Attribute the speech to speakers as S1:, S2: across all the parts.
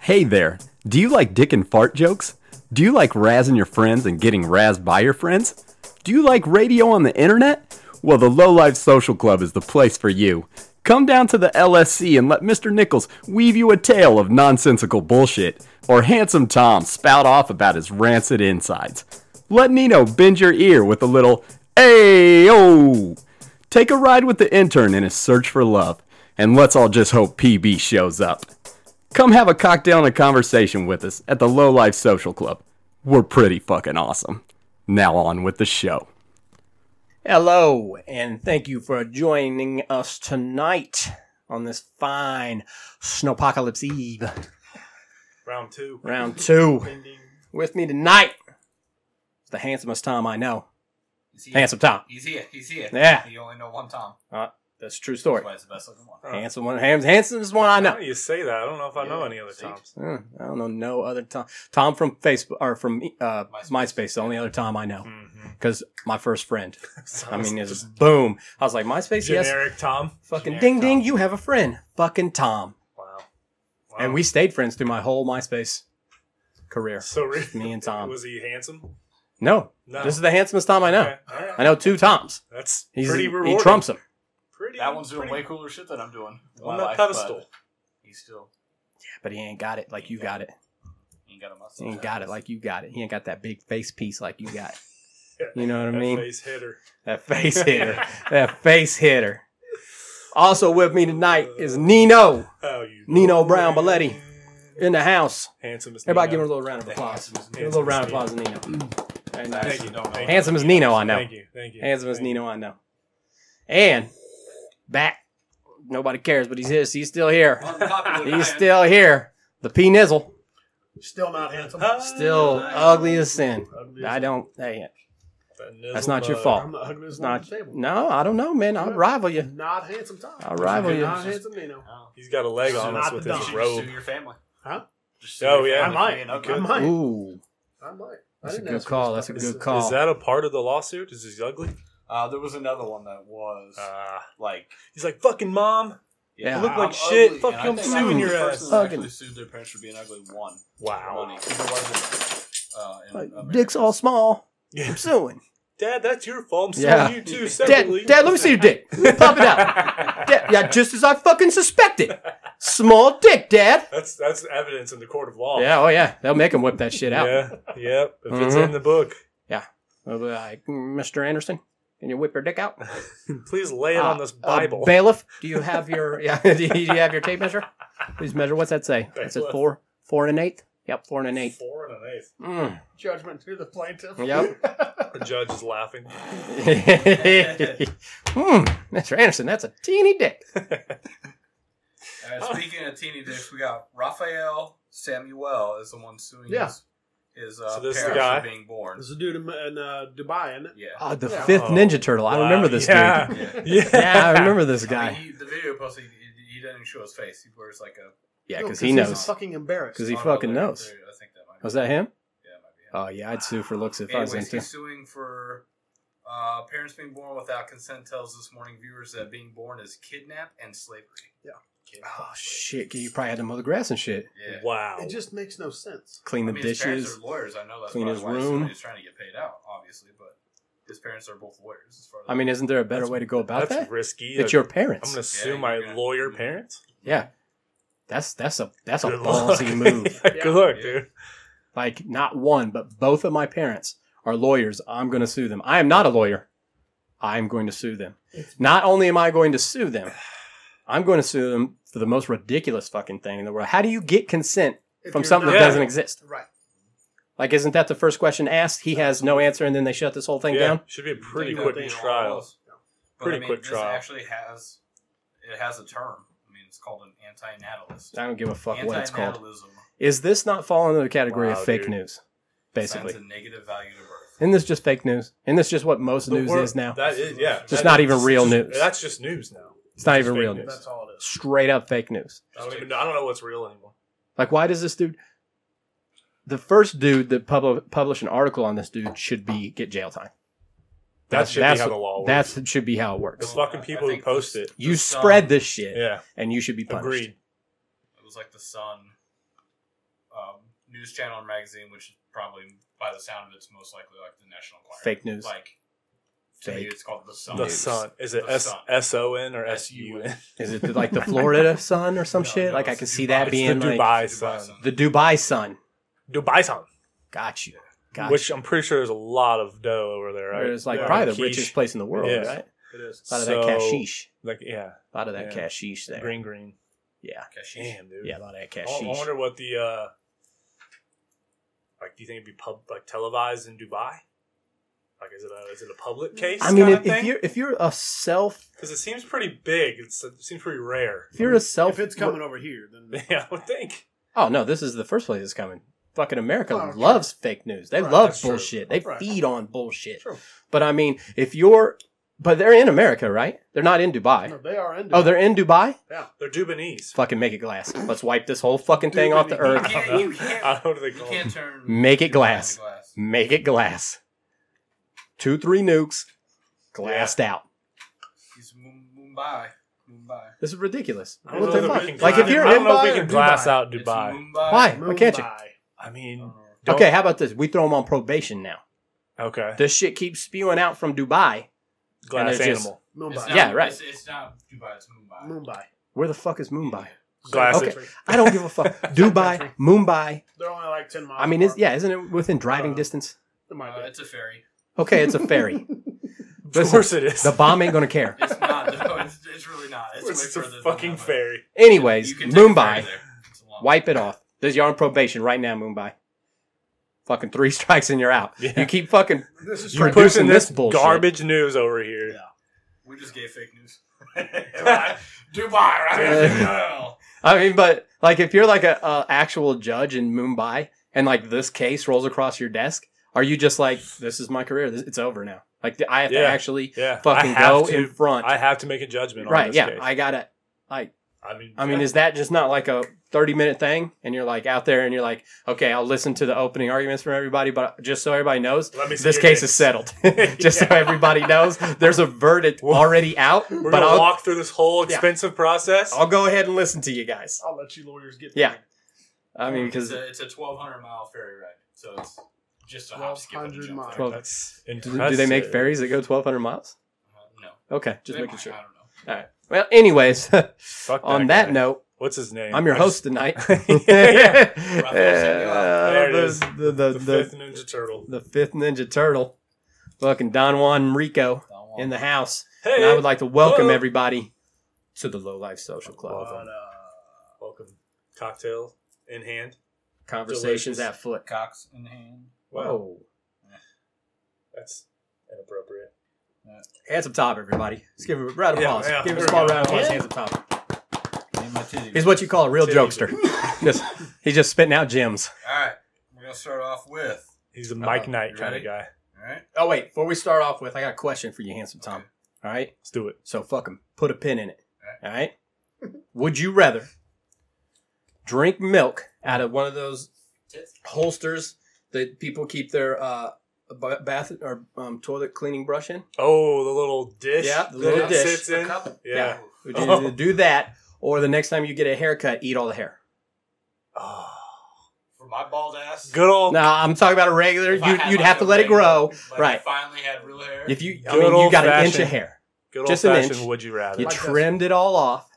S1: Hey there. Do you like dick and fart jokes? Do you like razzing your friends and getting razzed by your friends? Do you like radio on the internet? Well, the Low Life Social Club is the place for you. Come down to the LSC and let Mr. Nichols weave you a tale of nonsensical bullshit, or Handsome Tom spout off about his rancid insides. Let Nino bend your ear with a little, Ayo! Take a ride with the intern in his search for love, and let's all just hope PB shows up. Come have a cocktail and a conversation with us at the Low Life Social Club. We're pretty fucking awesome. Now on with the show.
S2: Hello, and thank you for joining us tonight on this fine Snowpocalypse Eve,
S3: Round two.
S2: round two.
S3: Ending.
S2: With me tonight is the handsomest Tom I know.
S4: He's here.
S2: Handsome Tom.
S4: He's here. He's here.
S2: Yeah.
S4: You only know one Tom.
S2: Uh, that's a true story.
S4: That's why it's the best looking one.
S2: Handsome one, hands, handsomest one I
S3: Now
S2: know.
S3: that you say that, I don't know if I know
S4: Yeah,
S3: any other
S4: see?
S3: Toms.
S2: Uh, I don't know no other Tom. Tom from Facebook or from uh, MySpace, the only other Tom I know, because my first friend. I mean, it's boom. I was like MySpace, yes.
S3: generic Tom.
S2: Fucking
S3: Generic
S2: ding ding,
S3: Tom.
S2: you have a friend. Fucking Tom.
S3: Wow. wow.
S2: And we stayed friends through my whole MySpace career.
S3: So re-
S2: me and Tom.
S3: Was he handsome?
S2: No,
S3: No.
S2: this is the handsomest Tom I know.
S3: Okay, all right.
S2: I know two Toms.
S3: That's
S2: He's,
S3: pretty
S2: he
S3: rewarding.
S2: trumps him.
S3: Pretty,
S4: That one's doing
S3: pretty
S4: way cooler shit than I'm doing. in
S3: on
S4: my
S3: that
S4: life,
S3: pedestal.
S4: but He's still.
S2: But he ain't got it like you got it.
S4: He ain't got a mustache.
S2: He ain't got it like you got it. He ain't got that big face piece like you got.
S3: Yeah,
S2: You know what I
S3: that
S2: mean?
S3: face hitter.
S2: That face hitter. that face hitter. Also with me tonight is Nino
S3: Oh, you
S2: Nino Brown Belletti. in the house.
S3: Handsomest.
S2: Everybody give
S3: Nino.
S2: him a little round of applause.
S4: Handsome as
S2: Give a little round of applause to Nino. Very nice.
S3: Thank you.
S4: Don't know.
S3: Oh, Thank you.
S2: Handsome as Nino, I know.
S3: Thank you. Thank you.
S2: Handsome as
S3: Thank
S2: Nino, I know. And back, nobody cares, but he's here. He's still here.
S4: Unpopular
S2: He's
S4: guy.
S2: still here. The P Nizzle,
S5: Still not handsome.
S3: you.
S2: still ugly as sin.
S5: Ugly as-
S2: I don't. Hey,
S3: That uh, nizzle
S2: that's not your
S3: bug.
S2: fault.
S5: I'm the ugliest
S2: It's
S5: one at
S2: not.
S5: the table.
S2: No, I don't know, man. I'll rival you.
S5: Not handsome Tom.
S2: I'll rival you.
S5: Not handsome Nino.
S4: Oh.
S3: He's got a leg on
S5: Not
S3: us with
S5: the
S3: his
S5: dog.
S4: You should
S3: robe.
S4: sue your family.
S5: Huh?
S4: Just sue
S3: Oh,
S4: your
S3: yeah.
S5: I
S4: family for being
S5: might.
S4: ugly.
S5: I might.
S2: Ooh,
S5: I might. I
S2: that's a
S5: didn't
S2: good
S5: ask for
S2: call.
S5: this
S2: That's a
S5: fucking
S2: good
S5: assist.
S2: call.
S3: Is that a part of the lawsuit? Is he ugly?
S4: Uh, there was another one that was
S3: Uh,
S4: like.
S3: he's like fucking mom.
S2: Yeah.
S4: I
S2: Look
S3: like shit. Fuck you, I'm suing
S4: I'm
S3: your
S4: the
S3: ass.
S4: person that
S2: Fucking-
S4: actually sued their parents for being ugly. One.
S3: Wow.
S4: Money. 'Cause it wasn't, uh, in
S2: Like,
S4: America.
S2: dick's all small.
S3: Yeah.
S2: I'm suing.
S3: Dad, that's your fault. I'm
S2: Yeah.
S3: suing you too
S2: Dad,
S3: separately.
S2: Dad, let me see your dick. Pop it out. Dad, yeah, just as I fucking suspected. Small dick, Dad.
S3: That's that's evidence in the court of law.
S2: Yeah, oh yeah, they'll make him whip that shit out.
S3: Yeah. Yep. If it's
S2: Mhm.
S3: in the book,
S2: They'll be like, Mr. Anderson, can you whip your dick out?
S3: please lay it
S2: Uh,
S3: on this
S2: Uh,
S3: Bible.
S2: bailiff, do you have your yeah? Do you, do you have your tape measure? Please measure. What's that say? That's it
S3: Bailiff.
S2: four, four and an eighth. Yep, four and an eighth.
S3: Four and an eighth.
S2: Mm.
S5: Judgment to the plaintiff.
S2: Yep.
S3: The judge is laughing.
S2: Hmm, Mr. Anderson, that's a teeny dick.
S4: Uh, speaking of teeny dicks, we got Raphael Samuel is the one suing
S5: Yeah.
S4: his, his uh,
S3: So this is the
S4: parents
S3: guy?
S4: for being born.
S5: There's a dude in, in uh, Dubai, isn't it?
S4: Yeah.
S2: Oh, the
S5: Yeah.
S2: fifth
S3: Oh,
S2: Ninja Turtle. I
S3: Wow.
S2: remember this
S3: yeah.
S2: dude.
S4: Yeah.
S3: Yeah.
S2: Yeah, I remember this guy.
S4: He, the video posted, he, he didn't even show his face. He wears like a.
S2: Yeah,
S5: No,
S2: because he
S5: he's
S2: knows.
S5: fucking embarrassed.
S2: 'Cause he
S4: oh, no,
S2: fucking
S4: there-
S2: knows.
S4: there- I think that might be.
S2: Was that him?
S4: Yeah, it might be him.
S2: Oh yeah, I'd sue for looks if I was
S4: Anyways,
S2: him
S4: he's
S2: too.
S4: suing for uh, parents being born without consent. Tells this morning viewers that being born is kidnap and slavery.
S5: Yeah.
S4: Kidnap
S2: Oh
S4: and slavery.
S2: shit, you probably had to mow the grass and shit,
S4: Yeah.
S3: Wow.
S5: It just makes no sense.
S2: clean
S4: I
S2: the
S4: mean, His
S2: dishes.
S4: parents are lawyers. I know that's
S2: clean
S4: probably
S2: his
S4: why he's-
S2: room.
S4: He's trying to get paid out, obviously, but his parents are both lawyers. As far as
S2: I mean, isn't there a better
S3: That's-
S2: way to go about
S3: that's
S2: that?
S3: risky. Uh,
S2: It's your
S3: I'm
S2: parents.
S3: gonna sue
S4: Yeah,
S3: my
S4: you're gonna-
S3: lawyer parents.
S2: Yeah. That's that's a that's a
S3: Good luck.
S2: ballsy move.
S3: Yeah, Good luck,
S4: Yeah.
S3: dude.
S2: Like not one, but both of my parents are lawyers. I'm going to sue them. I am not a lawyer. I'm going to sue them. Not only am I going to sue them, I'm going to sue them for the most ridiculous fucking thing in the world. How do you get consent
S5: If
S2: from
S5: you're
S2: something
S5: not-
S2: that doesn't exist?
S5: Right.
S2: Like, isn't that the first question asked? He has no answer, and then they shut this whole thing
S3: yeah.
S2: down.
S3: Should be a
S4: You
S3: pretty
S4: think
S3: quick
S4: that they know all
S3: trial.
S4: those. But
S3: Pretty
S4: I mean,
S3: quick
S4: this
S3: trial.
S4: Actually, has it has a term? I mean, it's called an antinatalist.
S2: I don't give a fuck what it's called.
S4: Antinatalism
S2: Is this not falling into the category
S3: Wow,
S2: of fake
S3: dude.
S2: news?
S4: assigns
S2: Basically,
S4: a negative value to birth.
S2: isn't this just fake news? Isn't this just what most
S3: But
S2: news
S3: we're-
S2: is now?
S3: That is, yeah.
S4: Just
S3: That-
S2: not even real
S3: just-
S2: news.
S3: That's just news now.
S2: It's not
S3: Just
S2: even
S3: fake
S2: real
S3: news.
S2: news.
S5: That's all it is.
S2: Straight up fake news.
S3: I don't even. know- I don't know what's real anymore.
S2: Like, why does this dude? The first dude that pub- published an article on this dude should be get jail time.
S3: That should be
S2: that's
S3: how the law works.
S2: That's that should be how it
S3: the
S2: works.
S3: fucking people who post it.
S2: You spread this shit,
S3: Yeah.
S2: and you should be punished.
S3: Agreed.
S4: It was like the sun um, news channel or magazine, which is probably by the sound of it's most likely like the National Enquirer.
S2: Fake news.
S4: Like to me,
S2: Fake.
S4: it's called the Sun.
S3: The
S4: News.
S3: sun. Is it
S4: The
S3: S
S4: sun.
S3: S O N or S U
S4: S-U-N.
S3: N?
S2: Is it like the Florida sun or some
S4: No,
S2: shit?
S4: no,
S2: like I
S4: it's
S2: could
S4: the
S2: see
S4: Dubai-
S2: that
S4: it's
S2: being
S3: the
S2: like
S3: Dubai
S4: It's the
S3: sun.
S4: Dubai Sun.
S2: the Dubai sun.
S3: Dubai sun,
S2: Got you. Got
S3: which I'm pretty sure there's a lot of dough over there, right?
S2: It's like
S3: Yeah.
S2: probably the
S3: Quiche.
S2: richest place in the world,
S3: Yeah.
S2: right?
S5: It is.
S2: A lot of
S3: So-
S2: that cashish.
S3: Like yeah,
S2: A lot of that
S3: Yeah.
S2: cashish there.
S3: green green.
S2: Yeah.
S4: Kashish.
S3: Damn, dude. Oh,
S2: Yeah, a lot of that
S3: I I
S2: cashish.
S3: wonder what the uh like. Do you think it'd be pub like televised in Dubai? Like, is it a is it a public case?
S2: I mean,
S3: kinda
S2: if, if
S3: thing?
S2: you're if you're a self
S3: because it seems pretty big. It's, it seems pretty rare.
S2: if you're a self
S5: If it's coming over here, then
S3: Yeah, I would think.
S2: Oh no, this is the first place it's coming. Fucking America
S5: Oh, sure.
S2: loves fake news. They
S3: Right,
S2: love
S3: that's true.
S2: bullshit. They
S3: Right.
S2: feed on bullshit.
S3: True.
S2: But I mean, if you're but they're in America, right? They're not in Dubai.
S5: no, they are in.
S2: Oh, they're in Dubai?
S3: They're Dubonese.
S2: Fucking make it glass. Let's wipe this whole fucking thing off the
S4: You
S2: earth.
S4: can't. You can't.
S3: I don't know what they
S4: you
S3: call
S4: can't
S3: them.
S4: turn.
S2: Make it
S4: Dubai
S2: glass.
S4: into glass.
S2: Make it glass. Two, three nukes. Glassed out.
S4: He's Mum- Mumbai. Mumbai.
S2: This is ridiculous.
S3: I don't
S2: What the
S3: know that we
S2: fuck?
S3: can
S2: Like if
S3: glass-
S2: you're
S3: I don't
S2: in
S3: know if
S2: Dubai,
S3: we
S2: or
S3: can glass
S2: Dubai?
S3: out
S4: It's
S3: Dubai.
S4: Mumbai.
S2: Why? Why can't you?
S5: Mumbai.
S3: I
S4: I
S3: mean,
S4: don't know.
S3: Don't-
S2: Okay, how about this? We throw them on probation now.
S3: okay,
S2: This shit keeps spewing out from Dubai.
S3: glass
S2: they're just-
S3: animal,
S4: It's
S5: Mumbai.
S4: not,
S2: Yeah, right.
S4: It's, it's not Dubai. It's Mumbai.
S5: Mumbai.
S2: Where the fuck is Mumbai?
S3: glass.
S2: Okay. I don't give a fuck. Dubai, Mumbai.
S5: They're only like ten miles.
S2: I mean, is,
S5: apart.
S2: yeah, isn't it within driving
S5: Uh,
S2: distance?
S5: It might
S4: Uh,
S5: be.
S4: it's a ferry.
S2: Okay, it's a ferry.
S3: Of
S2: Listen,
S3: course it is.
S2: the bomb ain't gonna care.
S4: It's not. though. it's, it's really not.
S3: Of
S4: It's,
S3: course
S4: way
S3: it's a
S4: further than
S3: fucking
S4: that, but
S3: fairy.
S2: Anyways,
S4: you can take a ferry
S2: Mumbai,
S4: there. It's a long-
S2: wipe it off. There's you're on probation right now, Mumbai. Fucking three strikes and you're out.
S3: Yeah.
S2: You keep fucking.
S5: this is
S2: You're
S3: You're
S5: true.
S2: put- producing
S3: pushing this
S2: this bullshit.
S3: garbage news over here.
S5: Yeah.
S4: We just gave fake news. Dubai, right?
S2: I mean, but like if you're like a, a actual judge in Mumbai and like this case rolls across your desk, are you just like, this is my career? This, it's over now. Like I have
S3: Yeah.
S2: to actually
S3: Yeah, I
S2: fucking
S3: have
S2: go
S3: to.
S2: in front.
S3: I have to make a judgment. On
S2: right?
S3: this
S2: Yeah,
S3: case.
S2: I gotta like.
S3: I mean,
S2: I mean, is that just not like a 30 minute thing? And you're like out there and you're like, okay, I'll listen to the opening arguments from everybody, but just so everybody knows,
S3: Let me see
S2: this
S3: your
S2: case
S3: dicks.
S2: is settled. just so everybody knows, there's a verdict
S3: We're-
S2: already out,
S3: We're
S2: but
S3: gonna
S2: I'll,
S3: walk through this whole
S2: Yeah.
S3: expensive process.
S2: I'll go ahead and listen to you guys.
S5: I'll let you lawyers get.
S2: Yeah.
S5: there.
S2: I mean, because
S4: it's a, it's a 1200 mile ferry ride, so it's just a hop, skip, and a
S5: 1200
S4: jump.
S5: miles.
S2: Twelve-
S3: That's
S2: do, do they make
S3: impressive.
S2: ferries that go 1,200 miles?
S4: Uh, no,
S2: Okay, just
S4: They
S2: making
S4: might,
S2: sure.
S4: I don't know.
S2: Well, anyways,
S3: Fuck
S2: on that
S3: guy.
S2: note,
S3: what's his name?
S2: I'm your
S3: I just-
S2: host tonight.
S3: Yeah.
S2: Uh,
S3: There it is.
S2: the, the, the,
S3: the,
S2: the-
S3: fifth Ninja Turtle.
S2: the fifth Ninja Turtle, fucking Don Juan Rico
S4: Don't
S2: in
S4: want-
S2: the house.
S3: Hey,
S2: And I would like to welcome
S3: Whoa.
S2: everybody to the Low Life Social Club.
S3: Wow.
S5: But, uh,
S3: welcome. Cocktail in hand.
S2: Conversations
S3: Delicious.
S2: at foot.
S4: Cox in hand.
S2: Whoa.
S3: that's inappropriate.
S2: Hands up top, everybody. Let's give him a round of
S3: Yeah,
S2: applause.
S3: yeah.
S2: Give him a
S3: There
S2: small
S3: we go.
S2: round of applause.
S3: Yeah.
S2: Hands up top.
S4: In my titty.
S2: He's what you call a real
S3: Titty.
S2: jokester. just, he's just spitting out gems.
S4: All right, we're gonna start off with.
S3: He's a Mike
S4: Uh,
S3: Knight
S4: you
S3: kind of
S4: ready?
S3: guy.
S4: All right.
S2: Oh, wait. Before we start off with, I got a question for you, Handsome Tom.
S4: Okay.
S2: All right?
S3: Let's do it.
S2: So fuck him. Put a pin in it. All right? Would you rather drink milk out of one of those holsters that people keep their uh, ba- bath or um, toilet cleaning brush in?
S3: Oh, the little dish.
S2: Yeah, the
S3: that
S2: little
S3: it
S2: dish.
S3: Sits in. Yeah.
S2: Yeah. Would you
S3: Oh.
S2: either do that or the next time you get a haircut, eat all the hair?
S3: Oh,
S4: For my bald ass.
S3: good old.
S2: No, I'm talking about a regular.
S4: If I
S2: You'd,
S4: had,
S2: you'd
S4: like,
S2: have to
S4: a
S2: let it
S4: regular-
S2: grow.
S4: Like,
S2: Right.
S4: Finally had real hair.
S2: If you, I
S3: Good
S2: mean, you got an inch
S3: old-fashioned-
S2: of hair.
S3: Good old
S2: just an
S3: fashioned.
S2: inch.
S3: Would you rather?
S2: You
S5: Like this.
S2: trimmed it all off,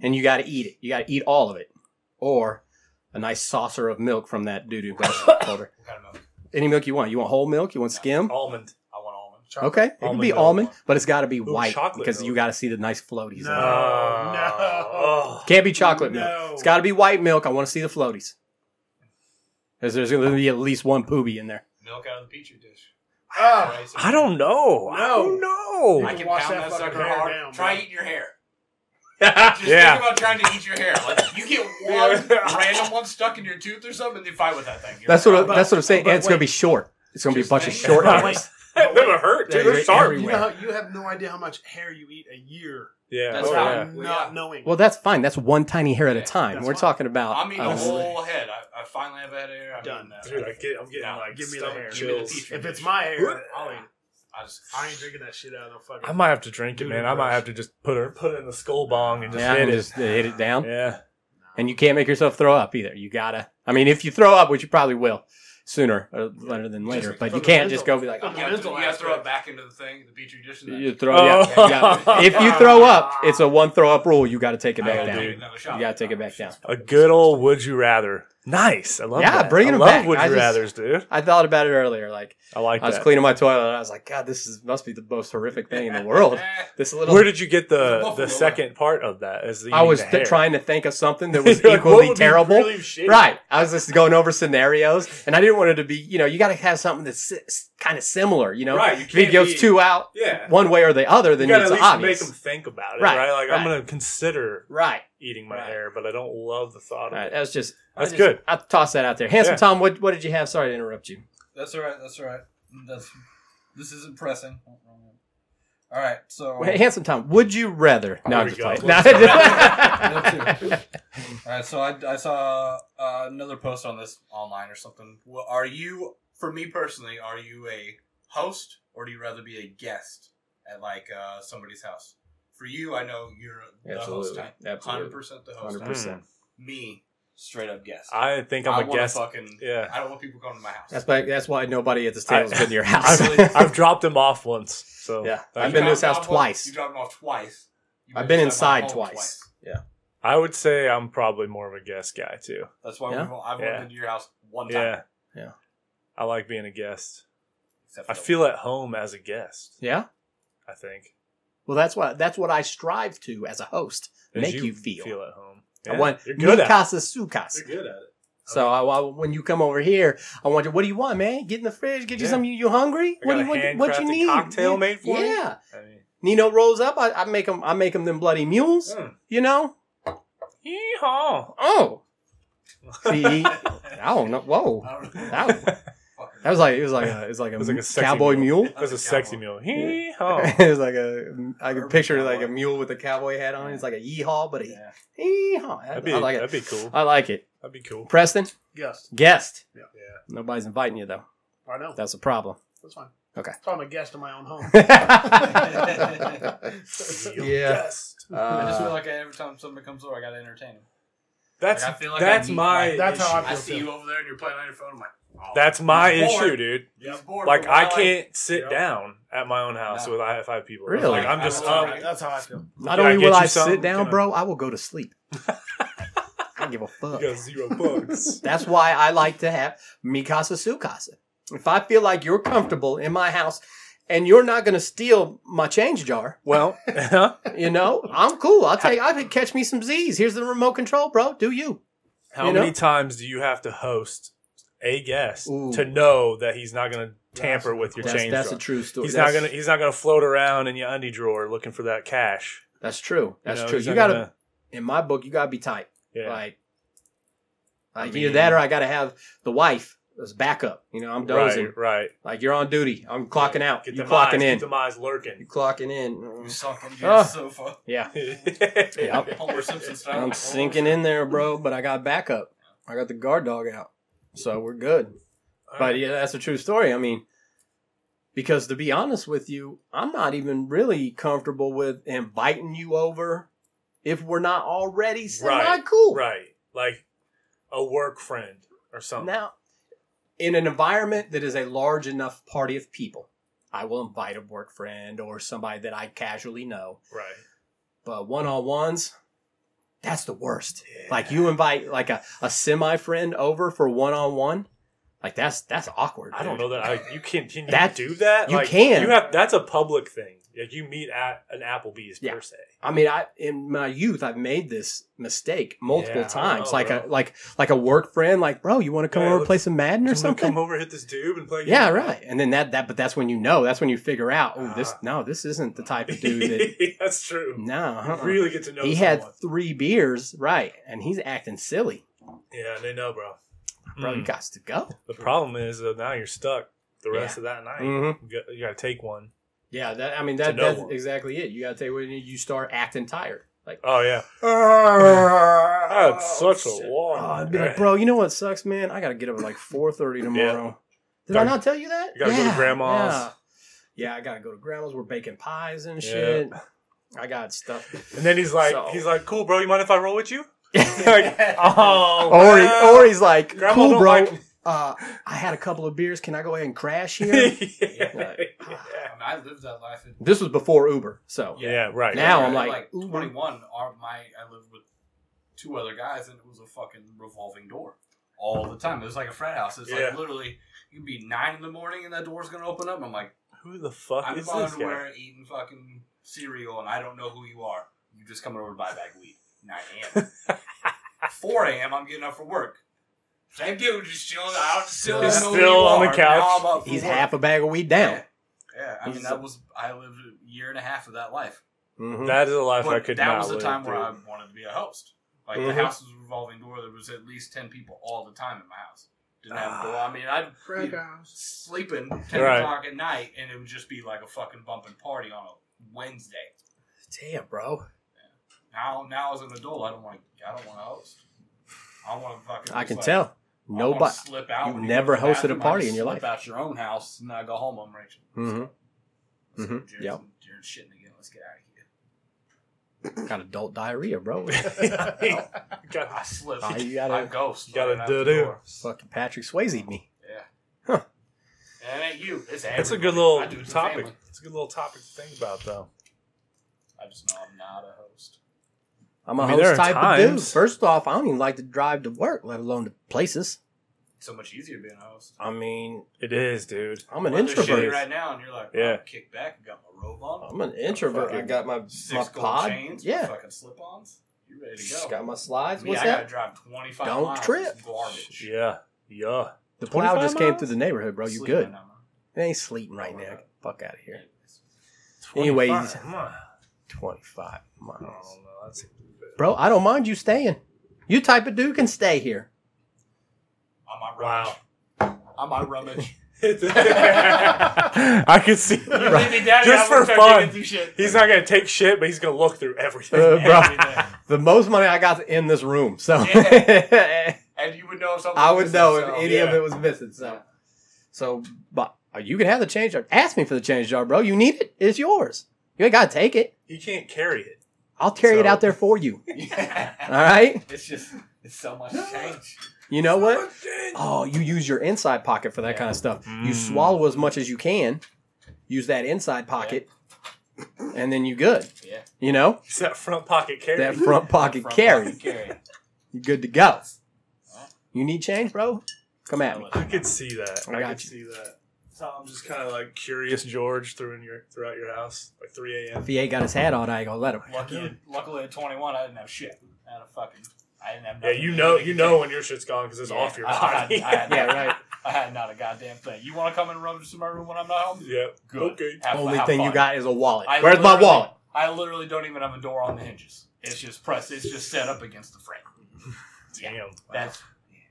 S2: and you got to eat it. You got to eat all of it, or a nice saucer of milk from that doo doo holder.
S4: what kind of milk?
S2: Any milk you want. You want whole milk. You want skim.
S3: Almond.
S4: I want almond.
S2: Okay, it can
S3: Almond
S2: be
S3: milk.
S2: almond, but it's got to be
S3: Ooh,
S2: white
S3: chocolate
S2: because you
S3: milk.
S2: got to see the nice floaties.
S5: No.
S3: Oh,
S2: in it.
S3: no.
S5: no.
S2: Can't be chocolate milk.
S5: No.
S2: It's got to be white milk. I want to see the floaties. 'Cause there's going to be at least one poobie in there.
S4: Milk out of the petri dish.
S5: Ah.
S4: Rice and-
S3: I don't know. I
S5: No.
S3: don't know.
S4: I
S5: You
S4: can
S5: wash
S4: pound that
S5: that fucking
S4: sucker
S5: hair
S4: hard.
S5: down,
S4: Try
S5: bro.
S4: eating your hair. Just
S3: Yeah.
S4: think about trying to eat your hair. Like you get one random one stuck in your tooth or something, then fight with that thing. You're
S2: That's
S4: like,
S2: what
S4: "Oh,
S2: that's what I'm saying.
S5: but
S2: And it's going to be
S5: wait.
S2: short. It's going to be a
S4: Just
S2: bunch of
S4: think-
S2: short
S3: But
S2: hairs.
S3: That would hurt,
S2: Yeah,
S3: dude. They're
S2: you're
S3: sharp.
S5: You
S2: everywhere.
S5: know how, you have no idea how much hair you eat a year.
S3: Yeah.
S4: That's
S3: oh,
S4: fine.
S3: yeah.
S5: Not
S4: Well, yeah.
S5: knowing.
S2: Well, that's fine. That's one tiny hair at a
S4: Yeah,
S2: time.
S5: that's
S2: We're
S5: fine.
S2: talking about.
S4: I'm eating
S2: uh,
S4: a
S5: Honestly.
S4: whole head. I, I finally have that hair. I'm
S5: Done.
S4: done.
S3: Dude, I get, I'm getting
S4: No,
S3: like
S5: give me the
S3: stomach
S5: hair.
S4: Give me the
S3: chills.
S4: petri
S5: if it's
S4: dish.
S5: my hair,
S4: I'll eat it. I just
S5: I ain't drinking that shit out of no fucking.
S3: I might have to drink it, man. I might
S5: Toothbrush.
S3: have to just put it put it in the skull bong and just
S2: yeah,
S3: hit
S2: and
S3: it.
S2: just hit it down.
S3: yeah.
S2: and you can't make yourself throw up either. You gotta. I mean, if you throw up, which you probably will sooner or later than
S5: Just
S2: later, but
S5: from
S2: you
S5: the
S2: can't just
S5: mental-
S2: go be like,
S5: from
S2: oh,
S5: the
S4: You have, to,
S5: mental
S4: you have to throw
S5: aspect.
S4: it back into the thing, the petri dish. And
S2: you
S4: that.
S2: throw. Yeah, yeah. If you throw up, it's a one throw up rule. You got to take it
S4: I
S2: back
S4: gotta
S2: down.
S4: do
S2: You
S4: another shot.
S2: got to take it back down.
S3: A good old would you rather. Nice. I love
S2: Yeah,
S3: that.
S2: bringing
S3: I
S2: it
S3: love
S2: back.
S3: would
S2: I
S3: you
S2: just-
S3: rathers, dude.
S2: I thought about it earlier. Like
S3: I like
S2: I was
S3: that.
S2: cleaning my toilet, and I was like, God, this is must be the most horrific thing in the world. This little.
S3: Where did you get
S4: It's a
S3: the
S4: buffalo
S3: the
S4: one.
S3: second part of that? Is the
S2: I was
S3: eating the
S2: th-
S3: hair?
S2: trying to think of something that was
S3: You're like, what
S2: equally
S3: would be
S2: terrible.
S3: really shitty?
S2: right. I was just going over scenarios, and I didn't want it to be. You know, you got to have something that's kind of similar. You know,
S3: Right, you
S2: if it
S3: can't
S2: goes
S3: be-
S2: two out
S3: Yeah.
S2: one way or the other, then
S3: you gotta
S2: it's
S3: at least
S2: obvious.
S3: make them think about it,
S2: Right,
S3: right? Like I'm
S2: right.
S3: gonna consider
S2: right.
S3: eating my
S2: Right.
S3: hair, but I don't love the thought of
S2: Right.
S3: it.
S2: That was just.
S3: That's
S2: I just-
S3: good.
S2: I tossed that out there. Handsome
S3: Yeah.
S2: Tom, what what did you have? Sorry to interrupt you.
S4: That's all right. That's all right. That's this isn't pressing. All right. So
S2: Hey, Handsome Tom, would you rather? No,
S3: There
S2: I'm
S3: we
S2: just
S3: go.
S2: playing.
S3: Let's
S2: No,
S3: go.
S2: just-
S4: All right, so I, I saw uh, another post on this online or something. Well, are you, for me personally, are you a host or do you rather be a guest at like uh, somebody's house? For you, I know you're the host
S2: Absolutely.
S4: type, hundred
S2: Absolutely. Mm.
S4: percent the host.
S2: Hundred
S4: Type.
S2: percent.
S4: Me, straight up guest.
S3: I think I'm a
S4: wanna
S3: guest.
S4: Fucking,
S3: Yeah.
S4: I don't want people coming to my house.
S2: That's why. That's why nobody at this
S3: I-
S2: table's been to your house.
S3: I've, I've dropped him off once. So
S2: Yeah.
S3: thank
S2: I've
S3: you.
S2: been to his
S4: You
S2: house
S4: dropped off-
S2: twice.
S4: You dropped him off twice. You
S2: I've been
S4: dropped him off
S2: inside
S4: home
S2: twice. Yeah.
S3: I would say I'm probably more of a guest guy too.
S4: That's why
S2: Yeah?
S4: we've, all- I've
S3: Yeah.
S4: only been to your house one time.
S3: Yeah.
S2: Yeah.
S3: I like being a guest.
S4: Except for
S3: I
S4: the-
S3: feel at home as a guest,
S2: Yeah.
S3: I think.
S2: Well, that's what that's what I strive to as a host.
S3: As
S2: Make you feel.
S3: at home.
S2: I want
S3: You're good
S2: mi
S3: at it.
S2: casa su casa.
S5: They're good at it.
S2: So I, I- when you come over here, I want you. What do you want, man? Get in the fridge. Get you
S3: Yeah.
S2: something. You, you hungry?
S3: I
S2: what
S3: got
S2: do you
S3: a
S2: what, what you
S3: handcrafted
S2: need?
S3: cocktail
S2: yeah.
S3: made for you.
S2: Yeah.
S3: I mean,
S2: Nino rolls up. I, I make him. I make him them bloody mules.
S3: Mm.
S2: You know.
S3: Yeehaw.
S2: Oh. See. he- I don't know. Whoa.
S4: I don't know.
S2: That, that was like it was like a, it was like a,
S3: It was like a sexy Oh.
S2: cowboy mule.
S3: That's a sexy meal.
S2: it
S3: Yeehaw.
S2: was like a I can
S4: Urban
S2: picture like a
S4: cowboy.
S2: mule with a cowboy hat on. It's like a yeehaw, but a
S4: Yeah.
S2: yeehaw. I,
S3: That'd be,
S2: I like
S3: that'd
S2: it.
S3: be cool.
S2: I like it.
S3: That'd be cool.
S2: Preston,
S5: Guest.
S2: guest.
S5: Yeah.
S2: Nobody's inviting you though.
S5: I know.
S2: That's a problem.
S5: That's fine.
S2: Okay.
S5: So I'm a guest in my own home.
S2: yeah.
S4: I just feel
S2: Uh,
S4: like every time somebody comes over, I gotta entertain them.
S3: That's
S4: Like, I feel like
S3: that's
S4: I need-
S3: my
S5: That's how I
S4: I
S5: feel
S4: see
S5: too.
S4: you over there and you're playing on your phone. I'm like, oh,
S3: that's my
S4: He's
S3: issue,
S4: bored.
S3: dude.
S4: he's
S5: Yep.
S4: bored.
S3: Like
S4: but
S3: I
S4: why?
S3: can't sit
S5: Yep.
S3: down at my own house
S4: No.
S3: with I have five people.
S2: Really?
S3: Like I'm just
S4: I
S5: All
S4: don't
S3: up.
S5: right, That's how I feel.
S2: not
S3: Can I
S2: only
S3: get
S2: will
S3: you
S2: I
S3: something?
S2: sit down,
S3: Can I-
S2: bro, I will go to sleep. I don't give a fuck.
S3: You got zero bucks.
S2: That's why I like to have mi casa su casa. If I feel like you're comfortable in my house and you're not going to steal my change jar,
S3: well,
S2: You know, I'm cool. I'll take. I could catch me some Z's. Here's the remote control, bro. Do you?
S3: How
S2: You know?
S3: many times do you have to host a guest
S2: Ooh.
S3: to know that he's not going to tamper
S5: That's-
S3: with your
S2: That's,
S3: change
S2: that's a
S3: drawer?
S2: true story.
S3: he's
S2: that's,
S3: not going to he's not going to float around in your undie drawer looking for that cash.
S2: That's true. That's
S3: know,
S2: true.
S3: he's
S2: You
S3: not
S2: gotta.
S3: gonna-
S2: In my book, you gotta be tight.
S3: yeah.
S2: Like,
S4: I
S2: like
S4: mean-
S2: either that or I gotta have the wife as backup. You know, I'm dozing.
S3: right, right.
S2: Like you're on duty. I'm clocking out.
S3: Get
S2: you
S3: them
S2: clocking in.
S3: eyes, Get them eyes
S2: You
S3: lurking.
S2: clocking
S4: You
S2: in.
S4: sunk into
S2: Ah.
S4: your sofa.
S2: Yeah,
S3: yeah.
S2: Yep.
S4: Homer Simpson style.
S2: I'm sinking in there, bro. But I got backup. I got the guard dog out, so we're good. But yeah, that's a true story. I mean, because to be honest with you, I'm not even really comfortable with inviting you over if we're not already semi
S3: Right,
S2: cool.
S3: right. Like a work friend or something.
S2: Now, Oh. in an environment that is a large enough party of people, I will invite a work friend or somebody that I casually know.
S3: right.
S2: But one on ones, that's the worst. Like you invite like a, a semi friend over for one on one, like that's that's awkward.
S3: I don't
S2: dude.
S3: know that I, you can can you
S2: That-
S3: do that.
S2: you
S3: Like,
S2: can.
S3: You have that's a public thing. Like you meet at an Applebee's
S2: Yeah.
S3: per se.
S2: I mean, I in my youth, I've made this mistake multiple
S3: Yeah, I
S2: times.
S3: know,
S2: like
S3: bro.
S2: a like like a work friend, like bro, you want to come
S3: Yeah,
S2: over and
S3: let's-
S2: play some Madden or
S3: Someone Come
S2: something?
S3: over, hit this dude, and play.
S2: Yeah, right. And then that that, but that's when you know. That's when you figure out. Oh, this
S3: Ah.
S2: no, this isn't the type of dude that.
S3: That's true.
S2: no,
S3: You
S2: uh-uh.
S3: really get to know.
S2: he had
S3: someone.
S2: three beers, right? And he's acting silly.
S3: Yeah, they know, bro.
S2: Bro, you
S3: Mm.
S2: got to go.
S3: The problem is though, now you're stuck the rest
S2: Yeah.
S3: of that night.
S2: Mhm.
S3: You, got, you gotta take one.
S2: Yeah, that I mean
S3: To
S2: that
S3: no
S2: that's
S3: one.
S2: exactly it. You got to take when you start acting tired. Like
S3: Oh yeah,
S2: Ah.
S3: that's such a long.
S4: Ah,
S2: Oh, I'd be like, bro, you know what sucks, man? I gotta get up at like four thirty tomorrow. Did I
S3: Gotta-
S2: not tell you that?
S3: you gotta go to grandma's.
S2: Yeah. Yeah, I gotta go to grandma's. We're baking pies and shit. I got stuff.
S3: And then he's like,
S2: So-
S3: he's like, cool, bro. You mind if I roll with you? Like, oh,
S2: Or, he, or he's like,
S3: Grandma
S2: cool,
S3: don't
S2: bro.
S3: like me."
S2: uh, I had a couple of beers. Can I go ahead and crash here?
S3: yeah.
S4: I, mean, I lived that life. In,
S2: this was before Uber, so
S3: yeah, right.
S2: Now
S4: Yeah,
S2: I'm like, ooh.
S4: 21. Our, my I lived with two other guys, and it was a fucking revolving door all the time. It was like a frat house. It's
S3: Yeah.
S4: like literally you can be nine in the morning and that door's gonna open up. And I'm like,
S3: Who the fuck
S4: I'm in
S3: is
S4: my
S3: this guy?
S4: underwear and eating fucking cereal, and I don't know who you are. You just coming over to buy a bag of weed. 9 a.m. 4 a.m. I'm getting up for work. Same dude, just chilling. I don't still
S3: He's
S4: don't know who
S3: still
S4: you
S3: on the
S4: are.
S3: couch.
S4: Now I'm up for
S2: he's
S4: work.
S2: half a bag of weed down.
S4: Yeah. Yeah, I mean
S2: He's-
S4: that was I lived a year and a half of that life.
S2: Mhm.
S3: That is a life I
S4: But
S3: could
S4: that
S3: not
S4: was the
S3: live,
S4: time where
S3: dude. Mm-hmm.
S4: I wanted to be a host. Like
S2: Mhm.
S4: the house was a revolving door. There was at least ten people all the time in my house. Didn't have a door. I mean, I'd
S5: Crack
S4: be
S5: house.
S4: sleeping ten
S3: Right.
S4: o'clock at night, and it would just be like a fucking bumping party on a Wednesday.
S2: Damn, bro.
S4: Now, now as an adult, I don't want. to. I don't want to host. I want to fucking.
S2: I
S4: just,
S2: can
S4: like,
S2: tell.
S4: I wanna
S2: Nobody.
S4: Slip out
S2: you've
S4: when you
S2: never
S4: go to the
S2: hosted a
S4: bathroom. I
S2: party
S4: just
S2: in your
S4: slip
S2: life.
S4: Out your own house, and I go home. I'm raging.
S2: Mhm.
S4: Let's
S2: Mhm.
S4: go, Jared's-
S2: Yep.
S4: Jared's shitting again. Let's get out of here.
S2: Got adult diarrhea, bro.
S4: I slipped.
S2: Ah, you
S4: I
S2: gotta
S4: ghost.
S3: You gotta
S4: right out
S3: do
S4: the
S3: do.
S4: door.
S2: fucking Patrick Swayze me.
S4: And it ain't you. It's
S3: That's a
S4: everybody.
S3: good little
S4: I do it to
S3: topic.
S4: family.
S3: It's a good little topic to think about, though.
S4: I just know I'm not a host.
S2: I'm a
S3: I mean, there
S2: host
S3: are
S2: type of dude.
S3: times-
S2: First off, I don't even like to drive to work, let alone to places.
S4: It's so much easier being a host.
S2: I mean,
S3: It is, dude.
S2: I'm an
S4: Weather's shitty
S2: introvert. Oh,
S4: right now, and you're like,
S3: Yeah.
S4: yeah. kick back. I got my robe on.
S2: I'm an introvert. I got my my
S4: Six gold
S2: pod.
S4: chains.
S2: yeah,
S4: Fucking slip-ons. You ready to go?
S2: Just got my slides.
S4: Me,
S2: What's
S4: I
S2: that?
S4: gotta drive 25
S2: Don't
S4: miles.
S2: trip.
S4: It's Garbage.
S3: Yeah, yeah.
S2: The plow
S3: 25
S2: just came
S3: miles?
S2: through the neighborhood, bro. You
S4: Sleep
S2: good?
S4: in that one.
S2: It ain't sleeping right now. Get the fuck out of here.
S4: Anyways.
S2: Anyways.
S3: 25, come on.
S2: Twenty-five
S3: I don't
S2: miles,
S3: know. That's
S2: bro. I don't mind you staying. You type of dude can stay here.
S4: On my rummage.
S3: wow.
S4: On my rummage.
S3: I could see.
S4: You leave me down here,
S3: Just
S4: I'm gonna
S3: for
S4: start
S3: fun.
S4: digging through shit.
S3: He's not gonna take shit, but he's gonna look through everything.
S2: Uh, bro.
S4: Every day.
S2: The most money I got in this room, so
S4: And you would know if something
S2: I would know if
S4: so-
S2: any of it was missing. So, so, but uh, you can have the change jar. Ask me for the change jar, bro. You need it. It's yours. You ain't gotta take it.
S3: you can't carry it.
S2: I'll carry it
S3: So-
S2: out there for you. All
S4: Yeah.
S2: right.
S4: It's just, it's so much change.
S2: You know what? Oh, you use your inside pocket for that
S4: Yeah.
S2: kind of stuff. You
S3: Mm.
S2: swallow as much as you can, use that inside pocket, and then you good.
S4: Yeah.
S2: You know?
S3: It's that front pocket carry.
S2: That front pocket
S4: Front
S2: carry.
S4: pocket carry.
S2: You good to go.
S4: Yeah.
S2: You need change, bro? Come at me.
S3: I could see that.
S2: I
S3: I,
S2: got
S3: could
S2: you.
S3: see that. So I'm just kind of like curious George through in your throughout your house, like 3 a.m.
S2: If he ain't got his hat on, I ain't gonna let him.
S4: Luckily, luckily at 21, I didn't have shit. I had a fucking. I didn't have
S3: Yeah,
S4: nothing.
S3: you know, you know when your shit's gone because it's
S4: Yeah,
S3: off your
S4: I- I-
S3: body.
S4: I- I-
S2: Yeah, right.
S4: I had not a goddamn thing. You want to come and rummage through my room when I'm not home?
S3: yeah.
S4: Good.
S3: Okay.
S4: Have-
S2: Only
S4: have
S2: thing
S4: fun.
S2: you got is a wallet.
S4: I
S2: Where's my
S4: literally-
S2: wallet?
S4: I literally don't even have a door on the hinges. It's just pressed. It's just set up against the frame.
S3: Damn. wow.
S4: That's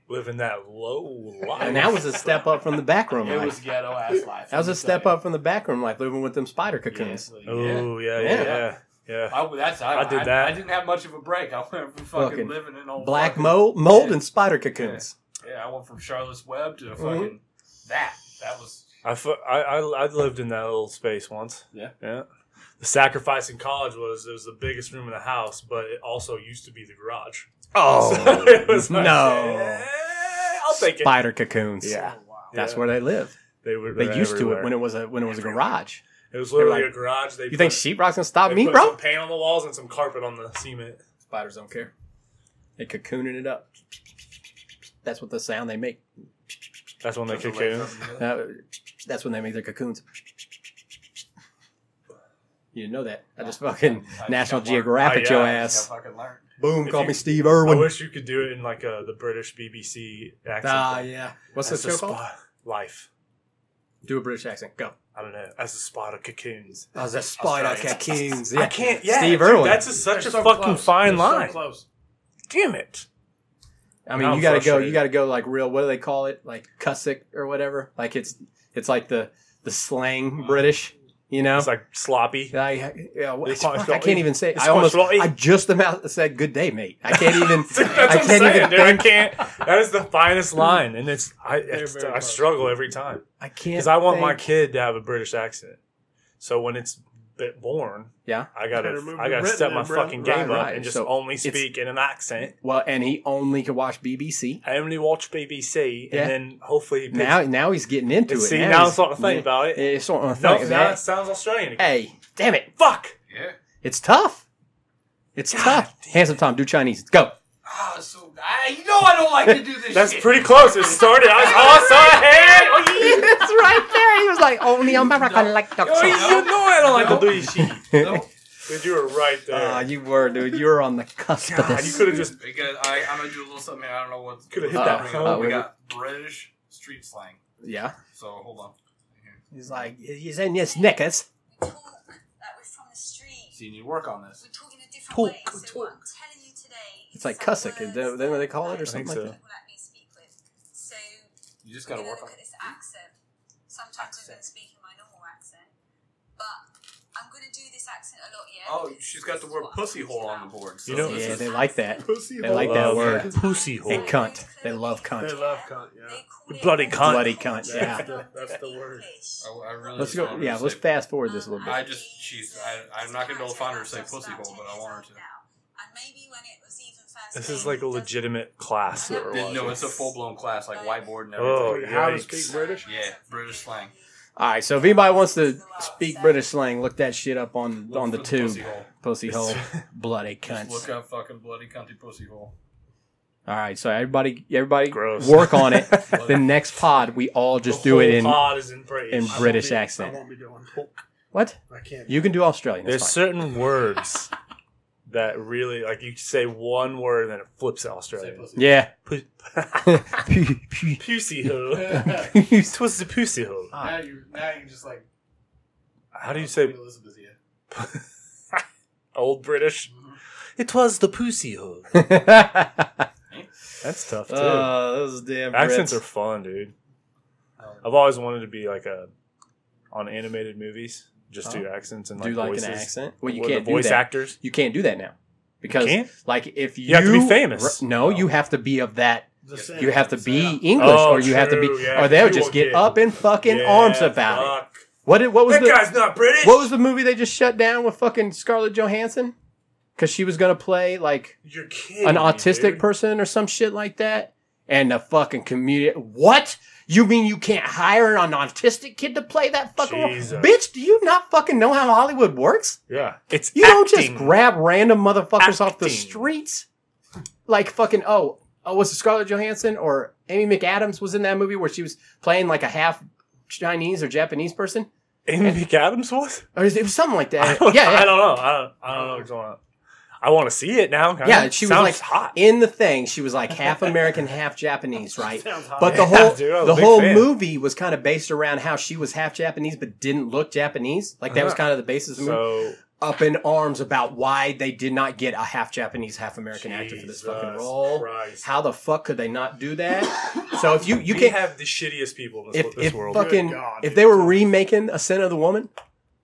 S3: living that low life.
S2: And that was a step up from the back room
S4: it
S2: life.
S4: was ghetto ass life.
S2: that was a
S4: Let me
S2: step
S4: tell
S2: up from the back room life, living with them spider
S4: you. Yeah,
S2: cocoons.
S4: yeah.
S3: Oh yeah,
S2: Yeah.
S3: yeah, yeah, yeah.
S4: I, that's, I,
S3: I did that.
S4: I, didn't have much of a break. I went from fucking,
S2: Fucking
S4: living in old
S2: Black
S4: fucking-
S2: mold, mold
S4: Yeah.
S2: and spider cocoons.
S4: Yeah, I went from Charlotte's Web to fucking
S2: Mhm.
S4: that. That was
S3: I, fu- I, I I lived in that little space once.
S4: Yeah.
S3: yeah. The sacrifice in college was it was the biggest room in the house, but it also used to be the garage. So it was like,
S2: Oh. no.
S3: eh, I'll take it.
S2: Spider cocoons.
S3: Yeah.
S4: oh, wow.
S2: That's
S3: Yeah.
S2: where they live.
S3: They were.
S2: They used to it when it was a when it was a garage.
S3: it was literally
S2: they were
S3: a garage. They
S2: You think
S3: put-
S2: sheetrock's gonna
S3: they
S2: stop me,
S3: put
S2: bro?
S3: Some paint on the walls and some carpet on the cement.
S2: Spiders don't care. They cocooning it up. That's what the sound they make.
S3: That's when they
S4: Took the
S3: cocoon.
S4: legs up.
S2: Uh, that's when they make their cocoons. You didn't know that. I just fucking
S4: I just
S2: National
S4: got learned.
S2: Geographic
S3: Oh, yeah,
S2: your
S3: I
S4: That's
S2: ass.
S4: how I fucking learned.
S2: Boom,
S3: If
S2: call
S3: you-
S2: me Steve
S3: I
S2: Irwin.
S3: wish you could do it in like a, the British BBC accent.
S2: Ah, yeah. What's
S3: That's
S2: the show called?
S3: spot- Life.
S2: Do a British accent. Go.
S3: I don't know. As a spot of cocoons.
S2: Oh, the spider
S3: Australian.
S2: cocoons.
S3: I
S2: Yeah.
S3: can't. Yeah,
S2: Steve
S3: dude,
S2: Irwin.
S3: That's a, such
S5: They're
S3: a
S5: so
S3: fucking
S5: close.
S3: fine
S5: They're so
S3: line.
S5: close.
S3: Damn it.
S2: I mean,
S3: Now
S2: you
S3: I'm
S2: gotta go. You
S3: frustrated.
S2: gotta go like real. What do they call it? Like cussick or whatever. Like it's it's like the the slang British. You know.
S3: Mm-hmm. It's like sloppy.
S2: I, yeah, well,
S3: It's
S2: fuck,
S3: quite
S2: I
S3: sloppy.
S2: can't even say.
S3: It's
S2: I almost.
S3: quite sloppy.
S2: I just about said good day, mate. I can't even.
S3: That's what
S2: I
S3: I'm
S2: can't
S3: saying,
S2: even.
S3: dude. I
S2: think-
S3: can't. That is the finest line, and it's I. It's,
S5: very
S3: I
S5: close.
S3: struggle every time
S2: I can't.
S3: because I want my
S2: think.
S3: kid to have a British accent. So when it's bit born,
S2: Yeah.
S3: I gotta,
S5: Gotta remove
S3: I gotta
S5: your
S3: step
S5: retina,
S3: my
S5: bro.
S3: fucking game
S2: Right,
S3: up
S2: right.
S3: and just
S2: So
S3: only
S2: it's-
S3: speak in an accent.
S2: Well, and he only can watch BBC.
S3: I only watch BBC,
S2: Yeah.
S3: and then hopefully he picks-
S2: Now, now he's getting into it.
S3: See, now I'm
S2: he's-
S3: starting to think about it.
S2: Yeah, It's starting to
S3: No,
S2: think
S3: now
S2: about
S3: it
S2: it.
S3: sounds Australian again.
S2: Hey, damn it!
S3: Fuck!
S4: Yeah.
S2: It's tough. It's tough. Handsome Tom, do Chinese. Go.
S4: Ah, so I, you know I don't like to do this.
S3: That's
S4: shit.
S3: pretty close. It started. I was also ahead. Oh, yeah.
S2: It's right there. He was like, only on American like
S3: Oh, you know I don't like to do this shit.
S4: No,
S3: Dude, you were right there.
S2: Ah, you were, dude. You were on the cusp of
S3: God, you
S2: this.
S3: could have just.
S4: because I, I'm gonna do a little something. I don't know what.
S3: Could've hit
S4: what's
S2: that
S4: going
S3: phone.
S4: on. we
S2: Uh,
S4: got British street slang.
S2: Yeah.
S4: So hold on.
S2: He's like, he's in his knickers.
S6: talk that was from the street.
S4: So you need to work on this.
S6: We talk in a different
S2: Talk,
S6: way. So what I'm telling you today
S2: It's like
S6: some
S2: cussack. Is that
S6: words
S2: is that what they call it or
S6: that
S2: something like
S3: think so.
S2: that?
S6: people let me speak with. So
S4: You just
S6: we're
S4: gotta
S6: going
S4: work
S6: to
S4: on
S6: look at
S4: it.
S6: this accent. Sometimes I've been speaking my normal accent, but I'm going to do this accent a lot, yeah?
S4: Oh,
S6: because
S4: she's got the
S6: this is
S4: word
S6: what I'm
S4: pussy
S6: talking
S4: whore on the
S6: about.
S4: board.
S3: You know-
S6: So
S2: Yeah,
S6: this
S2: they
S6: is
S2: like that.
S6: accent.
S5: Pussy
S2: They
S5: hole.
S2: like that
S3: Love
S2: word.
S3: that. Pussy
S6: So
S3: hole.
S2: And cunt.
S6: those
S2: They love
S6: clearly-
S5: They
S2: cunt.
S5: love cunt, yeah.
S6: they call it
S3: Bloody cunt.
S6: English.
S2: Bloody cunt,
S5: yeah.
S6: That's
S5: That's the word.
S6: English.
S4: I, I really
S2: Let's
S4: just
S2: go.
S4: wanted to
S2: Yeah, let's
S4: say-
S2: fast forward this a little bit.
S4: Um, I just- she's- I- I'm not gonna be able to find her to say pussy hole, but I want her to.
S6: And maybe when it was even first
S3: This is
S6: made,
S3: like a
S6: it doesn't
S3: legitimate class that we're
S6: Didn't
S3: watching.
S4: No, it's a full blown class, like whiteboard and everything.
S3: Oh,
S5: Wait, how to
S3: yikes.
S5: speak British?
S4: Yeah, British slang.
S2: All right, so if anybody wants to speak British slang, look that shit up on on the
S4: Look for
S2: tube.
S4: Pussy hole.
S2: Pussy hole, bloody
S4: Just
S2: cunts.
S4: look up fucking bloody cunty pussy hole.
S2: All right, so everybody, everybody,
S3: Gross.
S2: work on it. the next pod, we all just do it in
S3: Pod is in British.
S2: in
S5: I won't
S2: British
S5: be-
S2: accent.
S5: I won't be doing.
S2: what?
S5: I can't.
S2: You can do Australian.
S3: There's
S2: It's fine.
S3: certain words that really like you say one word and then it flips to
S4: Say
S3: Australia.
S4: pussy.
S2: Yeah.
S3: Pu-
S2: Pussy
S3: pussy hole. Twas the pussy hole.
S5: Now you're now you're just like
S3: How do you say
S5: Elizabeth? Yeah.
S3: old British?
S5: Mm-hmm.
S3: It was the pussy hole. That's tough too.
S2: Oh, those damn
S3: Accents
S2: Brits.
S3: are fun, dude.
S4: Oh.
S3: I've always wanted to be like a on animated movies, just do accents and like
S2: do like
S3: voices.
S2: an accent. Well, you
S3: Or
S2: can't
S3: the
S2: do
S3: voice
S2: that.
S3: actors.
S2: You can't do that now because,
S3: can't?
S2: like, if you,
S3: have to be famous.
S2: r- no, you have to be of that.
S5: The same.
S2: You have to be English,
S3: Oh,
S2: or you have to be,
S3: true, yeah,
S2: or they'll
S3: you
S2: just
S3: won't
S2: get,
S3: get-
S2: up and fucking
S3: Yeah,
S2: arms about it.
S3: fuck.
S2: What did what was
S3: That
S2: the
S3: guy's not British.
S2: what was the movie they just shut down with fucking Scarlett Johansson? Because she was gonna play like
S3: You're kidding.
S2: an
S3: me,
S2: autistic
S3: dude.
S2: person or some shit like that. And the fucking comedian, what? You mean you can't hire an autistic kid to play that fucking role?
S3: Jesus.
S2: Bitch, do you not fucking know how Hollywood works?
S3: Yeah, it's
S2: You don't just
S3: acting.
S2: grab random motherfuckers off the
S3: Acting.
S2: streets. Like fucking, oh, oh, was it Scarlett Johansson or Amy McAdams was in that movie where she was playing like a half Chinese or Japanese person?
S3: Amy McAdams was.
S2: Or is it it was something like
S3: I
S2: that.
S3: don't,
S2: yeah, yeah.
S3: I don't know. I don't, I don't know what's going on. I want to see it now. kinda.
S2: Yeah, she was
S3: Sounds
S2: like
S3: hot.
S2: in the thing. She was like half American, half Japanese, right?
S5: Sounds hot.
S2: But the
S3: Yeah,
S2: whole
S3: dude, I was a
S2: the
S3: big
S2: whole
S3: fan.
S2: movie was kind of based around how she was half Japanese but didn't look Japanese. Like that was
S3: Uh-huh.
S2: kind of the basis of the movie.
S3: so
S2: Up in arms about why they did not get a half Japanese, half American actor for this fucking
S3: Jesus
S2: role.
S3: Christ.
S2: How the fuck could they not do that? so if you you
S3: we
S2: can't
S3: have the shittiest people in this,
S2: if,
S3: this
S2: if
S3: world.
S2: fucking
S5: Good God,
S2: if
S5: dude.
S2: they were remaking a sin of the woman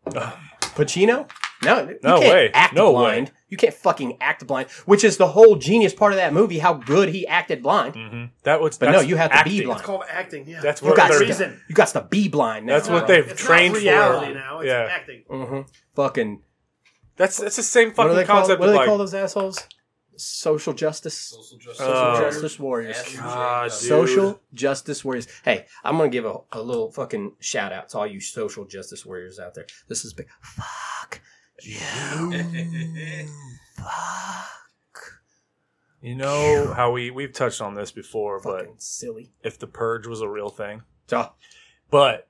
S2: pacino no you
S3: No
S2: can't
S3: way.
S2: act
S3: No
S2: blind you can't fucking act blind which is the whole genius part of that movie how good he acted blind
S5: Mm.
S3: hmm That would.
S2: But no,
S3: that's
S2: you have to be
S3: acting.
S2: blind.
S5: It's called acting. Yeah.
S3: That's
S2: you
S3: what
S2: got
S3: they're.
S5: reason.
S2: to, you got to be blind now,
S3: That's what
S2: bro.
S3: they've
S5: It's
S3: trained
S5: not reality
S3: for.
S5: now. It's
S3: yeah,
S5: acting.
S2: Mhm. fucking
S3: that's that's the same
S2: what do
S3: fucking
S2: they call what
S3: concept
S2: do they call
S3: of like.
S2: those assholes social justice
S4: Social justice.
S2: social
S3: Oh.
S2: justice warriors Ah,
S4: Ass-
S3: God, dude.
S2: Social justice warriors. Hey, I'm gonna give a, a little fucking shout out to all you social justice warriors out there. This is big. Fuck you. Fuck.
S3: You know how we we've touched on this before, but
S2: Fucking silly.
S3: if the purge was a real thing,
S2: Oh,
S3: but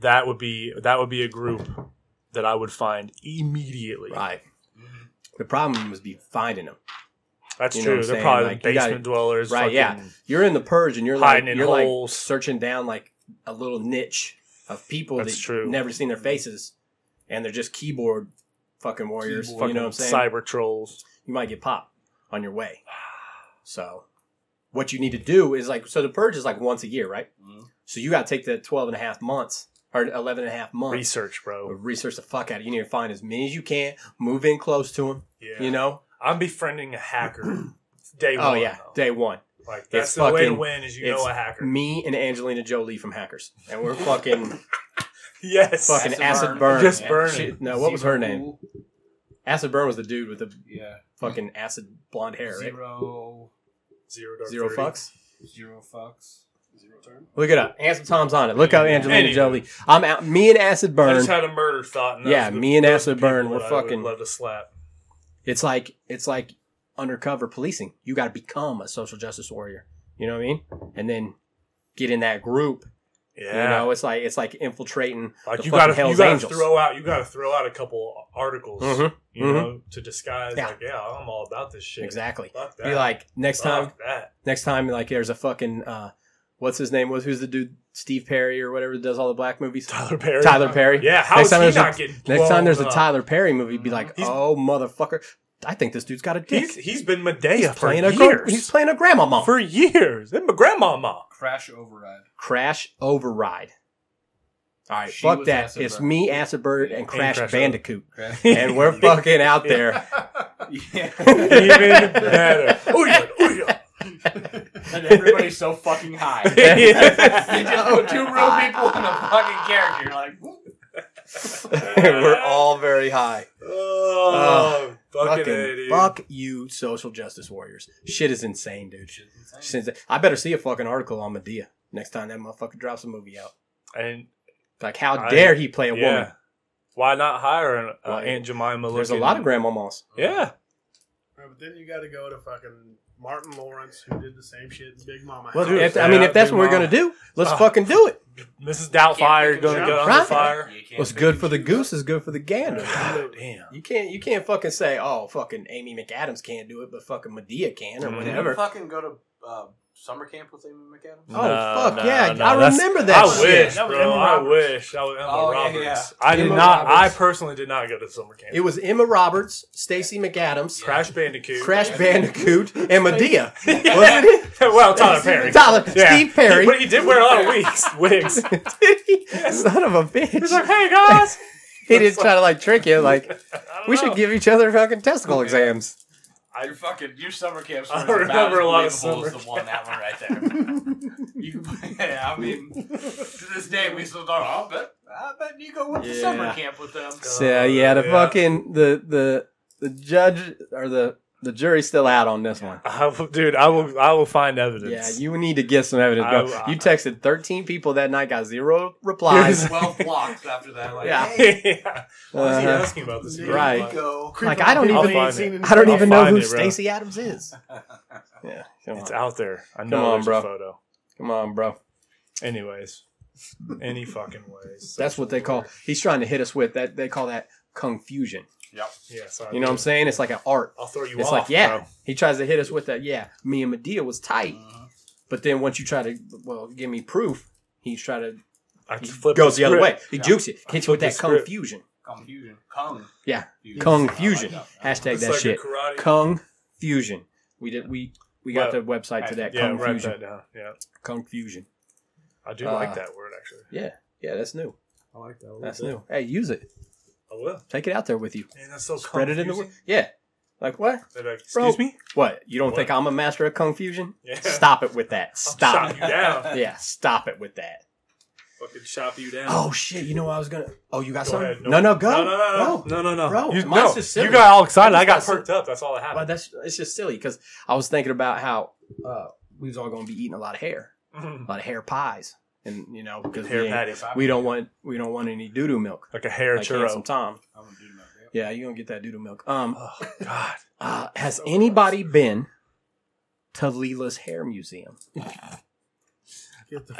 S3: that would be that would be a group that I would find immediately.
S2: right. The problem was be finding them.
S3: That's
S2: You know what
S3: true.
S2: I'm
S3: They're
S2: saying?
S3: probably
S2: Like, you
S3: basement
S2: gotta-
S3: dwellers.
S2: Right, yeah.
S3: fucking-
S2: You're in the purge, and you're
S3: Hiding
S2: like
S3: in
S2: you're like
S3: holes.
S2: searching down like a little niche of people
S3: That's
S2: that
S3: true.
S2: you've never seen their faces, and they're just keyboard fucking warriors.
S4: Keyboard
S2: you know what I'm saying?
S3: Cyber trolls.
S2: you might get popped on your way. So, what you need to do is like, so the purge is like once a year, right?
S3: Mm-hmm.
S4: Mhm.
S2: So, you got to take the 12 and a half months or 11 and a half months.
S3: Research, bro.
S2: Research the fuck out of it. You need to find as many as you can, move in close to them,
S3: Yeah.
S2: you know?
S3: I'm befriending a hacker day one.
S2: oh, yeah.
S3: though.
S2: Day one.
S3: Like
S2: It's
S3: that's the way to
S2: fucking-
S3: win is you
S2: it's
S3: know a hacker.
S2: Me and Angelina Jolie from Hackers. And we're fucking,
S3: Yes.
S2: Fucking
S4: Acid
S2: acid burn.
S4: burn.
S3: Just
S4: Yeah.
S3: burning.
S2: Shit, no, what was her name?
S4: Zero-
S2: Acid burn was the dude with the
S4: Yeah.
S2: fucking acid blonde hair. Right?
S4: Zero.
S3: Zero dark
S2: Zero
S3: 30.
S2: fucks.
S4: Zero fucks.
S5: Zero turn.
S2: Look it up. Handsome Tom's on it. Look up Angelina
S3: Anyway.
S2: Jolie. I'm out. Me and acid
S3: I
S2: burn.
S3: just had a murder thought. And
S2: Yeah,
S3: that's the-
S2: me and
S3: those are
S2: Acid
S3: the people
S2: Burn were
S3: that I would
S2: fucking-
S3: Love to slap.
S2: It's like it's like undercover policing. You got to become a social justice warrior. You know what I mean? And then get in that group.
S3: Yeah.
S2: You know, it's like it's like infiltrating.
S3: like
S2: the fucking
S3: you gotta you
S2: Hell's
S3: gotta
S2: Angels.
S3: throw out you gotta throw out a couple articles
S2: Mhm.
S3: you
S2: Mhm.
S3: know to disguise
S2: Yeah.
S3: like yeah I'm all about this shit
S2: Exactly.
S3: fuck that
S2: Be like next
S3: Fuck
S2: time.
S3: that
S2: Next time, like there's a fucking uh, what's his name was who's the dude Steve Perry or whatever that does all the black movies.
S3: Tyler Perry
S2: Tyler Perry.
S3: yeah how
S2: Next
S3: is
S2: time
S3: he
S2: there's a-
S3: not getting
S2: Next time there's a
S3: blown up?
S2: Tyler Perry movie, be like,
S3: He's-
S2: oh motherfucker, I think this dude's got a dick.
S3: he's he's been Medea for
S2: playing a
S3: years
S2: gr- he's playing a grandmama.
S3: for years and my grandmama
S4: Crash override.
S2: Crash Override. All right,
S4: She
S2: fuck
S4: was
S2: that.
S4: Acid
S2: It's
S4: Burn.
S2: me, Acid Bird, and
S3: And
S2: Crash
S3: Crash
S2: Bandicoot,
S4: Crash.
S2: and we're fucking out there.
S4: yeah.
S3: even better Ouya, ouya.
S4: And everybody's so fucking high. you just put two real people in a fucking character. You're like,
S2: we're all very high.
S3: oh fucking, A, dude.
S2: fuck you, social justice warriors. Shit is insane, dude. Shit's insane. I better see a fucking article on Medea next time that motherfucker drops a movie out.
S3: and
S2: Like, how
S3: I-
S2: dare he play a
S3: yeah
S2: woman?
S3: why not hire an, uh,
S2: Why-
S3: Aunt Jemima
S2: There's a
S3: looking-
S2: lot of grandmamas.
S3: yeah
S5: Right, but then you got to go to fucking Martin Lawrence, who did the same shit in Big Mama.
S2: Well,
S5: House.
S2: if, I mean, if that's what we're gonna do, let's
S3: Ah.
S2: fucking do it.
S3: Mrs. Doubtfire
S4: Can't
S3: going to
S5: pick
S3: go under
S5: a
S2: job. Right.
S3: fire.
S4: You can't
S2: What's
S4: pick
S2: good
S4: and
S2: for the
S4: choose.
S2: goose is good for the gander.
S3: Damn.
S2: You can't you can't fucking say, oh fucking Amy McAdams can't do it, but fucking Medea can or
S3: Mhm.
S4: Did
S2: whatever.
S4: you fucking go to uh, summer camp with Amy McAdams?
S2: Oh
S3: No,
S2: fuck
S3: no,
S2: yeah!
S3: no,
S2: I
S3: that's-
S2: remember that.
S3: I
S2: shit.
S3: wish,
S5: That was
S3: bro.
S5: Emma
S3: I
S5: Roberts.
S3: wish. I was Emma
S4: Oh, yeah,
S3: Roberts.
S4: yeah.
S3: I did
S2: Emma
S3: not.
S2: Roberts.
S3: I personally did not go to summer camp.
S2: It was Emma Roberts, Stacy McAdams,
S3: Crash Bandicoot.
S2: Crash Bandicoot, and Medea.
S3: Yeah.
S2: Wasn't it?
S3: well, Tyler Perry.
S2: Tyler,
S3: Yeah.
S2: Steve Perry.
S3: But he did wear a lot of wigs. wigs.
S2: Son of a
S3: He's like,
S2: bitch!
S3: hey guys.
S2: He didn't try to like trick you. Like
S3: I don't
S2: we
S3: know.
S2: should give each other fucking testicle exams.
S4: Your fucking your summer camp.
S3: I
S4: story is about
S3: remember
S4: as
S3: a lot of
S4: believable as
S3: summer
S4: the one that one right there. you, yeah, I mean, to this day we still don't. I bet, I bet you go with the summer
S2: Yeah.
S4: camp with them.
S2: So yeah, the
S3: yeah.
S2: fucking the the the judge or the the jury's still out on this one.
S3: I will, dude, I will. I will find
S2: Yeah,
S3: evidence.
S2: you need to get some evidence,
S3: I-
S2: bro.
S3: I-
S2: you texted 13 people that night, got zero replies.
S3: Here's-
S4: Twelve blocks after that. Like,
S2: Yeah.
S4: hey,
S3: yeah. Why is he
S2: Uh-huh.
S3: asking about this?
S2: Right.
S4: go.
S2: Like, I don't
S3: I'll
S2: even,
S3: find it.
S2: I don't
S3: I'll
S2: even know
S3: find
S2: who
S3: it, bro.
S2: Stacy Adams is. Yeah, come
S3: It's
S2: on.
S3: out there. I know
S2: on,
S3: there's
S2: bro.
S3: a photo.
S2: come on, bro.
S3: Anyways, any fucking ways.
S2: That's what they call. He's trying to hit us with that. They call that confusion.
S3: Yeah, sorry.
S2: You know what I'm saying? It's like an art.
S3: I'll throw you
S2: It's
S3: off.
S2: like yeah.
S3: bro.
S2: He tries to hit us with that. Yeah, me and Medea was tight,
S4: Mm-hmm.
S2: but then once you try to well give me proof, he's trying to
S3: I
S2: he
S3: flip
S2: goes the other way.
S3: script.
S2: He
S4: Yeah.
S2: jukes it. Hits you with
S3: the
S2: that
S3: script.
S2: confusion.
S4: Confusion. Kung.
S2: Yeah.
S4: Fusion.
S2: Kung
S4: I like
S2: fusion.
S4: that.
S2: Hashtag
S3: It's
S2: that
S3: like
S2: shit.
S3: a karate.
S2: Kung Fusion. We did we we got
S3: Well,
S2: the website to that
S3: yeah,
S2: Kung
S3: write
S2: Fusion.
S3: that down. Yeah,
S2: Kung Fusion.
S3: I do
S2: Uh,
S3: like that word actually.
S2: Yeah, that's new.
S5: I like that.
S2: That's new. Hey, use it.
S3: I will.
S2: Take it out there with you.
S3: Man, that's so
S2: Spread it in the world. Yeah. Like what? Bro.
S3: Excuse me.
S2: What? You don't
S3: What?
S2: think I'm a master of Kung Fusion?
S3: Yeah.
S2: Stop it with that.
S3: I'll
S2: Stop.
S3: Chop you down.
S2: yeah, stop it with that.
S3: Fucking chop you down.
S2: Oh shit! You know what I was gonna. Oh, you got
S3: Go
S2: something?
S3: ahead.
S2: No, no, go. Oh.
S3: No, no, no,
S2: Go.
S3: no, no, no.
S2: Bro,
S3: you,
S2: mine's
S3: no.
S2: just
S3: you
S2: silly.
S3: got all excited. I got
S2: Mine's just
S3: perked up. That's all that
S2: Well,
S3: happened.
S2: that's it's just silly because I was thinking about how uh, we was all gonna be eating a lot of hair, a
S3: Mhm.
S2: lot of hair pies, and you know because
S3: hair
S2: we, ain't-
S3: patty,
S2: we don't want we don't want any doo doo milk.
S3: like a hair
S2: Like
S3: churro.
S2: Handsome Tom.
S4: I'm gonna do that, yeah.
S2: Yeah, you gonna get that doo doo milk. Um,
S3: Oh God.
S2: uh, has anybody been to Leela's Hair Museum?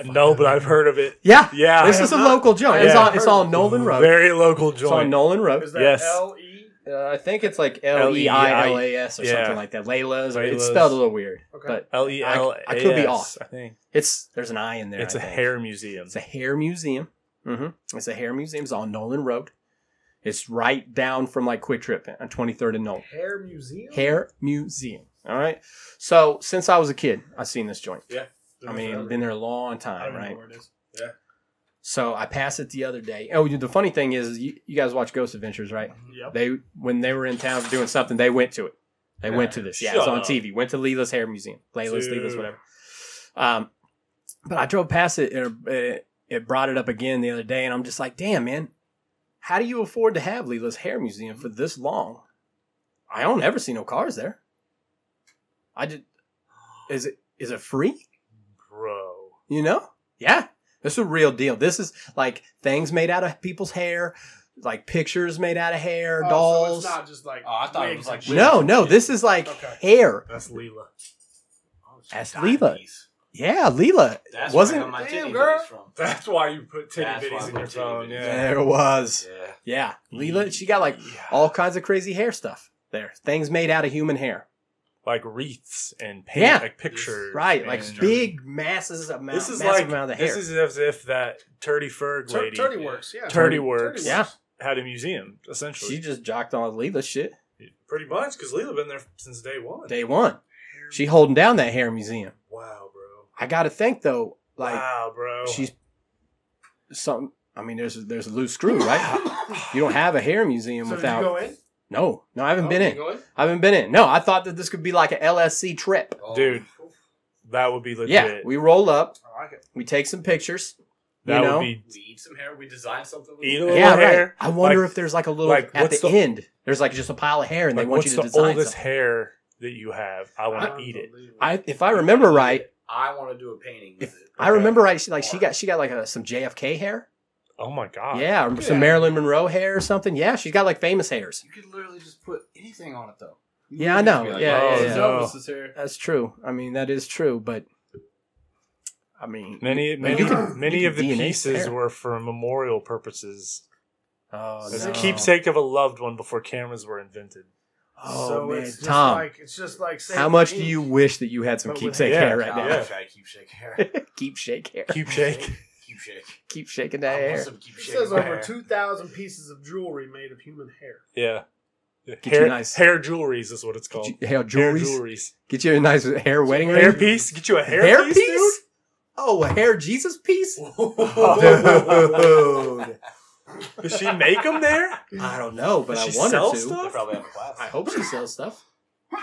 S3: no, but I've heard of it.
S2: Yeah,
S3: Yeah,
S2: this
S3: I
S2: is a
S3: have
S2: local joint. It's
S3: Yeah.
S2: on it's on Nolan Road.
S3: Very local
S2: It's on
S3: joint.
S2: Nolan Road.
S5: Is that
S3: Yes.
S5: L E?
S2: Uh, I think it's like L E I L A S or
S3: Yeah.
S2: something like that. Layla's. Or, it's
S3: Layla's.
S2: spelled a little weird,
S5: Okay.
S2: but
S3: L E L.
S2: I- I could be off.
S3: I think
S2: it's there's an I in there.
S3: it's
S2: I
S3: a
S2: think.
S3: hair museum.
S2: It's a hair museum. hmm It's a hair museum. It's on Nolan Road. It's right down from like Quick Trip on 23rd and Nolan.
S5: Hair Museum.
S2: Hair Museum. All right. So since I was a kid, I've seen this joint. I mean, been there a long
S5: I don't
S2: time,
S5: even
S2: right?
S5: know where it is.
S2: So I passed it the other day. Oh, the funny thing is, you, you guys watch Ghost Adventures, right?
S5: Yep.
S2: They when they were in town doing something, they went to it. They went to this. Yeah, it's
S3: Shut
S2: on
S3: up.
S2: TV. Went to Leela's Hair Museum. Layla's,
S3: Dude.
S2: Leela's, whatever. Um, but I drove past it, and, uh, it brought it up again the other day, and I'm just like, damn, man, how do you afford to have Leela's Hair Museum for this long? I don't ever see no cars there. I did. Is it is it free?
S3: bro.
S5: Oh,
S2: You know? Yeah, this is a real deal. This is like things made out of people's hair, like pictures made out of hair,
S5: Oh,
S2: dolls.
S5: So it's not just like.
S4: Oh, I thought it
S5: wigs
S4: was
S5: and
S4: like
S5: shit.
S4: wigs.
S2: no, no, this is like
S5: Okay.
S2: hair.
S3: That's Leela.
S5: Oh,
S2: That's Leela.
S4: Jeez.
S2: Yeah, Leela.
S4: That's
S2: Wasn't-
S4: where I got my
S5: Damn,
S4: titty
S5: girl.
S4: bitties from.
S3: That's why you put titty
S4: That's why I
S3: bitties in
S4: put
S3: your
S4: titty
S3: phone.
S4: bitties.
S3: Yeah.
S2: There it was.
S4: Yeah.
S2: Yeah, Leela, she got like all kinds of crazy hair stuff there. Things made out of human hair.
S3: Like wreaths and paint,
S2: Yeah.
S3: like pictures.
S2: Right, like
S3: and-
S2: big masses of amount,
S3: This is
S2: massive
S3: like
S2: amount of hair.
S3: this is as if that Turdy Ferg
S5: Tur-
S3: lady
S5: Turdy works. Yeah.
S3: Turdy
S5: Turdy
S3: works.
S2: yeah,
S3: had a museum
S2: she
S3: essentially.
S2: just jocked on Leela shit
S3: Pretty much because Leela been there since day one.
S2: day one. She holding down that hair museum.
S3: wow, bro.
S2: I gotta think though, like
S3: wow, bro.
S2: she's some. I mean, there's there's a loose screw, right? you don't have a hair museum
S5: So did you
S2: without.
S5: go in?
S2: No, no, I haven't
S5: Oh,
S2: been
S5: you
S2: in.
S5: go in?
S2: I haven't been in. No, I thought that this could be like an LSC trip.
S4: Oh.
S3: dude. That would be legit.
S2: Yeah, we roll up,
S5: I like it.
S2: we take some pictures.
S3: that
S2: you know?
S3: would be
S4: We eat some hair. We design something. with
S3: Eat a
S4: it.
S3: little
S2: yeah, right.
S3: hair.
S2: I wonder
S3: Like-
S2: if there's like a little
S3: like,
S2: at the,
S3: what's the-
S2: end. There's like just a pile of hair, and
S3: like,
S2: they want
S3: what's
S2: you to
S3: the
S2: design
S3: oldest
S2: something.
S3: hair that you have? I want to eat it.
S5: Unbelievable.
S2: I, if I remember right,
S4: I want to do a painting with it.
S2: I
S3: Okay.
S2: remember right. She like she got she got like a, some JFK hair.
S3: Oh my god.
S2: yeah, or some
S4: yeah.
S2: Marilyn Monroe hair or something. Yeah, she's got like famous hairs.
S4: You could literally just put anything on it, though.
S2: Yeah, I know. Yeah,
S3: oh,
S2: yeah,
S4: This
S2: yeah.
S4: is
S3: no.
S4: Elvis's hair.
S2: That's true. I mean, that is true. But I mean,
S3: Many, many,
S2: you can-
S3: many
S2: you
S3: of the
S2: can DNA
S3: pieces
S2: hair.
S3: were for memorial purposes,
S2: oh
S3: as
S2: no.
S3: a keepsake of a loved one before cameras were invented.
S2: Oh
S5: so
S2: man,
S5: it's just
S2: Tom,
S5: like it's just like saying
S2: how much
S5: to
S2: do
S5: me,
S2: you wish that you had some
S5: But with
S2: keepsake
S3: hair,
S2: hair right
S4: God,
S2: now?
S4: I try to keep shake hair.
S2: Keep shake hair.
S3: Keepsake.
S4: Keep shake.
S2: Keep shaking
S4: I
S2: that
S4: want
S2: hair.
S4: some keep
S5: It
S4: shake
S5: says
S4: hair.
S5: over two thousand pieces of jewelry made of human hair.
S3: yeah.
S2: you
S3: Hair,
S2: nice-
S3: hair jewelries is what it's called.
S2: Ju- Hair
S3: Hair
S2: jewelries.
S3: jewelries.
S2: Get you a nice hair wedding
S3: Hair
S2: ring.
S3: piece. Get you a hair,
S2: Hair
S3: piece,
S2: piece?
S3: dude?
S2: Oh, a hair Jesus piece? Oh.
S4: Dude.
S3: Does she make them there?
S2: I don't know, but
S3: Does
S2: I
S3: she
S2: wonder
S3: sell
S2: to.
S4: They
S3: stuff?
S4: probably have a class.
S2: I hope she sells stuff.
S3: All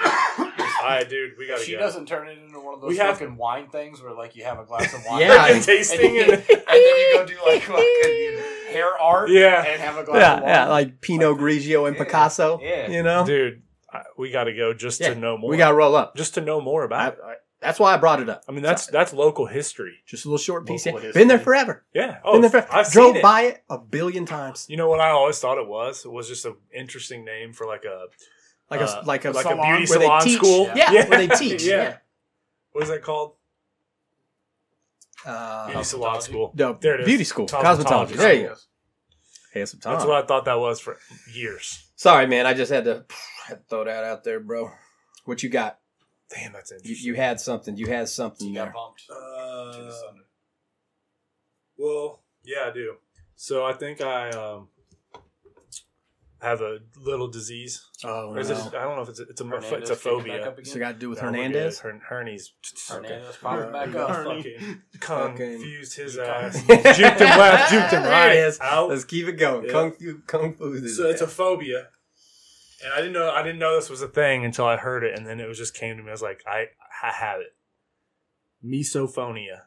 S3: right, dude. We
S4: If
S3: gotta
S4: she
S3: go.
S4: doesn't turn it into one of those
S3: We have-
S4: fucking wine things where like you have a glass of wine.
S2: Yeah.
S4: and,
S3: Freaking tasting
S4: and,
S3: and
S4: and then you go do like fucking hair art.
S3: Yeah.
S4: and have a glass
S2: Yeah,
S4: of wine.
S2: yeah, like Pinot Grigio and
S4: Yeah,
S2: Picasso.
S4: yeah.
S2: You know,
S3: dude. I, we gotta go just
S2: Yeah,
S3: to know more.
S2: we got to roll up.
S3: just to know more
S2: I,
S3: about. it.
S2: I- that's why I brought it up.
S3: I mean, that's that's local history.
S2: Just a little short piece.
S5: Local
S2: yeah.
S5: history.
S2: Been there forever.
S3: Yeah. Oh,
S2: Been there forever.
S3: I've
S2: Drove
S3: seen it.
S2: by it Uh, a billion times.
S3: You know what I always thought it was? It was just an interesting name for like a
S2: Like a
S3: Uh,
S2: like a
S3: like
S2: salon
S3: a beauty
S2: where they
S3: salon
S2: teach.
S3: school.
S2: Yeah,
S3: Yeah.
S2: where they teach.
S3: Yeah.
S2: Yeah.
S3: What is that called?
S2: Uh,
S3: Beauty salon school.
S2: no,
S3: There it is.
S2: beauty school,
S3: Cosmetology.
S2: cosmetology. There you go. Handsome Tom.
S3: That's what I thought that was for years.
S2: Sorry, man. I just had to, had to throw that out there, bro. What you got?
S3: Damn, that's
S2: You,
S3: interesting.
S2: you had something. You had something
S4: You
S2: there.
S4: got bumped. to the
S3: uh,
S4: sun.
S3: well, yeah, I do. So I think I um, have a little disease.
S2: Oh,
S3: Or is it, I don't know if it's a, it's a, it's
S4: Hernandez
S3: a
S4: came back
S3: phobia.
S4: up again.
S2: So got to do with
S3: No, we're
S2: Hernandez?
S3: good. Her, Hernies.
S4: Hernandez popping back
S3: Got
S4: up.
S3: fucking confused his ass.
S2: Fucking-
S3: juked him left, juked him
S2: There it
S3: right.
S2: is.
S3: Out.
S2: Let's keep it going.
S3: Yeah.
S2: Kung Fu, Kung Fu. is-
S3: So it's a phobia, and I didn't know I didn't know this was a thing until I heard it, and then it was just came to me. I was like, I I have it. Misophonia,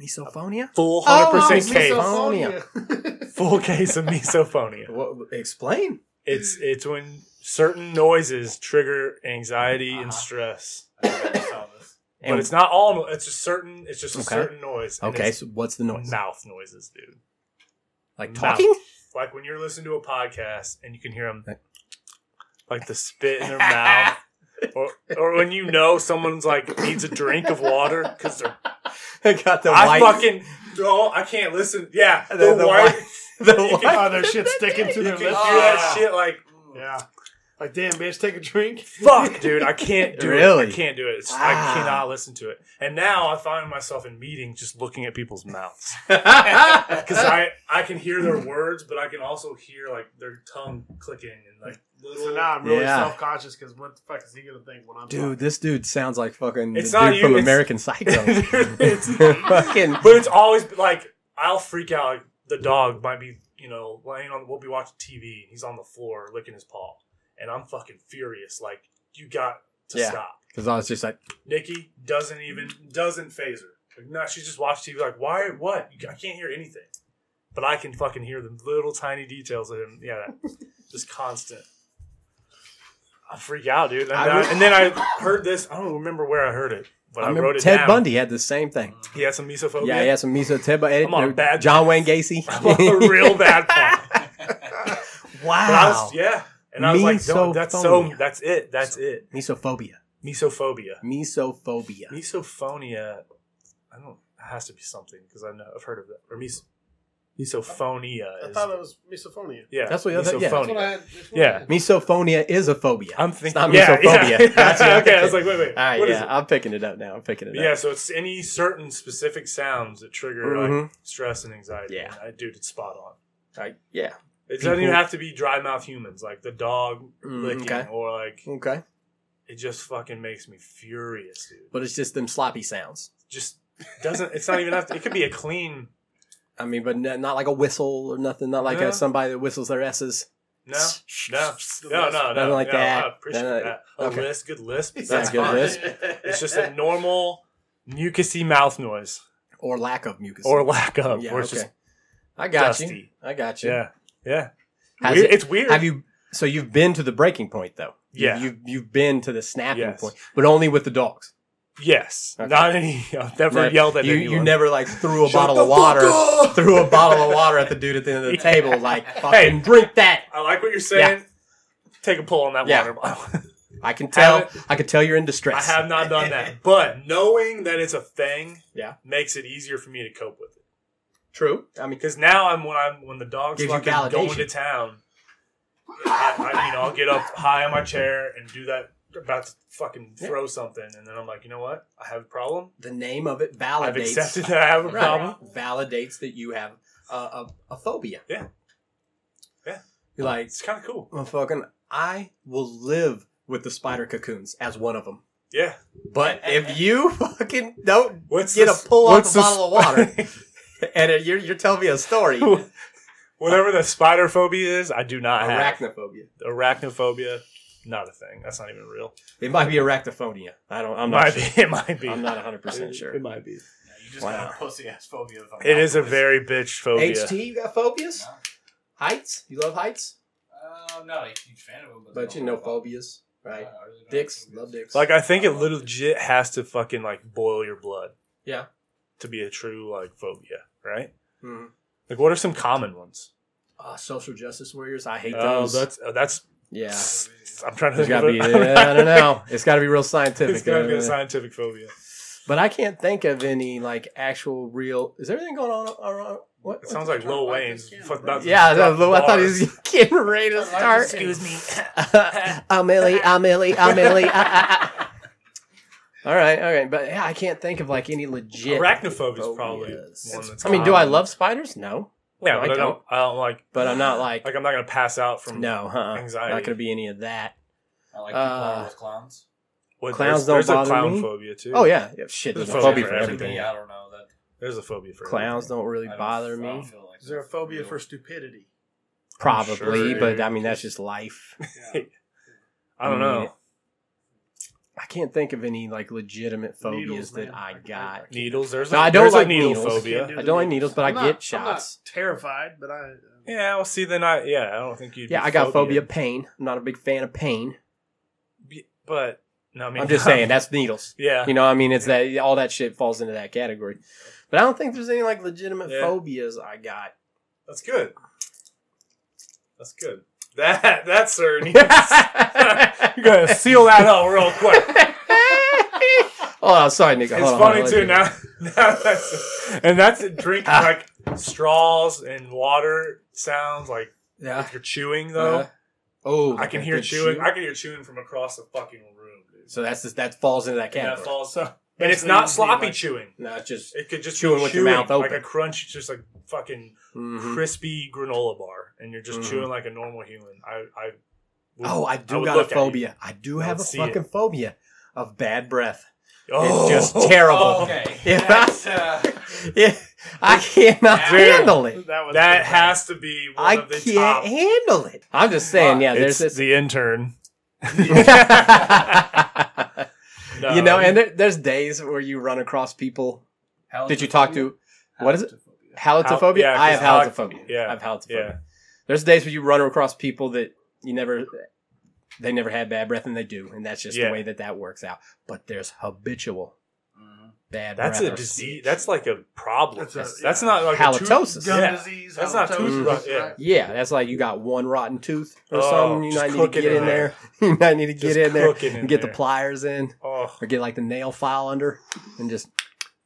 S2: misophonia.
S3: full hundred percent
S2: Oh,
S3: case,
S5: Misophonia.
S3: full case of misophonia.
S2: What, explain.
S3: It's it's when certain noises trigger anxiety
S4: Uh-huh.
S3: and stress,
S4: I think I saw this.
S3: but it's not all. no- It's just certain. It's just a
S2: Okay.
S3: certain noise. and
S2: okay.
S3: it's
S2: So what's the noise?
S3: mouth noises, dude.
S2: Like
S3: mouth.
S2: talking?
S3: Like when you're listening to a podcast and you can hear them,
S2: Like-
S3: like the spit in their mouth. or, or when you know someone's like needs a drink of water because they're
S2: I got the
S3: I
S2: white.
S3: fucking don't I can't listen. Yeah, the,
S2: The- the
S3: white,
S2: white- the
S3: you
S2: white-
S5: oh, their shit's sticking to
S3: you
S5: their
S3: can hear
S5: lips.
S3: that shit like
S5: Yeah. mm. Like damn, bitch, take a drink.
S3: fuck, dude. I can't do it.
S2: Really? Ah.
S3: I can't do it. It's,
S2: Wow.
S3: I cannot listen to it. And now I find myself in meetings just looking at people's mouths because I I can hear their words, but I can also hear like their tongue clicking and like little.
S5: So now I'm really
S2: Yeah.
S5: self conscious because what the fuck is he gonna think when I'm
S2: Dude, this dude sounds like fucking
S3: It's
S2: the
S3: not
S2: dude
S3: you,
S2: from
S3: it's-
S2: American Psycho.
S3: It's-
S2: fucking
S3: but it's always been, like I'll freak out. Like, the dog might be, you know, laying on. We'll be watching TV, and he's on the floor licking his paw, and I'm fucking furious. Like you got to
S2: Yeah.
S3: stop.
S2: because I was just like,
S3: Nikki doesn't even doesn't phase her. Like, no, she just watched TV. Like, why? What? You- I can't hear anything, but I can fucking hear the little tiny details of him. Yeah, that, just constant. I freak out, dude. And,
S2: I
S3: I-
S2: would-
S3: and then I heard this. I don't remember where I heard it, but I,
S2: remember
S3: wrote it
S2: Ted
S3: down.
S2: Bundy had the same thing.
S3: He had some mesophobia.
S2: Yeah, he had some miso Ted Bundy.
S3: I'm on a bad
S2: John Wayne Gacy.
S3: I'm on a real bad path. But I was- yeah, and I was like, no, that's so.
S2: Mesophobia.
S3: That's it. That's it.
S2: Misophobia.
S3: Mesophobia.
S2: Misophobia.
S3: Misophonia. I don't. It has to be something because I know I've heard of that. Or mes, misophonia.
S5: I
S3: is-
S5: thought it was misophonia.
S3: yeah,
S2: That's what I thought- yeah.
S5: That's what I
S3: misophonia.
S5: had. that's what I
S3: Yeah.
S5: had.
S2: Misophonia is a phobia.
S3: I'm thinking.
S2: It's not
S3: yeah,
S2: misophobia.
S3: yeah.
S2: Gotcha.
S3: okay, I was like, wait, wait.
S2: All right,
S3: what is
S2: yeah,
S3: it?
S2: I'm picking it up now. I'm picking it
S3: yeah,
S2: up.
S3: so it's any certain specific sounds that trigger like
S2: Mhm.
S3: stress and anxiety.
S2: Yeah.
S3: And I, dude, it's spot on.
S2: Like, yeah.
S3: It doesn't even
S2: People-
S3: have to be dry mouth humans, like the dog
S2: Mm,
S3: licking,
S2: okay.
S3: or like
S2: Okay.
S3: it just fucking makes me furious, dude.
S2: But it's just them sloppy sounds.
S3: Just doesn't. It's not even have to. It could be a clean.
S2: I mean, but n- not like a whistle or nothing. Not like
S3: Yeah.
S2: a, somebody that whistles their S's.
S3: No, no, no, no, no.
S2: Nothing like
S3: no, I
S2: that.
S3: appreciate
S2: Nothing like-
S3: that. A
S2: okay.
S3: lisp, good lisp. That's
S2: Sounds good,
S3: fine.
S2: Liz.
S3: It's just a normal mucusy mouth noise
S2: Or lack of mucus.
S3: or lack of,
S2: yeah,
S3: or it's
S2: okay.
S3: just
S2: I got you.
S3: dusty.
S2: I got you.
S3: yeah, yeah.
S2: Has
S3: Weird-
S2: it-
S3: it's weird.
S2: Have you? So you've been to the breaking point though. You-
S3: Yeah.
S2: You've you've been to the snapping
S3: Yes.
S2: point, but only with the dogs.
S3: Yes,
S2: Okay.
S3: not any. I've never
S2: No,
S3: yelled at
S2: you.
S3: anyone.
S2: You never like threw a
S3: Shut
S2: bottle
S3: the
S2: of water,
S3: fuck up!
S2: threw a bottle of water at the dude at the end of the
S3: Yeah.
S2: table, like fucking drink that.
S3: I like what you're saying. Take a pull on that
S2: Yeah.
S3: water bottle.
S2: I can tell.
S3: Haven't-
S2: I can tell you're in
S3: I
S2: distress.
S3: have not done that, but knowing that it's a thing,
S2: Yeah.
S3: makes it easier for me to cope with it.
S2: True. I mean,
S3: Because now I'm when I'm when the dog's
S2: Gives you
S3: fucking going
S2: validation.
S3: to town. I, I, you know, I'll get up high on my chair and do that. About to fucking
S2: Yeah.
S3: throw something, and then I'm like, you know what? I have a problem.
S2: the name of it
S3: I've
S2: validates.
S3: accepted that I have a
S2: Right.
S3: problem.
S2: Validates that you have a, a, a phobia.
S3: Yeah. Yeah.
S2: You're like,
S3: It's kind of cool.
S2: well, fucking, I will live with the spider cocoons as one of them.
S3: Yeah.
S2: But if you fucking don't
S3: What's
S2: get
S3: this-
S2: a pull off
S3: what's
S2: a
S3: this-
S2: bottle of water, and it, you're, you're telling me a story,
S3: Whatever the spider phobia is, I do not have.
S2: arachnophobia.
S3: Arachnophobia, not a thing. That's not even real.
S2: It might be arachnophonia. I don't. I'm
S3: might
S2: not. Sure.
S3: be. It might be.
S2: I'm not 100 percent sure.
S3: might be.
S4: Yeah, you just
S2: Wow.
S4: got a pussy ass phobia. if I'm
S3: It
S4: not
S3: is a
S4: mistaken.
S3: very bitch phobia.
S2: HT, you got phobias?
S4: No.
S2: Heights? You love heights?
S4: Uh, I'm not a huge fan of them, but,
S2: But you know phobias,
S4: I
S2: right?
S4: really don't
S2: Dicks,
S4: like
S2: love dicks.
S3: Like I think it legit has to fucking like boil your blood.
S2: Yeah.
S3: To be a true like phobia, right?
S2: Mhm.
S3: Like what are some common ones?
S2: Uh, social justice warriors. I hate
S3: Oh,
S2: those.
S3: that's oh, that's.
S2: yeah.
S3: I'm trying to
S2: There's
S3: think
S2: gotta
S3: of
S2: be.
S3: it.
S2: I don't know. It's gotta be real scientific.
S3: It's gotta be
S2: uh,
S3: a scientific phobia.
S2: But I can't think of any like actual real. Is there anything going on around? What?
S3: It sounds like Lil Wayne's. Fuck about to
S2: yeah, I,
S3: drop
S2: know, I thought he
S3: bars.
S2: was getting ready to start.
S4: Excuse
S2: me. I'm Millie. I'm Millie. I'm Millie. ah, ah, ah. All right, all right, but yeah, I can't think of like any legit.
S3: Arachnophobia is probably one
S2: phobias.
S3: that's.
S2: I mean, do I
S3: common.
S2: love spiders? No,
S3: Yeah,
S2: No,
S3: but
S2: I
S3: I don't.
S2: don't.
S3: I don't like.
S2: but I'm not like,
S3: Like I'm not gonna pass out from.
S2: no, huh?
S3: anxiety.
S2: Not gonna be any of that.
S4: I like
S2: Uh,
S4: people with clowns.
S3: Well,
S2: Clowns
S3: there's, there's
S2: don't
S3: a
S2: bother
S3: clown
S2: me.
S3: phobia too.
S2: Oh yeah, yeah shit.
S3: There's
S2: There's
S3: a
S2: a phobia
S3: phobia for
S2: for
S4: To
S2: everything.
S4: me, I don't know that.
S3: There's a phobia for
S2: Clowns don't really
S4: I don't-
S2: bother
S4: I don't
S2: me,
S4: feel like
S5: Is there a
S4: that's
S5: phobia
S4: real.
S5: for stupidity?
S2: probably,
S3: Sure.
S2: but I mean that's just life.
S3: I don't know.
S2: I can't think of any like legitimate phobias
S5: Needles,
S2: that
S5: man.
S2: I
S5: I- I-
S2: got.
S3: Needles. There's
S2: No,
S3: a,
S2: I don't
S3: there's
S2: like
S3: a needle
S2: needles.
S3: phobia.
S5: Can't
S2: I don't like needles, but I
S5: I'm not-
S2: get
S5: I'm not
S2: shots.
S5: terrified, but I. uh,
S3: Yeah, well, see, then I yeah, I don't think you.
S2: Yeah, I got phobia of pain. I'm not a big fan of pain.
S3: B- but no, I mean,
S2: I'm just saying that's needles.
S3: yeah,
S2: You know, I mean, it's that all that shit falls into that category. But I don't think there's any like legitimate
S3: Yeah.
S2: phobias I got.
S3: that's good. That's good. That that sir needs. you gotta seal that up real quick.
S2: oh, sorry, Nico.
S3: It's funny too now. now that's, and that's drinking
S2: Ah.
S3: like straws and water sounds like
S2: Yeah.
S3: if you're chewing though.
S2: Uh-huh. Oh,
S3: I can
S2: like
S3: hear
S2: good
S3: chewing.
S2: chew.
S3: I can hear chewing from across the fucking room, dude.
S2: So that's just, that falls into that
S3: And that
S2: category.
S3: falls. And it's not sloppy chewing.
S2: no, it's just
S3: It could just
S2: Chewing
S3: be
S2: with your
S3: chewing,
S2: mouth
S3: like
S2: open.
S3: a crunch, just like fucking
S2: mhm.
S3: crispy granola bar, and you're just
S2: Mhm.
S3: chewing like a normal human. I, I would-
S2: Oh, I do
S3: would
S2: got a
S3: look at you.
S2: phobia. I do
S3: I
S2: have
S3: would
S2: a
S3: see it.
S2: fucking phobia of bad breath.
S3: Oh.
S2: It's just terrible.
S4: Okay.
S2: Yeah.
S4: That's, uh,
S2: Yeah, I cannot
S4: Dude.
S2: handle it.
S5: That was
S3: That has to be one
S2: I
S3: of the
S2: can't
S3: top.
S2: handle it. I'm just saying, yeah, there's
S3: it's
S2: this.
S3: the intern.
S2: you
S3: No,
S2: know, and there, there's days where you run across people Did you talk to what is it? halitophobia?
S3: Hal- yeah,
S2: I have
S3: 'cause
S2: halitophobia.
S3: halitophobia, yeah,
S2: I have halitophobia.
S3: yeah.
S2: There's days where you run across people that you never, they never had bad breath, and they do, and that's just
S3: Yeah.
S2: the way that that works out. But there's habitual
S4: Mm-hmm.
S2: bad.
S3: That's
S2: breath
S3: a
S2: or-
S3: disease. That's like a problem. That's,
S5: That's a- yeah.
S3: not like A
S2: halitosis.
S5: Gum
S3: Yeah.
S5: disease.
S3: That's not
S5: halitosis,
S3: tooth rot, yeah.
S2: Yeah, that's like you got one rotten tooth or
S3: Oh,
S2: something. You
S3: just
S2: might need
S3: cook
S2: to
S3: it
S2: get
S3: in
S2: in there. You might need to
S3: Just
S2: get in there
S3: cook it in
S2: and get
S3: there.
S2: the pliers in,
S3: tooth. Oh.
S2: or get like the nail file under and just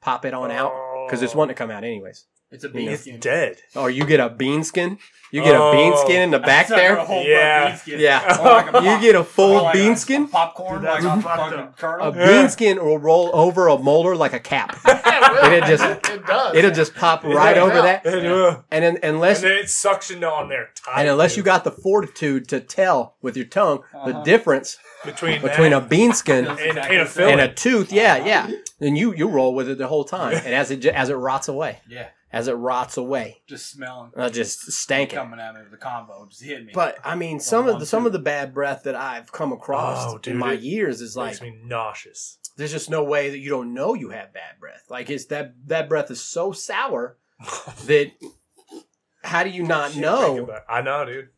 S2: pop it on out because it's
S3: Oh.
S2: wanting to come out anyways.
S4: It's a
S2: bean
S4: bean
S2: It's
S4: skin.
S3: dead.
S2: Or you get a bean skin. You get a bean
S3: Oh.
S2: skin in the back there.
S3: Yeah.
S2: Yeah.
S4: Oh, like a
S2: You
S4: pop-
S2: get a full
S4: oh, like
S2: bean
S4: a-
S2: skin?
S4: a popcorn,
S5: Dude,
S4: like
S5: that's
S4: a
S5: fucked
S4: fucking
S5: up.
S2: A
S4: kernel.
S2: bean skin will roll over a molar like a cap.
S5: Yeah,
S2: It'll just-
S5: it does.
S2: It'll just pop right
S3: Yeah.
S2: over that.
S3: And, uh,
S2: And then,
S3: and
S2: unless
S3: then it's suctioned on there. tight,
S2: and unless you
S3: dude,
S2: got the fortitude to tell with your tongue the
S4: Uh-huh.
S2: difference
S3: between
S2: between a
S3: that
S2: bean skin
S3: and, and a filling.
S2: and a tooth, yeah, yeah, then you you roll with it the whole time, and as it ju- as it rots away,
S4: Yeah,
S2: as it rots away,
S4: just smelling.
S2: uh, just stanking.
S4: Coming out of the combo, just hit me.
S2: But I mean, some of the some of the bad breath that I've come across
S3: Oh, dude,
S2: in my
S3: it
S2: years is like
S3: makes me nauseous.
S2: there's just no way that you don't know you have bad breath. Like it's that that breath is so sour that how do you not
S3: Shit, think
S2: know?
S3: about it. I know, dude.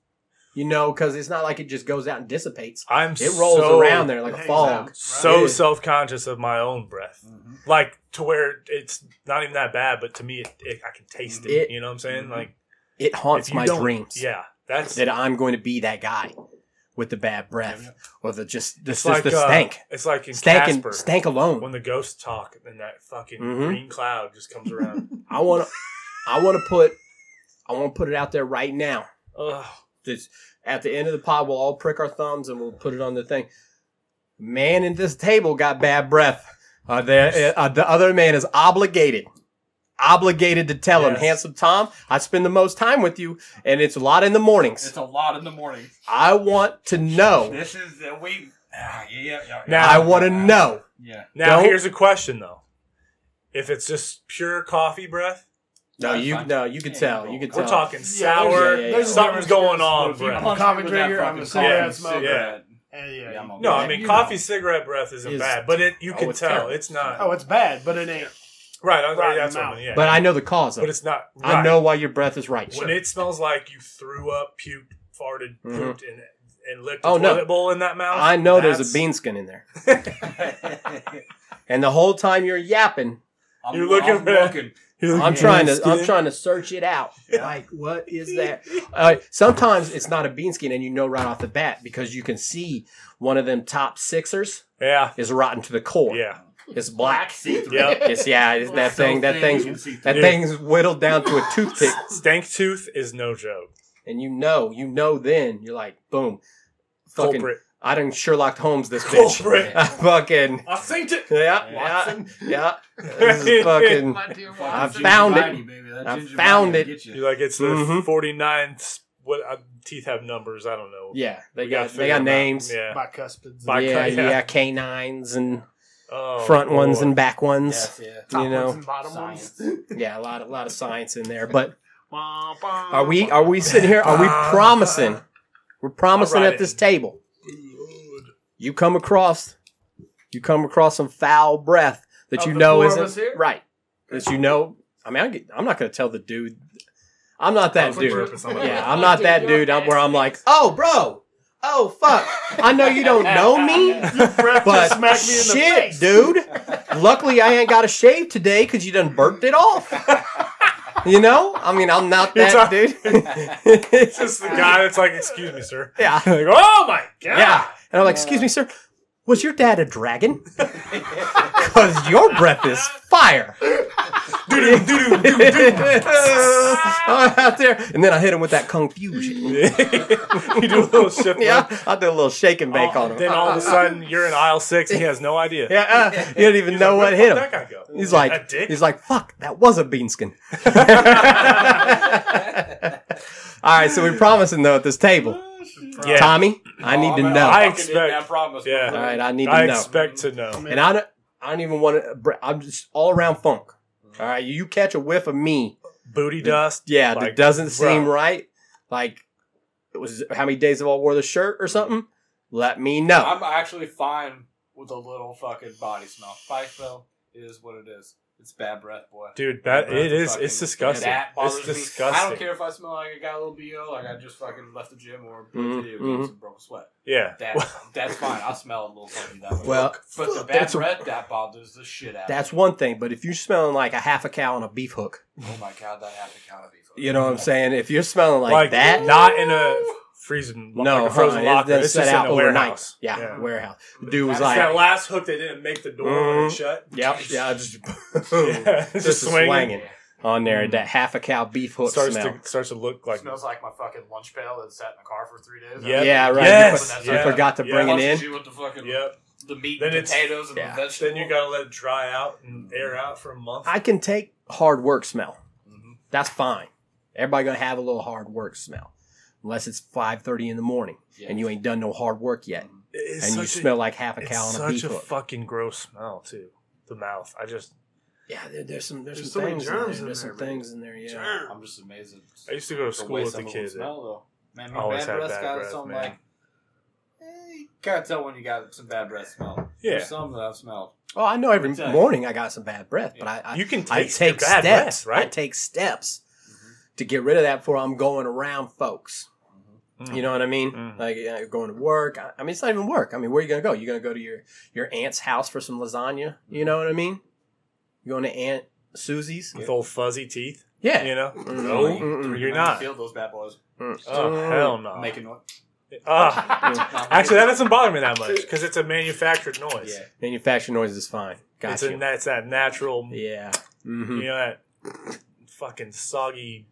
S2: You know, because it's not like it just goes out and dissipates.
S3: I'm
S2: It rolls
S3: so,
S2: around there like
S5: It
S2: a
S5: hangs
S2: fog.
S5: out.
S3: So
S2: Yeah.
S3: self conscious of my own breath,
S4: Mhm.
S3: like to where it's not even that bad, but to me, it, it, I can taste it,
S2: It- Mm-hmm.
S3: You know what I'm saying? Like
S2: It haunts
S3: if you
S2: my
S3: don't-
S2: dreams
S3: Yeah, that's
S2: that I'm going to be that guy with the bad breath or the just the,
S3: It's
S2: just
S3: like
S2: the
S3: uh,
S2: stank,
S3: it's like in
S2: stank
S3: Casper
S2: and stank alone.
S3: when the ghosts talk and that fucking
S2: Mhm.
S3: green cloud just comes around.
S2: I want to, I want to put, I want to put it out there right now.
S3: Ugh.
S2: This at the end of the pod, we'll all prick our thumbs and we'll put it on the thing. Man in this table got bad breath. Uh, the, uh, the other man is obligated, obligated to tell him,
S3: Yes.
S2: handsome Tom, I spend the most time with you, and it's a lot in the mornings.
S4: It's a lot in the morning.
S2: I want to know.
S4: This is the we. Ah, yeah, yeah, yeah.
S3: Now-
S2: Oh. I want to know.
S4: Yeah.
S3: Now
S2: Don't-
S3: here's a question though: If it's just pure coffee breath,
S2: No,
S4: That's
S2: you
S4: fine.
S2: no, you can
S4: Yeah,
S2: tell.
S4: you
S2: You can
S4: go.
S2: tell.
S3: we're talking sour,
S2: there's- yeah, yeah, yeah.
S3: something's going on, breath.
S5: I'm a coffee drinker, I'm a cigarette
S3: smoker.
S5: Hey, yeah.
S4: Yeah, I'm
S3: No, I
S4: Yeah,
S3: mean
S4: you
S3: coffee
S4: know.
S3: cigarette breath isn't
S2: Is-
S3: bad, but it you
S2: Oh,
S3: can
S2: it's
S3: tell
S2: terrible.
S3: it's not
S5: Oh, it's bad, but it ain't.
S3: right. I,
S5: Rotten
S3: that's what I
S5: mouth.
S3: mean, yeah.
S2: But I know the cause of
S3: but
S2: it.
S3: it's not. Right.
S2: I know why your breath is right.
S3: when it smells like you threw up, puked, farted,
S2: Mhm.
S3: pooped, and and licked a
S2: Oh, no.
S3: toilet bowl in that mouth.
S2: I know there's a
S3: that's-
S2: bean skin in there. And the whole time you're yapping,
S4: I'm,
S3: You're looking
S4: I'm
S3: for-
S4: looking.
S2: I'm trying to I'm trying to search it out. Like what is that? Uh, sometimes it's not a bean skin, and you know right off the bat because you can see one of them top sixers
S3: Yeah,
S2: is rotten to the core.
S3: yeah.
S2: it's black.
S3: Yep.
S2: It's yeah, it's that thing. That thing's that
S3: Yeah.
S2: thing's whittled down to a toothpick,
S3: Stank tooth is no joke.
S2: and you know, you know. Then you're like, boom, fucking.
S3: Culprit.
S2: I done Sherlock Holmes this bitch.
S3: Culprit.
S2: I fucking
S3: I synced it.
S2: yeah, yeah,
S4: Watson.
S2: yeah. This is fucking.
S5: My dear
S2: I
S5: Watson.
S2: found it. I
S4: I
S2: found it.
S3: You're like it's the
S2: Mhm.
S3: 49th. What uh, teeth have numbers? I don't know.
S2: Yeah, they
S3: We
S2: got
S3: gotta
S2: they
S3: figure
S2: got
S3: them out.
S2: names.
S3: Yeah.
S5: Bicuspids.
S3: Bi-
S2: yeah,
S3: yeah.
S2: yeah, canines and
S3: Oh,
S2: front ones
S3: boy.
S2: and back ones.
S4: Yes, yeah.
S5: Top
S2: you
S5: ones
S2: know,
S5: and bottom
S4: Science.
S5: ones.
S2: yeah, a lot a lot of science in there. But
S5: Bah, bah,
S2: are we
S5: bah.
S2: are we sitting here? Are we
S5: Uh,
S2: promising? We're promising
S3: I'll write
S2: at this
S3: it.
S2: table. You come across, you come across some foul breath that
S5: Of
S2: you
S5: the
S2: know
S5: four of
S2: isn't
S5: us here?
S2: right. That you know. I mean, I get, I'm not going to tell the dude. I'm not that
S3: Culprit
S2: dude.
S3: or something.
S2: Yeah, I'm not that dude. I'm where I'm like, oh, bro, oh, fuck. I know you don't know me.
S5: Breath
S2: But
S5: just smacked me in the
S2: shit,
S5: face.
S2: dude. Luckily, I ain't got a shave today because you done burped it off. You know, I mean, I'm not
S3: You're
S2: that
S3: It's
S2: dude.
S3: just the guy that's like, "Excuse me, sir."
S2: yeah,
S3: Like, oh my god.
S2: yeah. And I'm like, excuse me, sir. Was your dad a dragon? Because your breath is fire. I'm out there, and then I hit him with that confusion.
S3: you do a little shift.
S2: Yeah, I did a little shake and bake
S3: All-
S2: on him.
S3: Oh, Then all of a sudden, you're in aisle six, and he has no idea.
S2: yeah, uh, you didn't even
S3: He's
S2: know
S3: like,
S2: what hit
S3: "Where the
S2: him.
S3: fuck That guy go?
S2: He's
S3: A
S2: like,
S3: dick?
S2: he's like, fuck, that was a beanskin. All right, so we're promising though at this table,
S3: Yeah. Oh,
S2: Tommy, I need to know.
S3: I
S2: All
S3: expect-
S4: I promise.
S3: Yeah. All
S2: right, I need
S3: I
S2: to know.
S3: expect to
S5: Oh,
S3: know.
S2: And I don't, I don't even want to. I'm just all around funk. All right, you catch a whiff of me,
S3: Booty dust.
S2: yeah,
S3: Like,
S2: that doesn't seem
S3: bro.
S2: right. Like, it was how many days have I wore the shirt or something? Let me know.
S4: I'm actually fine with a little fucking body smell. Body smell. It is what it is. It's bad breath, boy.
S3: Dude, that it
S4: Bad breath
S3: is.
S4: fucking-
S3: It's disgusting.
S4: That bothers
S3: It's
S4: me.
S3: disgusting.
S4: I don't care if I smell like I got a little bo, like I just fucking left the gym or played
S2: Mhm,
S4: video games and broke a sweat.
S3: Yeah.
S4: That that's fine. I'll smell a little something that way.
S2: Well,
S4: but the bad
S2: that's-
S4: breath that bothers the shit out. of me.
S2: That's one thing, but if you're smelling like a half a cow on a beef hook,
S4: Oh my god, that happened kind of before.
S2: you know what I'm saying? If you're smelling like, that,
S3: Not in a freezing.
S2: no,
S3: like a frozen
S2: huh,
S3: locker.
S2: It's, then
S3: It's
S2: set
S3: just
S2: out
S3: in a
S2: overnight.
S3: warehouse.
S2: Yeah,
S3: Yeah.
S2: warehouse. Dude was
S3: It's
S4: That's
S2: like,
S3: that last hook they didn't make the door when it
S2: Mhm.
S3: shut.
S2: yep, yeah, just
S3: Mm-hmm. Yeah, it's
S2: just,
S3: just
S2: a
S3: swinging.
S2: swanging on there. That half a cow beef hook
S3: Mm-hmm. starts
S2: smell.
S3: to starts to look like.
S4: smells like my fucking lunch pail that sat in the car for three days.
S3: Yeah.
S2: Yeah, right.
S3: Yes,
S2: you, for- you
S3: yeah,
S2: forgot to
S3: yeah.
S2: bring it in.
S4: Lunch you with the fucking
S3: Yep.
S4: the meat,
S3: Then
S4: and
S3: it's-
S4: potatoes, and
S2: yeah.
S4: the vegetables.
S3: Then you gotta let it dry out and air out for a month.
S2: I can take hard work smell.
S4: Mhm.
S2: That's fine. Everybody gonna have a little hard work smell, unless it's five thirty in the morning
S4: Yeah.
S2: and you ain't done no hard work yet,
S3: It's
S2: and you
S3: such a-
S2: smell like half a cow
S3: It's
S2: on a beef
S3: such a
S2: hook.
S3: fucking gross smell too. The mouth. I just
S2: yeah, there, there's some there's,
S5: There's
S2: some
S5: so many
S2: things
S5: germs
S2: in there.
S5: in
S2: There's some
S5: there, man.
S2: things in there. Yeah.
S5: Germ.
S4: I'm just amazed. At
S3: I used to go to
S4: the
S3: school
S4: way
S3: with the
S4: some of them
S3: kids.
S4: Smell though. Man,
S3: Always had
S4: always bad breath
S3: bad
S4: got
S3: breath,
S4: some
S3: man.
S4: like. eh, you Gotta tell when you got some bad breath smell.
S3: Yeah,
S4: There's some that I've smelled.
S2: Oh, I know every
S4: Exactly.
S2: morning I got some bad breath, but I I,
S3: you can
S2: I
S3: taste your
S2: take
S3: bad
S2: steps.
S3: breath, right?
S2: I take steps
S3: Mm-hmm.
S2: to get rid of that before I'm going around folks.
S3: Mm.
S2: You know what I mean?
S3: Mm.
S2: Like you know, going to work. I, I mean, it's not even work. I mean, where you gonna go? You gonna go to your your aunt's house for some lasagna? You know what I mean? You going to Aunt Susie's?
S3: with old fuzzy teeth.
S2: Yeah.
S3: You know?
S2: Mm.
S3: No,
S2: Mm-mm.
S3: you're
S4: You
S3: not.
S4: Feel those bad boys
S2: Mm.
S3: Oh hell no!
S4: making noise.
S3: Ah. actually, that doesn't bother me that much because it's a manufactured noise.
S4: yeah.
S2: Manufactured noise is fine. Got
S3: it's
S2: you.
S3: a, that's that natural.
S2: yeah. hmm
S3: You know that fucking soggy.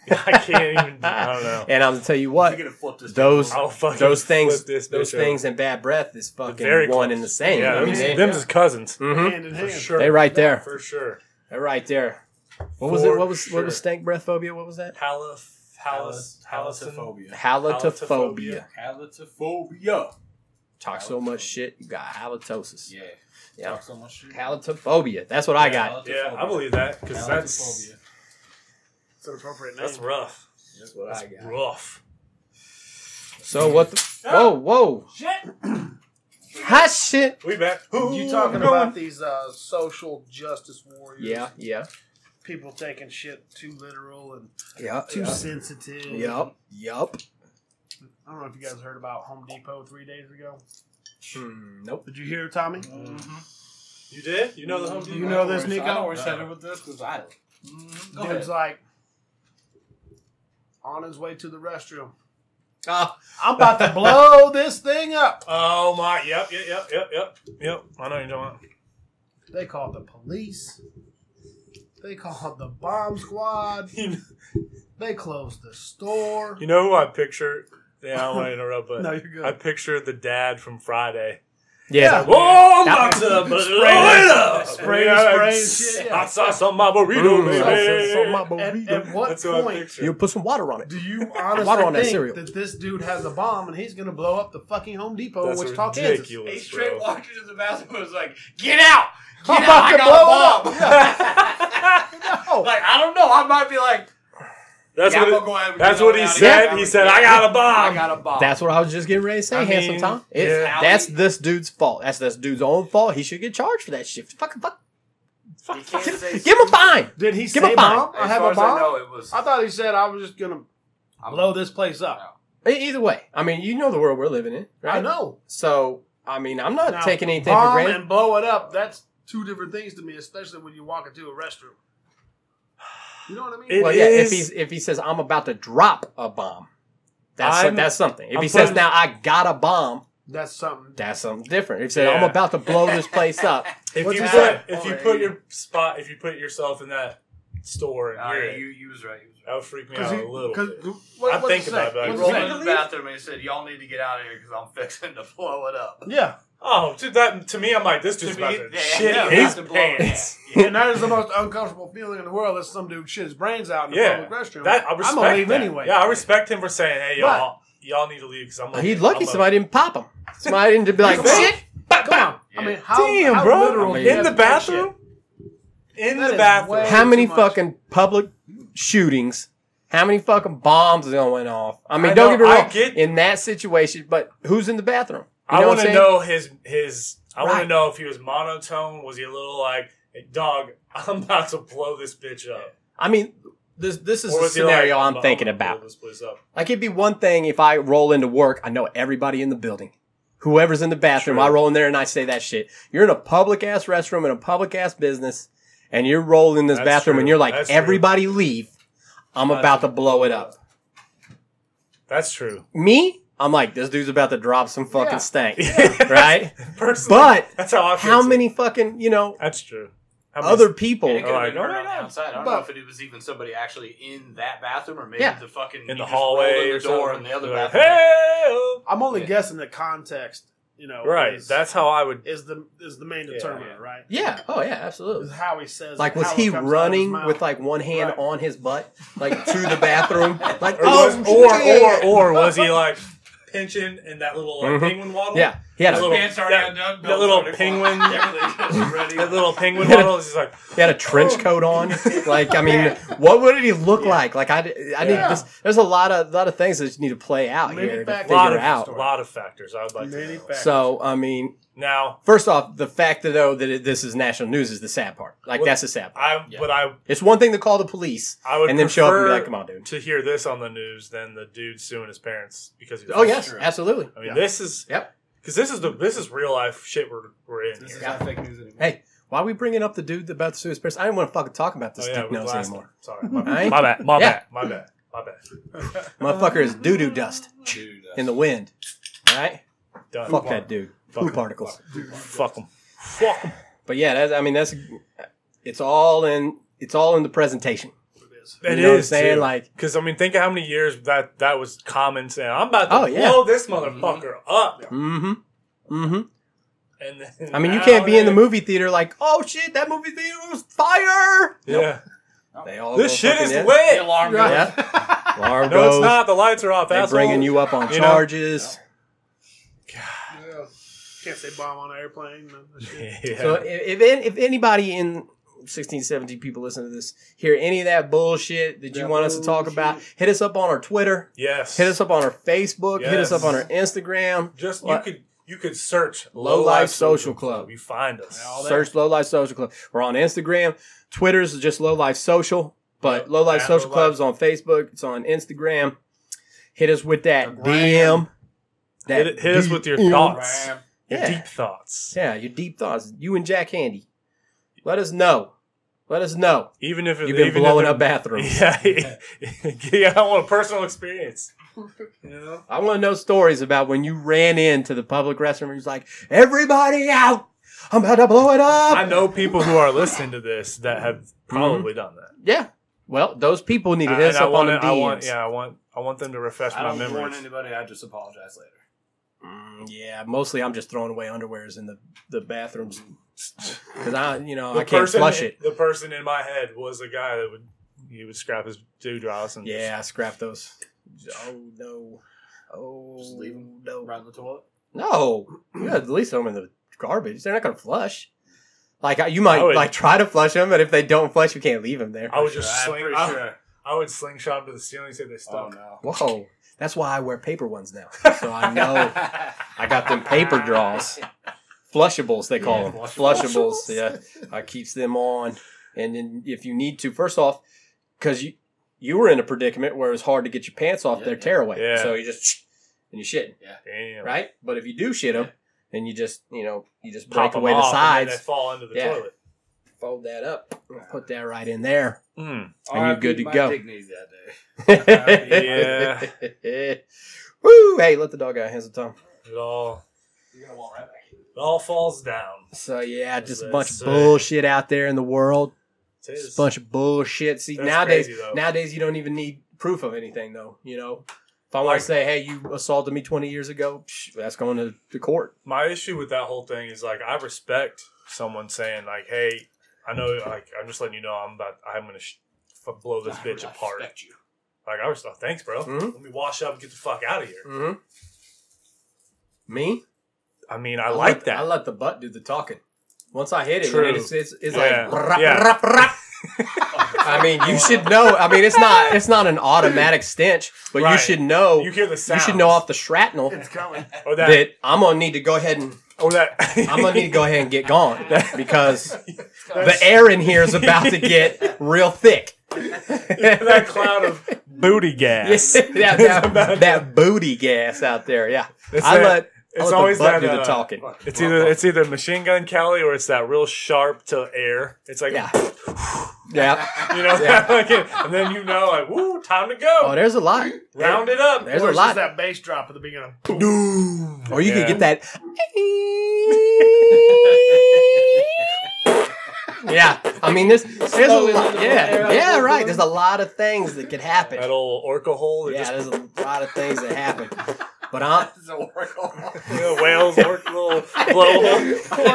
S3: I can't even. I don't know.
S2: And I'll tell you
S4: You're
S2: what.
S4: gonna flip this.
S2: Those
S3: I'll fucking
S2: those things
S3: flip this
S2: those
S3: bitch over.
S2: things and bad breath is
S3: They're
S2: fucking
S3: very
S2: one
S3: close.
S2: and the same.
S3: Yeah,
S2: I mean,
S3: them's,
S2: they-
S3: them's cousins.
S2: Mhm.
S5: Hand in hand.
S3: sure.
S2: They right there.
S3: For sure.
S2: They're right there. What was
S3: For
S2: it? What was what was
S3: sure.
S2: stank breath phobia? What was that?
S3: Halif, halis, halison.
S4: halitophobia.
S2: Halitophobia.
S3: Halitophobia.
S4: Halitophobia.
S2: Talk so much shit, you got halitosis.
S4: Yeah.
S2: Yeah.
S4: Talk so much shit.
S2: Halitophobia. That's what I got.
S3: Yeah, I believe that because that's
S4: Halitophobia.
S5: It's an appropriate name.
S3: that's rough.
S2: That's what I got.
S3: Rough.
S2: So what the? Whoa, whoa. Shit. Hot shit.
S3: We back.
S5: You talking about these uh, social justice warriors?
S2: Yeah, yeah,
S5: People taking shit too literal and
S2: yeah.
S5: too sensitive.
S2: Yup, yup.
S5: I don't know if you guys heard about Home Depot three days ago.
S2: Hmm, nope.
S5: Did you hear, Tommy?
S3: Mm-hmm. You did? You know the Home Depot?
S5: Mm-hmm. You know this, Nico?
S4: I know where he's headed with this because I. Go ahead.
S5: Dude's like on his way to the restroom.
S2: Ah.
S5: I'm about to blow this thing up.
S3: Oh my! Yep, yep, yep, yep, yep, yep. I know what you're talking
S5: They called the police. They called the bomb squad.
S3: about. You know,
S5: They closed the store.
S3: you know who I picture? Yeah, I don't want to interrupt, but
S5: No, you're good.
S3: I picture the dad from Friday.
S2: Yeah.
S3: Oh,
S2: That-
S3: to blow
S5: Spray
S3: it up.
S5: spray,
S3: Yeah,
S5: spray,
S3: it's-
S5: shit,
S3: I
S5: yeah.
S3: saw some of my burrito,
S2: Mm,
S3: baby.
S2: sauce on my
S5: at,
S2: burrito.
S5: at what
S3: That's who I
S5: point
S3: picture.
S2: You put some water on it.
S5: do you
S2: Water on that
S5: honestly
S2: cereal.
S5: think that this dude has a bomb and he's going to blow up the fucking Home Depot
S3: That's
S5: in Wichita, Kansas?
S4: He
S3: ridiculous,
S4: straight
S3: bro.
S4: walked into the bathroom and was like, "Get out! Get
S5: I'm
S4: out!
S5: about
S4: I
S5: to
S4: got a
S5: blow it
S4: bomb!"
S5: No.
S4: like I don't know. I might be like,
S3: That's
S4: yeah, I'm
S3: what.
S4: gonna go ahead
S3: It,
S4: and
S3: that's
S4: get
S3: what
S4: it
S3: he
S4: out of
S3: said.
S4: here.
S3: He said, "I got a
S4: I
S3: bomb."
S4: got a bomb."
S2: That's what I was just getting ready to say,
S3: I
S2: handsome
S3: mean,
S2: Tom. It's,
S3: yeah.
S2: That's this dude's fault. That's this dude's own fault. He should get charged for that shit. Fucking fuck.
S4: You can't say
S2: Give him a fine.
S5: Did he
S2: Give a
S5: say
S2: fine.
S5: bomb? I
S4: As
S5: have
S4: far
S5: a
S4: as I know,
S5: bomb?
S4: it was.
S5: I thought he said I was just going to
S4: I'm-
S5: blow this place up.
S2: E- Either way, I mean, you know the world we're living in, right?
S5: I know.
S2: So, I mean, I'm not
S5: Now,
S2: taking anything for
S5: bomb
S2: granted.
S5: and blow it up. That's two different things to me, especially when you walk into a restroom. You know what I mean?
S3: It-
S2: well, yeah, if
S3: is-
S2: he's if he says I'm about to drop a bomb, that's
S3: I'm-
S2: that's something. If
S3: I'm
S2: he says
S3: putting-
S2: now I got a bomb,
S5: That's something.
S2: that's something different. If he said I'm
S3: Yeah.
S2: about to blow this place up,
S3: If
S5: What's
S3: you
S5: he
S3: put,
S5: said?
S3: if you
S4: Alright.
S3: put your spot, if you put yourself in that store and
S4: All
S3: hear
S4: right,
S3: it,
S4: you, you was right. You was right.
S3: that would freak me
S5: Because
S3: out a little. bit. I'm thinking about it, but I
S4: He
S3: What's
S4: rolled
S3: that?
S4: into the bathroom and he said, "Y'all need to get out of here because I'm fixing to blow it up."
S5: Yeah,
S3: Oh, to that to me, I'm like this dude's
S4: To
S3: about
S4: me,
S3: to
S4: yeah,
S3: shit
S4: yeah,
S3: his
S4: yeah.
S3: pants.
S5: and that is the most uncomfortable feeling in the world. Is some dude shit his brains out in the
S3: Yeah.
S5: public restroom.
S3: That I
S5: I'm
S3: respect.
S5: gonna leave
S3: that.
S5: anyway.
S3: Yeah, I respect him for saying, "Hey, y'all, y'all need to leave because I'm."
S2: he's
S3: leaving.
S2: lucky
S3: I'm a-
S2: somebody didn't pop him. Somebody didn't be like
S3: Come on.
S2: shit.
S5: Bam, bam. I mean, how,
S3: Damn,
S5: how
S3: bro,
S5: literal
S2: I
S5: do you
S2: mean-
S3: in
S5: have
S3: the
S5: to take
S3: bathroom. In
S5: That
S3: the
S5: is
S3: bathroom.
S5: way-
S2: How many
S5: too much.
S2: fucking public shootings? How many fucking bombs is going off? I mean,
S3: I
S2: don't
S3: know,
S2: get me
S3: I
S2: wrong.
S3: get-
S2: in that situation, but who's in the bathroom? You
S3: I
S2: what
S3: want
S2: I'm
S3: to
S2: saying?
S3: know his his. I want to know if he was monotone. Was he a little like, hey, dog, I'm about to blow this bitch up?
S2: I mean, this this is
S3: Or
S2: the
S3: was he like, Oh,
S2: scenario I'm
S3: about
S2: thinking
S3: to blow
S2: about.
S3: This place up.
S2: Like it'd be one thing if I roll into work, I know everybody in the building. Whoever's in the bathroom,
S3: True.
S2: I roll in there and I say that shit. You're in a public ass restroom in a public ass business, and you're rolling in this
S3: That's
S2: bathroom and
S3: true.
S2: you're like,
S3: That's true.
S2: everybody leave. I'm about to blow it up.
S3: That's true.
S2: Me? I'm like, this dude's about to drop some fucking
S5: Yeah.
S2: stank. right?
S3: Personally,
S2: But
S3: that's how I feel.
S2: How
S3: too.
S2: many fucking, you know,
S3: That's true. How many-
S2: other people?
S4: And it could have
S3: Alright.
S4: been heard
S3: Alright.
S4: on the outside. I don't
S2: But-
S4: know if it was even somebody actually in that bathroom or maybe
S2: Yeah.
S4: the fucking
S3: in
S4: you
S3: the
S4: just rolled in
S3: hallway
S4: the
S3: or
S4: door
S3: something.
S4: in the other
S3: They're like,
S4: bathroom.
S3: "Hey-oh."
S5: I'm only
S4: Yeah.
S5: guessing the context, you know.
S3: Right.
S5: Is,
S3: That's how I would.
S5: is the is the main
S3: Yeah,
S5: determiner,
S3: yeah.
S5: right?
S2: Yeah. Oh yeah,
S5: Is
S2: absolutely.
S5: how he says.
S2: Like
S5: it,
S2: was
S5: how it
S2: he
S5: comes out of his
S2: running
S5: mouth.
S2: with like one hand
S5: Right.
S2: on his butt, like to the bathroom? Like
S3: Or,
S2: oh
S3: was, or,
S2: shit.
S3: or, or was he like Mm-hmm. pinching in that little like,
S2: Mhm.
S3: penguin waddle?
S2: Yeah, he had
S3: His
S2: a,
S3: little-
S4: Pants already
S3: that- that
S4: undone. Bill's
S3: little
S4: already
S3: penguin-
S4: flying. Everything's ready.
S3: That little penguin waddle is just like,
S2: he had a trench coat on. Like I mean, what would he look like? Like I, d- I need
S5: Yeah.
S2: this. There's a lot of lot of things that you need to play out
S5: Maybe
S2: here to
S5: back-
S2: figure
S3: lot of,
S2: out.
S3: lot of factors. I would like
S5: Many
S3: to know.
S5: factors.
S2: So I mean,
S3: Now,
S2: first off, the fact that though that it, this is national news is the sad part. Like
S3: Well,
S2: that's the sad part.
S3: I, but I
S2: It's one thing to call the police
S3: I would
S2: and then show up and be
S3: prefer
S2: like, "Come on, dude."
S3: to hear this on the news than the dude suing his parents because he's
S2: Oh yes,
S4: true.
S2: absolutely.
S3: I mean
S5: Yeah.
S3: this is
S2: Yep.
S3: because this is the this is real life shit we're we're in
S4: This
S3: here.
S4: is not fake news anymore.
S2: Hey, why are we bringing up the dude that about to sue his parents? I didn't want to fucking talk about
S3: Oh,
S2: this
S3: yeah,
S2: dick
S3: we
S2: nose
S3: blasted.
S2: anymore.
S3: Sorry, my,
S2: All right?
S3: my bad, my
S2: Yeah.
S3: bad, my bad, my bad.
S2: Motherfucker is doo doo dust
S4: Dude,
S2: in the wind. All right?
S3: Done.
S2: Fuck that dude. Poop particles.
S3: Fuck him. Fuck him.
S2: But yeah, that's, I mean, that's it's all in it's all in the presentation.
S3: It
S2: you know what I'm
S3: is,
S2: saying?
S3: too.
S2: Like,
S3: Because I mean, think of how many years that that was common saying, "I'm about to
S2: Oh, yeah.
S3: blow this motherfucker up."
S2: mm hmm. Mm hmm.
S3: And then
S2: I mean, you
S3: now
S2: can't be in the
S3: it-
S2: movie theater like, oh shit, that movie theater was fire.
S3: Yeah,
S2: They all
S3: this
S2: go
S3: shit
S2: fucking
S3: is
S2: in.
S3: lit.
S4: alarm goes.
S2: Yeah. Alarm
S3: No, it's
S2: goes.
S3: not. The lights are off.
S2: They're
S3: asshole.
S2: bringing you up on
S3: You know?
S2: charges.
S5: Yeah. Can't say bomb on an airplane. none of that shit.
S3: Yeah.
S2: So if, if if anybody in 16, 17 people listen to this, hear any of that bullshit that you
S5: That
S2: want us to talk
S5: bullshit.
S2: about, hit us up on our Twitter,
S3: yes.
S2: hit us up on our Facebook, hit us
S3: Yes.
S2: up on our Instagram.
S3: Just
S2: What?
S3: you could you could search
S2: Low Life Social Club.
S3: You find us.
S2: Search Low Life Social Club. We're on Instagram. Twitter's just Low Life Social, but Low Life
S3: at
S2: Social
S3: Low
S2: Club's on Facebook. It's on Instagram. Hit us with that
S5: The gram.
S2: DM.
S3: hit it- hit us with your
S2: DM.
S3: thoughts, your
S2: Yeah.
S3: deep thoughts.
S2: Yeah, your deep thoughts. You and Jack Handy. Let us know. Let us know.
S3: Even if it-
S2: You've been
S3: even if
S2: blowing
S3: it-
S2: up bathrooms.
S3: Yeah, yeah. I want a personal experience. You know,
S2: I want to know stories about when you ran into the public restroom and was like, everybody out! I'm about to blow it up!
S3: I know people who are listening to this that have probably done that.
S2: yeah. Well, those people need to
S3: I,
S2: hit us
S3: and I
S2: Mm-hmm. up on
S3: want,
S2: the
S3: it- I
S2: DMs.
S3: want, yeah, I want, I want them to refresh
S4: I
S3: my
S4: don't warn
S3: memories.
S4: anybody. I just apologize later.
S2: Mm, yeah, mostly I'm just throwing away underwears in the, the bathrooms. Because I, you know, I can't flush it.
S3: The person in my head was a guy that would he would scrap his dewdrops and
S2: Yeah, I scrapped those. Oh, no. Oh,
S4: Just leave 'em
S2: no.
S4: Around the toilet.
S2: No, you gotta release them in the garbage. They're not gonna flush. Like I- you might
S3: I would-
S2: like try to flush them, and if they don't flush, you can't leave them there.
S3: I would just
S4: I'm
S3: sling.
S4: pretty
S3: I,
S4: sure.
S3: I would slingshot them to the ceiling so they
S4: Oh
S3: stuck.
S4: no.
S2: Whoa, that's why I wear paper ones now. So I know I got them paper draws, flushables they call them, flushables. Yeah, I keeps them on, and then if you need to, first off, because you you were in a predicament where it was hard to get your pants off
S4: Yeah,
S2: their
S4: yeah.
S2: tearaway,
S3: Yeah.
S2: so you just and you shit,
S3: Damn.
S2: right? But if you do shit them, then you just you know you just
S3: Pop
S2: break
S3: them
S2: away the
S3: off and then
S2: sides.
S3: they fall into the
S2: Yeah.
S3: toilet.
S2: fold that up, put that right in there.
S3: Mm.
S2: And you're good to go.
S4: Dignity that day.
S3: Yeah.
S2: Woo! Hey, let the dog out. Hands of time.
S3: It all
S4: You're gonna walk right back.
S3: it all falls down.
S2: So yeah, just a
S3: That's
S2: bunch of
S3: sick.
S2: bullshit out there in the world.
S3: It
S2: Just
S3: is.
S2: a bunch of bullshit. See,
S3: That's
S2: nowadays,
S3: crazy, though.
S2: nowadays you don't even need proof of anything, though. You know, if I want
S3: Like-
S2: to say, "Hey, you assaulted me 20 years ago," psh, that's going to the court.
S3: my issue with that whole thing is like I respect someone saying like, "Hey, I know, like I'm just letting you know I'm about I'm gonna sh- f- blow this bitch
S4: I
S3: apart."
S4: respect you.
S3: Like I was, oh, thanks, bro.
S2: Mhm.
S3: Let me wash up and get the fuck out of here.
S2: Mm-hmm. Me,
S3: I mean, I, like
S2: let-
S3: that.
S2: I let the butt do the talking. Once I hit it,
S3: True.
S2: man, it's it's, it's
S3: Yeah.
S2: like rap,
S3: Yeah.
S2: rap, rap, I mean, you should know. I mean, it's not it's not an automatic stench, but you
S3: Right.
S2: should know
S3: you
S2: you,
S3: hear the sound.
S2: should know off the shrapnel
S5: It's coming.
S3: or that.
S2: that I'm gonna need to go ahead and
S3: Oh, that.
S2: I'm gonna need to go ahead and get gone because the
S3: That's-
S2: air in here is about to get real thick.
S3: that cloud of booty gas.
S2: that,
S3: It's
S2: that,
S3: about-
S2: that booty gas out there. Yeah,
S3: It's
S2: I
S3: that-
S2: let I let
S3: It's always
S2: the butt do
S3: that.
S2: the
S3: uh,
S2: talking.
S3: It's either it's either machine gun Kelly or it's that real sharp to air. It's like
S2: Yeah, yeah.
S3: you know,
S2: Yeah.
S3: like, and then you know, like, woo, time to go,
S2: Oh, there's a lot.
S3: round it up.
S2: There's
S5: Or
S2: a
S5: it's just
S2: lot.
S5: that bass drop at the beginning.
S2: Or you
S3: Yeah.
S2: could get that. yeah, I mean there's there's a
S1: Slowly
S2: lot,
S1: let it
S2: yeah
S1: air
S2: yeah
S1: out.
S2: right. There's a lot of things that could happen.
S3: That old orca hole. That
S2: Yeah,
S3: just
S2: there's a lot of things that happen. But I,
S3: you know, whales orc little blowhole. The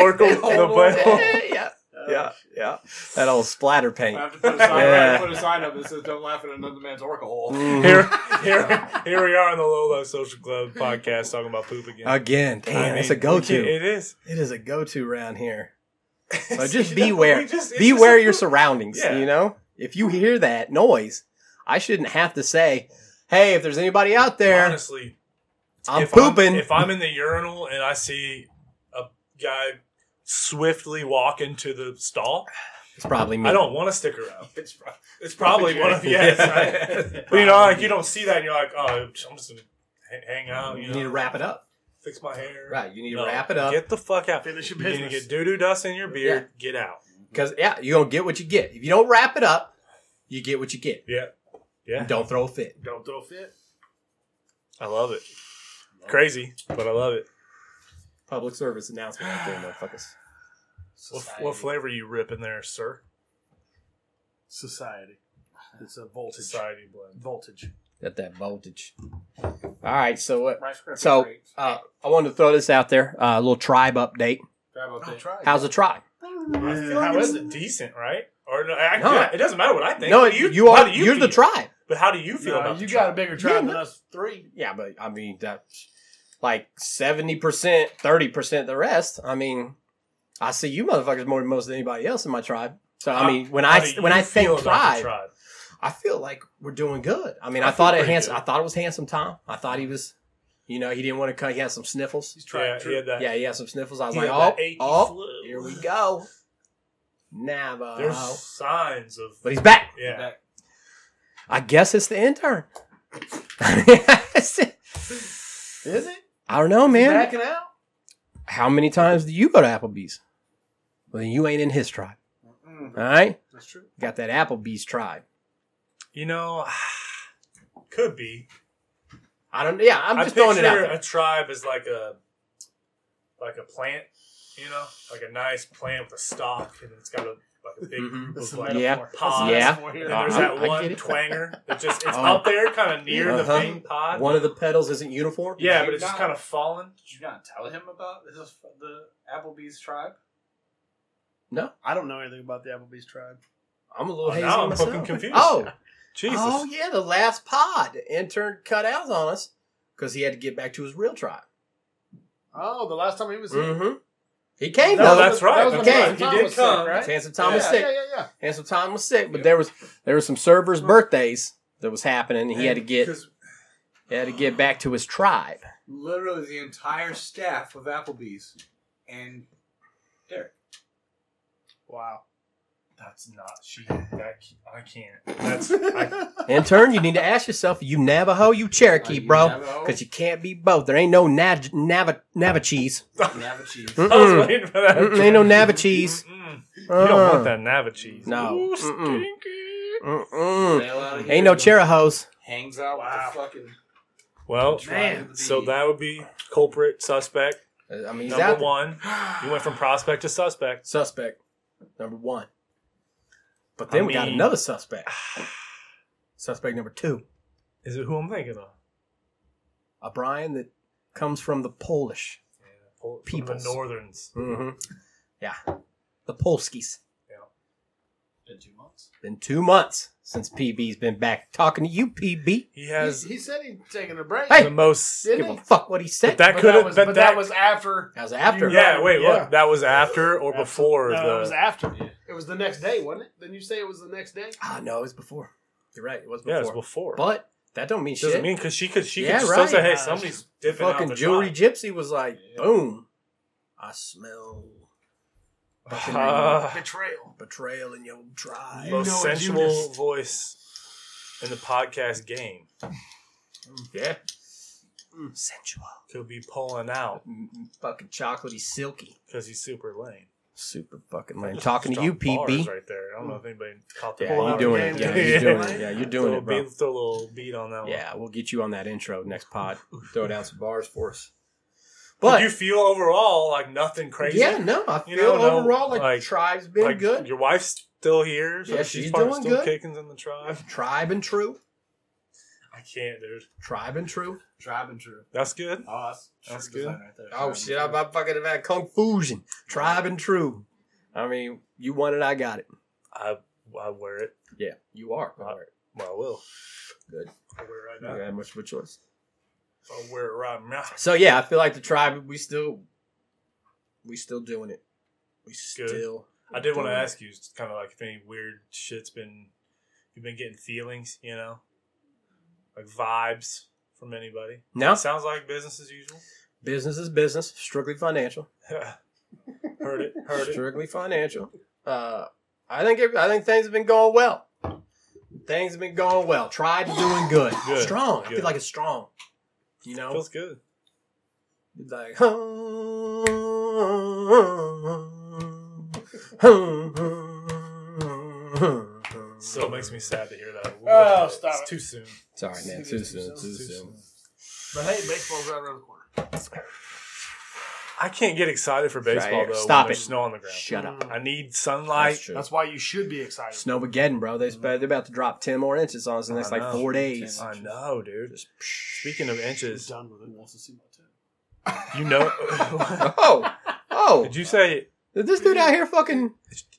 S3: orca, the whale.
S2: Oh, yeah, yeah, yeah. That old splatter paint.
S4: have to put a sign, I have to
S2: Yeah.
S4: put a sign up that says "Don't laugh at another man's orca hole."
S3: Here, here, here we are on the Low Life Social Club podcast talking about poop again.
S2: Again, damn,
S3: I mean,
S2: it's Uh, a go-to.
S3: It is.
S2: It is a go-to round here. So just beware,
S3: We just- it's
S2: beware
S3: just a
S2: your
S3: poop.
S2: surroundings.
S3: Yeah.
S2: You know, if you hear that noise, I shouldn't have to say, "Hey, if there's anybody out there,
S3: Honestly,
S2: I'm
S3: if
S2: pooping."
S3: if I'm in the urinal and I see a guy swiftly walk into the stall,
S2: it's probably me.
S3: I don't want to stick around.
S4: It's pro-
S3: It's probably one of yes. I- but you know, like you don't see that, and you're like, oh, I'm just gonna h- hang out. You,
S2: You
S3: know,
S2: need to wrap it up.
S3: Fix my hair.
S2: Right, you need to
S3: No,
S2: wrap it up
S3: Get the fuck out.
S5: Finish your
S3: You need to
S5: business.
S3: get doo doo dust in your beard. Get out.
S2: because yeah, you don't get what you get. If you don't wrap it up, you get what you get.
S3: Yeah, yeah.
S2: And don't throw a fit.
S5: Don't throw a fit.
S3: I love it. Crazy, but I love it.
S2: Public service announcement out there, motherfuckers.
S3: What, f-
S4: Society.
S3: what flavor you ripping there, sir?
S5: Society. It's a voltage.
S3: Society blend.
S5: Voltage.
S2: Got that voltage. All right, so what?
S4: Rice Krispie
S2: So
S4: treats.
S2: uh, I wanted to throw this out there. Uh, a little tribe update.
S4: Grab up
S5: I'll
S4: there.
S5: try.
S2: How's the tribe?
S3: I feel
S5: Yeah,
S3: like
S5: how
S3: it's
S5: is it?
S3: decent, right? Or no, I,
S2: No.
S3: it doesn't matter what I think.
S2: no,
S3: How do
S2: you,
S3: how
S2: are
S3: do you
S2: you are the
S3: feel?
S2: tribe.
S3: But how do you feel
S5: Nah,
S3: about
S5: you
S3: the
S5: got
S3: tribe?
S5: a bigger tribe
S2: Yeah,
S5: than us three.
S2: Yeah, but I mean that's like seventy percent, thirty percent. The rest, I mean, I see you motherfuckers more than most anybody else in my tribe. So I
S3: How-
S2: mean, when
S3: how
S2: I
S3: do
S2: when
S3: you
S2: I
S3: feel
S2: think
S3: about the
S2: tribe,
S3: tribe?
S2: I feel like we're doing good. I mean,
S3: I
S2: I,
S3: feel
S2: thought it
S3: pretty
S2: handsome.
S3: good.
S2: I thought it was handsome Tom. I thought he was, you know, he didn't want to cut. He had some sniffles.
S5: He's trying
S3: yeah, he had that.
S2: Yeah, he had some sniffles. I was
S3: he
S2: like,
S3: had that
S2: oh,
S3: E 80
S2: oh,
S3: flu.
S2: here we go. Navajo.
S3: There's signs of
S2: But he's back.
S3: yeah.
S2: I guess it's the intern. I
S5: Is it?
S2: don't know, man.
S5: Backing out?
S2: How many times do you go to Applebee's? Well, then you ain't in his tribe.
S4: Mm.
S2: All right?
S5: That's true.
S2: Got that Applebee's tribe.
S3: You know, could be.
S2: I don't, yeah, I'm
S3: I
S2: just throwing it out
S3: picture
S2: there.
S3: A tribe is like a like a plant, you know, like a nice plant with a stalk, and it's got a like a big
S2: Mhm.
S3: group
S5: That's
S3: of
S5: a
S3: like.
S2: Yeah.
S5: metaphor. That's a
S3: Pause.
S2: Yeah.
S5: metaphor here.
S3: And then there's
S2: Uh-huh.
S3: that
S2: I
S3: one
S2: get it.
S3: twanger that just it's
S2: Oh.
S3: up there, kind of near
S2: Uh-huh.
S3: the main pod.
S2: One of the pedals isn't uniform.
S3: yeah, but it's just kind of fallen.
S4: Did you not tell him about this, the Applebee's tribe?
S5: I don't know anything about the Applebee's tribe.
S2: I'm a little
S3: Oh,
S2: hazy
S3: now I'm
S2: myself.
S3: fucking confused.
S2: Oh,
S3: Jesus.
S2: oh yeah, the last pod the intern cut out on us because he had to get back to his real tribe.
S5: Oh, the last time he was here.
S2: Mm-hmm. He came
S3: Mm. No,
S2: though.
S3: that's right.
S5: That was
S2: Okay.
S5: when
S2: He
S5: Tom
S3: did
S5: was
S3: come,
S5: sick,
S3: right?
S2: Handsome Tom was
S5: yeah,
S2: sick.
S5: Yeah, yeah, yeah.
S2: Handsome Tom was sick, but there was there was some servers' birthdays that was happening. and He had to get
S3: Because-
S2: he had to get back to his tribe.
S4: literally the entire staff of Applebee's and Derek.
S5: Wow.
S3: That's not she. That, I can't. That's I,
S2: Intern, you need to ask yourself: you Navajo, you Cherokee,
S4: Are you oh,
S2: bro?
S4: Navajo?
S2: Because you can't be both. There ain't no Nav Nava Navachese.
S4: Navachese.
S3: I was
S2: Mm-mm.
S3: waiting for that.
S2: Mm-mm, Mm. Ain't no Navachese.
S3: Mm-mm.
S2: Uh,
S3: You don't want that Nava cheese.
S2: No. Mm-mm.
S3: Ooh, stinky.
S2: Mm-mm.
S4: Sail out of here,
S2: Ain't no Cherahos.
S4: Hangs out
S5: Wow.
S4: with the fucking
S3: Well,
S4: tribe of the
S3: so
S4: bees.
S3: that would be culprit suspect
S2: I mean, he's
S3: number
S2: out there.
S3: one. You went from prospect to suspect.
S2: suspect number one. But then
S3: I
S2: we got
S3: mean-
S2: another suspect. Suspect number two,
S3: Is it who I'm thinking of?
S2: a Brian that comes from the Polish.
S3: Yeah, Pol- from
S2: Peoples.
S3: the Northerns.
S2: Mm-hmm. Yeah, the Polskis.
S4: in two months.
S2: Been two months since PB's been back talking to you, PB.
S3: He has
S5: he, he said he'd taken a break.
S2: Hey,
S3: the most.
S5: Didn't
S2: Give
S5: he?
S2: a fuck what he said.
S3: But that
S5: But
S3: could have.
S5: was-
S3: But, that
S5: was after.
S2: that was after.
S3: Yeah. Wait.
S5: Yeah.
S3: Look. That was after or
S5: After-
S3: before
S5: no,
S3: the.
S5: it was after.
S4: Yeah.
S5: It was the next day, wasn't it? Didn't you say it was the next day?
S2: Ah, no, it was before. You're right. It was before.
S3: yeah. It was before.
S2: But That don't mean
S3: Doesn't
S2: shit.
S3: mean because she could she
S2: Yeah,
S3: could still
S2: right.
S3: say, hey,
S5: Uh,
S3: somebody's dipping out
S2: fucking
S3: the
S2: jewelry
S3: joint.
S2: gypsy was like, boom. I smell fucking
S3: Ah,
S5: Betrayal.
S2: betrayal in your tribe.
S3: most
S5: know a
S3: sensual
S5: Judas.
S3: voice in the podcast game
S2: Yeah. Mm, sensual.
S3: could be pulling out
S2: Mm, fucking chocolatey, silky.
S3: because he's super lame.
S2: Super fucking lame.
S3: Just
S2: Talking to you,
S3: dropped bars
S2: PB.
S3: Right there. I don't know if anybody caught the
S2: Yeah,
S3: ball
S2: you're
S3: out.
S2: doing it. Yeah, you're doing it. Yeah, you're doing
S3: throw a
S2: it, bro.
S3: Beat, throw a little beat on that one.
S2: Yeah, we'll get you on that intro next pod. Throw down some bars for us.
S3: But
S2: But
S3: you feel overall like nothing crazy.
S2: yeah, no, I
S3: You
S2: feel
S3: know, no,
S2: overall like,
S3: like-
S2: tribe's been
S3: like,
S2: good.
S3: Your wife's still here. So
S2: Yeah,
S3: she's,
S2: she's
S3: probably
S2: doing
S3: still
S2: good.
S3: kicking in the tribe.
S2: Tribe and true.
S3: I can't, dude.
S2: Tribe and true.
S4: Tribe and true.
S3: That's good.
S4: Oh, that's,
S3: That's
S4: sure design Right there. Tribe
S2: Oh
S4: and
S2: shit!
S4: true.
S2: I'm about fucking about confusion. Tribe and true. I mean, you want it, I got it.
S3: I I wear it.
S2: Yeah, you are.
S3: All Well, I will.
S2: Good.
S3: I wear it
S2: You
S3: right now.
S2: got much of a choice.
S3: I wear it right now.
S2: So yeah, I feel like the tribe. We still, we still doing it. We
S3: Good.
S2: still.
S3: I did want to
S2: doing it.
S3: ask you, kind of like if any weird shit's been you've been getting feelings, you know, like vibes from anybody.
S2: No.
S3: It sounds like business as usual.
S2: Business is business, strictly financial.
S3: heard it, heard it.
S2: strictly financial. Uh, I think it, I think things have been going well. Things have been going well. Tribe's doing good.
S3: Good.
S2: Strong. I
S3: Good.
S2: feel like it's strong. You know,
S3: Feels good.
S2: It's like sorry
S3: Still makes me sad to hear that.
S5: Oh, stop
S3: It's
S5: it.
S3: too soon.
S2: man too soon too soon
S5: But hey, baseball's right around the corner.
S3: I can't get excited for baseball
S2: here.
S3: though.
S2: Stop
S3: when there's
S2: it.
S3: Snow on the ground.
S2: shut up
S3: I need
S2: that's
S3: sunlight.
S2: true
S5: That's why you should be excited.
S2: snowmageddon bro they sp- they're about to drop 10 more inches on us in the next
S3: I
S2: like
S3: know.
S2: four days
S3: I know, dude.
S2: Just-
S3: Speaking of inches,
S5: done with it. Wants to see my tail.
S3: you know,
S2: oh oh
S3: did you say
S2: did this dude out here fucking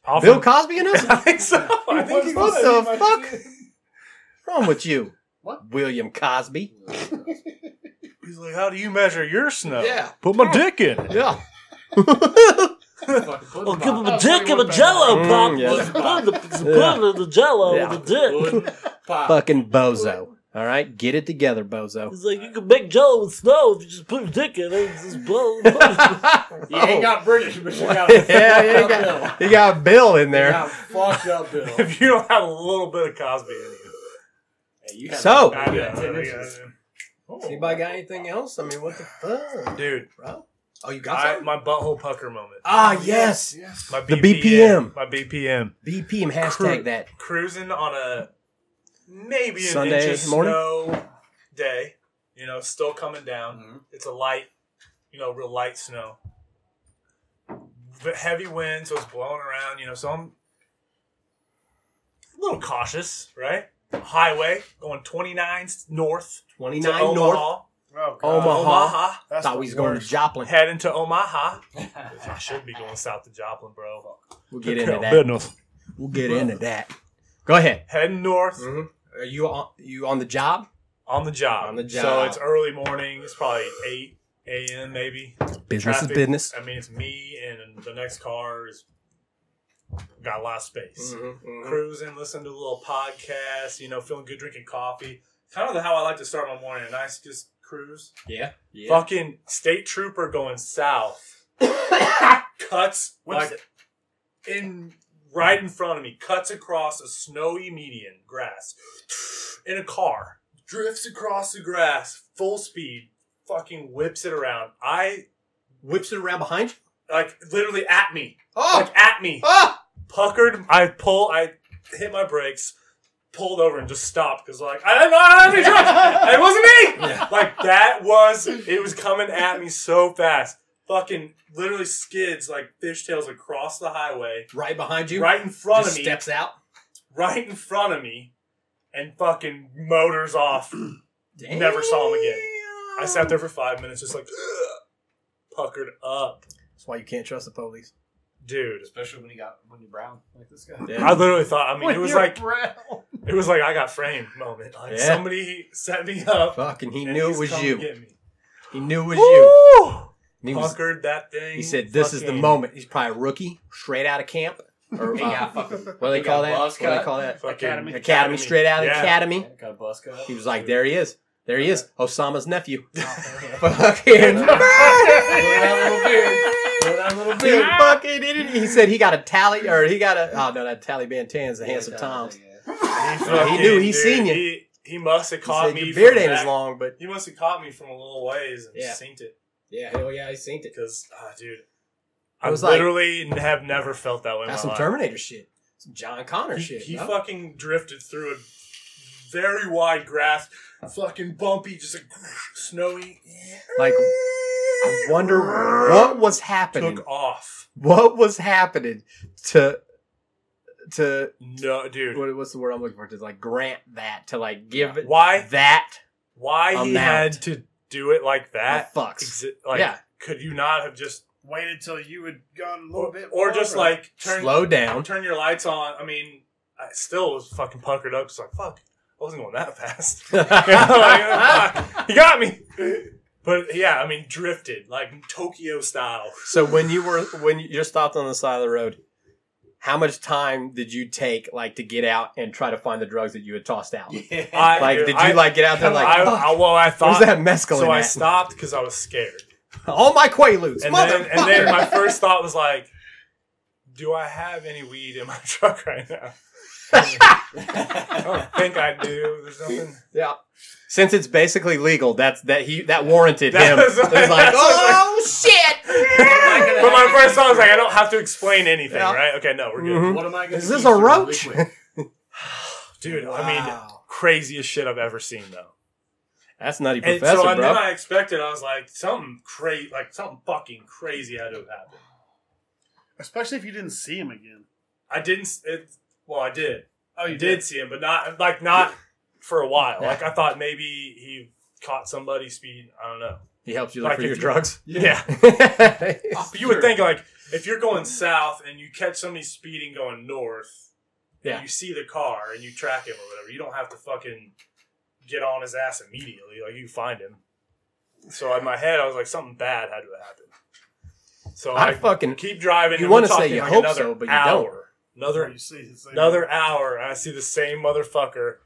S3: off
S2: bill cosby in us
S3: I think so. I think he
S2: what
S3: was.
S2: the fuck wrong with you
S5: What?
S2: william cosby
S3: He's like, how do you measure your snow?
S2: yeah
S3: Put my dick in.
S2: yeah
S3: Oh,
S7: Well, give
S5: Oh,
S7: him a dick and a jello
S2: Mm,
S7: pop.
S2: yeah.
S7: Let's put it- let's put it in the jello
S2: Yeah.
S7: with the dick.
S2: fucking bozo all right get it together bozo
S7: It's like you can make jello with snow if you just put your dick in it. It's just blow. blow.
S4: You ain't got British, but you got
S2: Oh. yeah, yeah, you got, you got Bill in
S4: You
S2: there.
S4: got fucked up, Bill.
S3: If you don't have a little bit of Cosby in you,
S4: you
S2: have So-
S3: I know, I know,
S2: Anybody got anything else? I mean, what the fuck,
S3: dude.
S2: bro? Oh, you got
S3: I,
S2: something?
S3: my butthole pucker moment.
S2: Ah, yes.
S5: Yes.
S3: My
S2: The
S3: BPM,
S2: BPM.
S3: My BPM.
S2: BPM
S3: Crew.
S2: hashtag that.
S3: Cruising on a maybe an
S2: Sunday
S3: inch of
S2: morning?
S3: snow day. You know, still coming down.
S5: Mm-hmm.
S3: It's a light, you know, real light snow. But heavy wind, so it's blowing around. You know, so I'm a little cautious, right? Highway going 29 north.
S2: Twenty
S3: to
S2: nine
S3: Omaha.
S2: North
S5: Oh, God.
S2: Omaha.
S3: Omaha.
S5: That's
S2: Thought
S5: the
S2: we was going to
S5: worst.
S2: Joplin.
S3: Heading to Omaha. I should be going south to Joplin, bro.
S2: We'll get into
S3: Hell,
S2: that.
S3: Business.
S2: We'll get into that. Go ahead.
S3: Heading north
S2: Mm-hmm. Are you on? You on the job?
S3: on the job.
S2: On the
S3: So
S2: job.
S3: it's early morning. It's probably eight a.m. Maybe.
S2: Business
S3: Traffic.
S2: is business.
S3: I mean, it's me and the next car is got a lot of space.
S2: Mm-hmm,
S3: Cruising, listening to a little podcast. You know, feeling good, drinking coffee. Kind of how I like to start my morning. A nice just cruise.
S2: Yeah. yeah.
S3: Fucking state trooper going south. cuts
S5: What's
S3: like in right in front of me, cuts across a snowy median, grass, in a car, drifts across the grass, full speed, fucking whips it around. I
S2: Whips it around behind you.
S3: like literally at me,
S2: Oh,
S3: like at me,
S2: oh,
S3: puckered. I pull, I hit my brakes. Pulled over and just stopped because, like, I didn't know I had any drugs. It wasn't me. Like that was it was coming at me so fast. Fucking literally skids like fishtails across the highway.
S2: right behind you.
S3: right in front
S2: Just
S3: of me,
S2: steps out.
S3: right in front of me, and fucking motors off. Never saw him again. I sat there for five minutes, just like puckered up,
S2: That's why you can't trust the police.
S3: dude.
S4: Especially when you got when you're brown like this guy.
S3: I literally thought. I mean, it was like
S4: brown.
S3: it was like I got framed moment. Like
S2: Yeah.
S3: somebody set me up.
S2: Fucking, he
S3: and
S2: knew it
S3: he's
S2: was
S3: come
S2: you.
S3: to get me.
S2: He knew it was you.
S3: Woo!
S2: And He was
S3: Puckered that thing.
S2: He said, "This is the
S3: fucking-
S2: moment." He's probably a rookie, straight out of camp. Or,
S4: He
S2: uh,
S4: got fucking.
S2: what do they
S4: he
S2: call
S4: got
S2: that? What
S4: buzz
S2: do they
S4: cut.
S2: call that?
S3: Fucking
S5: Academy.
S2: Academy, straight out of
S3: Yeah.
S2: Academy.
S4: Got a buzz cut.
S2: He was like, there he is. There he is. Osama's nephew.
S4: Blow
S2: Fucking.
S4: that little beard. Blow that little
S2: He
S4: beard.
S2: fucking did it. He said he got a tally, or he got a. Oh no, that tally bantan's the handsome Tom's.
S3: He,
S2: No, he knew, he seen you.
S3: He, he must have
S2: He
S3: caught
S2: said
S3: me.
S2: your beard
S3: from
S2: ain't as
S3: back-
S2: long, but
S3: He must have caught me from a little ways and
S2: Yeah.
S3: synced it
S2: yeah, hell yeah, he synced it.
S3: because, ah, dude,
S2: I
S3: I,
S2: was like-
S3: literally have never felt that way. in
S2: That's
S3: my
S2: some
S3: life.
S2: Terminator shit, some John Connor
S3: He,
S2: shit.
S3: he
S2: bro.
S3: fucking drifted through a very wide grass, fucking bumpy, just a snowy.
S2: like, I wonder what was happening.
S3: Took off.
S2: What was happening to to
S3: No, dude.
S2: what, what's the word I'm looking for? To like grant that to like give it
S3: Why?
S2: that
S3: Why he
S2: Amount.
S3: had to do it like that?
S2: the fucks.
S3: Exi- like,
S2: Yeah.
S3: could you not have just
S5: Waited till you had gone a little
S3: or,
S5: bit,
S3: or just
S5: farther.
S3: like turn
S2: Slow down.
S3: turn your lights on. I mean, I still was fucking puckered up. Just like fuck, I wasn't going that fast. Like, he got me. But yeah, I mean, drifted like Tokyo style.
S2: So when you were when you- you're stopped on the side of the road, how much time did you take like to get out and try to find the drugs that you had tossed out?
S4: Yeah.
S3: I,
S2: Like
S3: dude,
S2: did you
S3: I-
S2: like get out there like
S3: I,
S2: "Fuck,
S3: I, well, I
S2: where's
S3: thought
S2: that mescaline?
S3: so. I
S2: at?"
S3: stopped because I was scared.
S2: All my quaaludes,
S3: And then,
S2: motherfucker.
S3: and then my first thought was like, "Do I have any weed in my truck right now?" I don't think I do. There's nothing.
S2: yeah. Since it's basically legal, that's that he that warranted
S3: That
S2: him.
S3: was-
S2: It was like,
S3: that's
S2: oh shit!
S3: But my first thought was like, I don't have to explain anything,
S2: Yeah.
S3: right? Okay, no, we're good.
S2: Mhm.
S4: What am I gonna
S2: Is this
S4: do
S2: a
S4: for
S2: roach?
S4: liquid?
S3: Dude, I mean, craziest shit I've ever seen, though.
S2: that's nutty
S3: And
S2: professor,
S3: so and
S2: bro.
S3: then I expected, I was like, something crazy, like something fucking crazy had to have happened.
S5: especially if you didn't see him again.
S3: I didn't. s- It, well, I did.
S5: Oh,
S3: I did, see him, but not like not for a while. Like I thought maybe he caught somebody speed. I don't know.
S2: he helps you look
S3: Like
S2: for
S3: Oh, if
S2: your
S3: you-
S2: drugs.
S3: Yeah, but you would think like if you're going south and you catch somebody speeding going north,
S2: Yeah.
S3: and you see the car and you track him or whatever, you don't have to fucking get on his ass immediately. Like you find him. So in my head, I was like, something bad had to happen. So
S2: I
S3: I,
S2: fucking
S3: keep driving.
S2: You
S3: and we're
S2: wanna say
S3: talking,
S2: you
S3: like
S2: hope
S3: another
S2: so, but you
S3: hour,
S2: don't.
S3: Another
S5: you see his thing.
S3: Another hour, and I see the same motherfucker,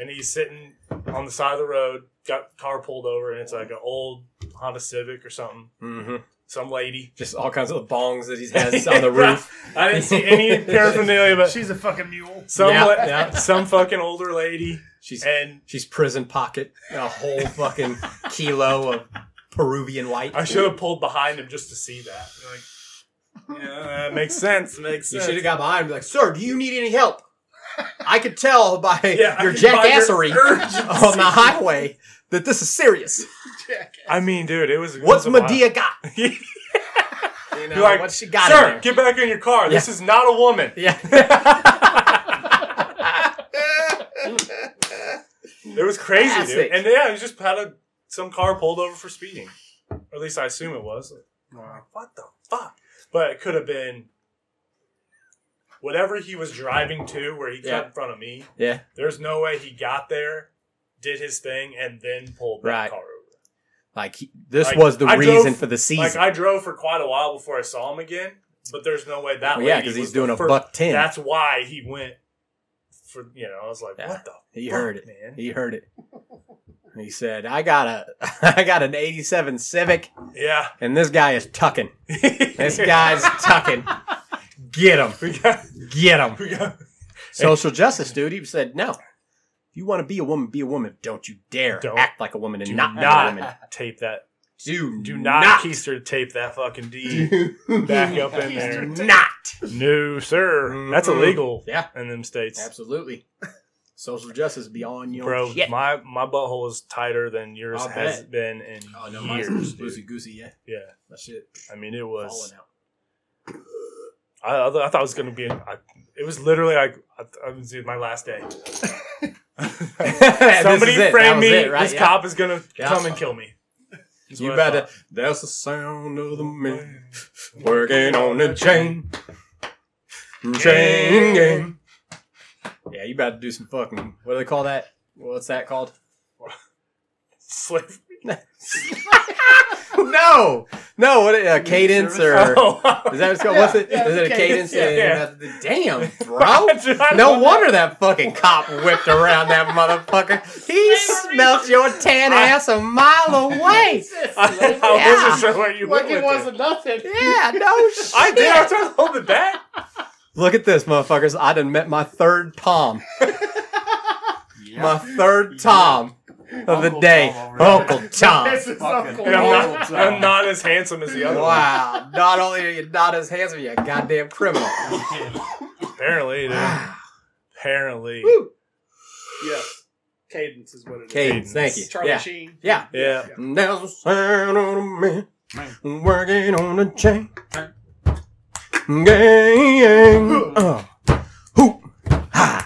S3: and he's sitting on the side of the road, got car pulled over, and it's like an old Honda Civic or something,
S2: hmm
S3: some lady.
S2: just all kinds of bongs that he has on the roof.
S3: I didn't see any paraphernalia, but
S5: She's a fucking mule.
S3: some
S2: Yeah,
S3: la-
S2: yeah.
S3: some fucking older lady,
S2: She's
S3: and
S2: she's prison pocket a whole fucking kilo of Peruvian white.
S3: I should have pulled behind him just to see that. Like, yeah, that makes sense. Makes
S2: You
S3: sense.
S2: should have got behind and be like, "Sir, do you need any help?" I could tell by
S3: Yeah, I
S2: your
S3: could- by your
S2: jackassery on the highway that this is serious.
S3: I mean, dude, it was. it
S2: What's
S3: was a while.
S2: Medea got?
S3: You're
S2: You know,
S3: like,
S2: what she got? in
S3: Sir,
S2: there?
S3: get back in your car. This is not a woman.
S2: yeah.
S3: It was crazy,
S2: Classic.
S3: dude. And yeah, he just had a, some car pulled over for speeding. Or at least I assume it was. What the fuck? But it could have been whatever he was driving to where he
S2: Yeah.
S3: cut in front of me.
S2: yeah.
S3: There's no way he got there, did his thing, and then pulled that
S2: Right.
S3: car over.
S2: Like he- this
S3: Like,
S2: was the
S3: I drove-
S2: reason for the season.
S3: Like I drove for quite a while before I saw him again, but there's no way
S2: Well,
S3: that lady
S2: yeah, because
S3: was
S2: he's
S3: the
S2: doing a
S3: fir-
S2: buck ten.
S3: That's why he went for you know, I was like,
S2: Yeah.
S3: What the
S2: he
S3: fuck,
S2: heard it.
S3: man?
S2: He heard it. He said, "I got a, I got an '87 Civic,
S3: Yeah.
S2: and this guy is tucking. This guy's tucking. Get him,
S3: we got
S2: get him."
S3: we got
S2: Social justice dude, he said, "No, if you want to be a woman, be a woman. Don't you dare
S3: Don't.
S2: act like a woman and
S3: Do
S2: not,
S3: not,
S2: be a woman.
S3: tape that.
S2: Do
S3: Do not, keister tape that fucking D back up in there.
S2: not.
S3: No, sir. That's
S2: Mhm.
S3: illegal
S2: Yeah,
S3: in them states.
S2: absolutely. Social justice beyond your
S3: Bro,
S2: shit.
S3: my my butthole is tighter than yours
S2: I'll
S3: has
S2: bet.
S3: been in
S2: oh no, mine's
S3: years. dude.
S2: loosey goosey. Yeah,
S3: Yeah,
S2: that shit
S3: I mean it
S2: falling
S3: was.
S2: out.
S3: I, I thought I was gonna be. I, it was literally like I, I was dude, my last day. Somebody frame me. this cop is gonna
S2: Yeah.
S3: come and kill me. Is
S2: You
S3: what I
S2: better.
S3: thought.
S2: That's the sound of the man working on the chain. Chain gang. Yeah, you about to do some fucking. What do they call that? What's that called?
S3: Slavery.
S2: no, no. What a cadence or is that
S7: Oh,
S2: what it's called? What's it? Is
S5: Yeah,
S2: it a cadence?
S5: cadence, yeah,
S2: Uh, Damn, bro.
S7: I
S2: No wonder that fucking cop whipped around that motherfucker. He smelt your tan ass a mile away.
S7: I
S2: Yeah.
S7: wasn't sure where you
S5: Like
S7: went with
S5: it wasn't nothing.
S2: Yeah, no shit.
S7: I did. I was trying to hold it back.
S2: Look at this, motherfuckers. I done met my third palm. My third Tom of the
S4: Uncle
S2: day.
S4: Tom over
S2: Uncle Tom.
S5: This is
S4: Fucking
S5: Uncle
S4: hell.
S3: And
S5: Tom.
S3: I'm
S4: Old
S3: not,
S4: time.
S3: I'm not as handsome as the other one.
S2: Wow. Not only are you not as handsome, you're a goddamn criminal.
S3: Apparently, dude. Apparently.
S2: Woo.
S5: Yes. Cadence is what it is.
S2: Cadence, thank you.
S5: Charlie
S2: yeah.
S5: Sheen.
S2: Yeah.
S3: Yeah.
S2: There's a sound on a man working on a chain. Gang. Uh, hoop. Ha.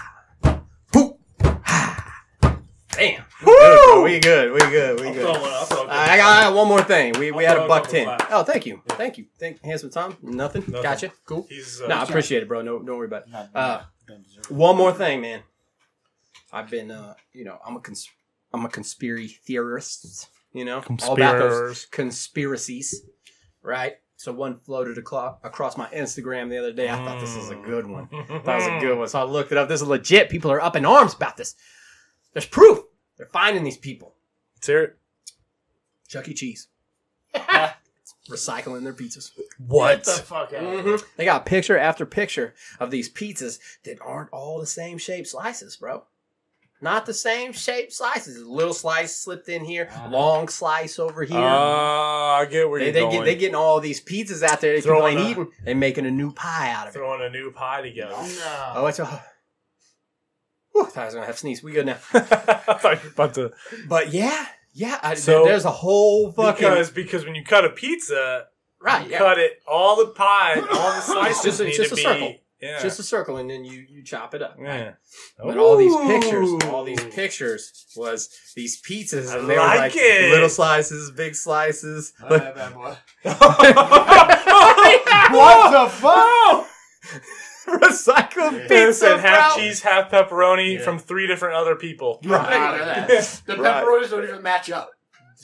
S2: Hoop. Ha. Damn. Woo! We good. We good. We
S3: I'll
S2: good.
S3: throw one. I'll throw
S2: Uh,
S3: a
S2: I got, I got one more thing. We, we
S3: I'll
S2: had
S3: throw
S2: a
S3: a
S2: buck
S3: couple
S2: ten.
S3: laps.
S2: Oh, thank you, thank you, thank handsome Tom. Nothing.
S3: Nothing.
S2: Gotcha. Cool.
S3: He's
S2: No,
S3: uh,
S2: I appreciate it, bro. No, don't worry about it.
S4: Not-
S2: Uh,
S4: don't deserve it.
S2: One more thing, man. I've been, uh, you know, I'm a cons- I'm a conspiracy theorist. You know, all about those
S3: conspirators.
S2: conspiracies, right? So one floated aclo- across my Instagram the other day. I thought this was a good one.
S4: Hmm.
S2: That
S3: Mm-hmm.
S2: was a good one. So I looked it up. This is legit. People are up in arms about this. There's proof. They're finding these people.
S3: Let's hear it.
S2: Chuck E. Cheese. Recycling their pizzas.
S5: What? the fuck out.
S2: hmm
S3: Mm-hmm.
S2: They got picture after picture of these pizzas that aren't all the same shape slices, bro. Not the same shape slices. Little slice slipped in here, long slice over here.
S3: Ah, Uh, I get Uh-huh. where
S2: they
S3: you're
S2: they,
S3: going.
S2: get, they getting all these pizzas out there. They people
S3: Throwing
S2: ain't
S3: a-
S2: eating. They making a new pie out of it.
S3: Throwing a new pie together.
S5: No.
S2: Oh, it's a. Whew, I thought I was gonna have sneeze. We good now.
S3: I thought you were about to
S2: But yeah, yeah. I,
S3: So-
S2: there's a whole fucking
S3: because because when you cut a pizza,
S2: right. Yeah,
S3: cut it all the pie, all the slices
S2: just a-
S3: need
S2: just
S3: to
S2: a
S3: be.
S2: circle.
S3: Yeah.
S2: It's just a circle, and then you you chop it up.
S3: yeah. Oh,
S2: But all these
S3: Ooh.
S2: pictures, all these pictures was these pizzas,
S3: I
S2: and they were
S3: like
S2: like
S3: it.
S2: little slices, big slices.
S4: Not
S2: Like,
S4: that bad boy.
S5: What the fuck?
S2: recycled
S3: It
S2: pizza.
S3: said half
S2: bro.
S3: cheese, half pepperoni
S4: Yeah.
S3: from three different other people.
S2: Right.
S8: The
S2: Right.
S8: pepperonis don't even match up.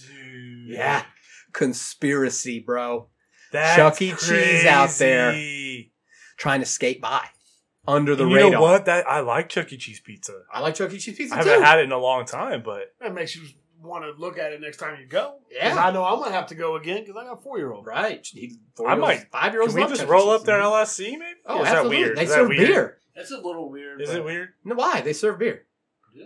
S4: Dude.
S2: Yeah. Conspiracy, bro.
S3: That's
S2: Chuck E. Cheese out there.
S3: crazy.
S2: Trying to skate by under the
S3: And you
S2: radar.
S3: know what? That I like Chuck E. Cheese pizza.
S2: I like Chuck E. Cheese
S3: I
S2: pizza
S3: haven't
S2: too.
S3: had it in a long time, but
S5: That makes you want to look at it next time you go. 'Cause
S2: Yeah.
S5: I know I'm gonna have to go again because I got a four year old.
S2: right. He,
S3: I might-
S2: Five year
S3: can
S2: olds.
S3: we just roll up there LSC maybe?
S2: E. Oh,
S3: Or is
S2: absolutely.
S3: that weird?
S2: They
S3: is that
S2: serve
S3: weird?
S2: beer.
S8: That's a little weird.
S3: Is
S8: but-
S3: it weird?
S2: No, why? They serve beer.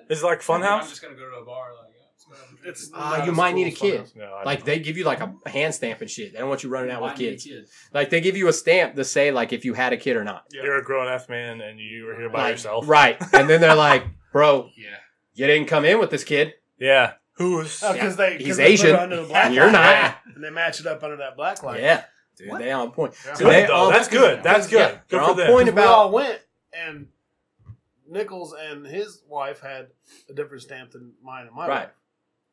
S3: Is it like
S4: I'm
S3: Funhouse?
S4: just gonna go to a bar. Like, yeah, let's go have a drink.
S5: It's
S2: Uh,
S5: not
S2: you
S5: as
S2: might
S5: cool
S2: need a
S5: as fuck
S2: kid.
S5: else.
S3: No, I
S2: Like
S3: don't
S2: they give you like a hand stamp and shit. They don't want you running out with
S4: Why need a
S2: kids.
S4: kid?
S2: Like they give you a stamp to say like if you had a kid or not.
S3: know. you're a grown ass man and you were here by
S2: Like,
S3: yourself.
S2: Right. And then they're like, Bro,
S4: Yeah.
S2: you didn't come in with this kid.
S3: Yeah. Who's
S2: Uh,
S5: Oh, because they 'cause
S2: He's
S5: they put it
S2: Asian.
S5: under the black
S2: You're
S5: light.
S2: not.
S5: and they match it up under that black light.
S2: yeah. Dude, they on point.
S5: Yeah.
S2: So
S3: good,
S2: they
S3: though.
S2: all-
S3: That's good. That's good.
S2: Yeah, they're all
S3: good for them.
S2: point-
S5: Because we
S2: about-
S5: all went, and Nichols and his wife had a different stamp than mine and my
S2: Right.
S5: wife.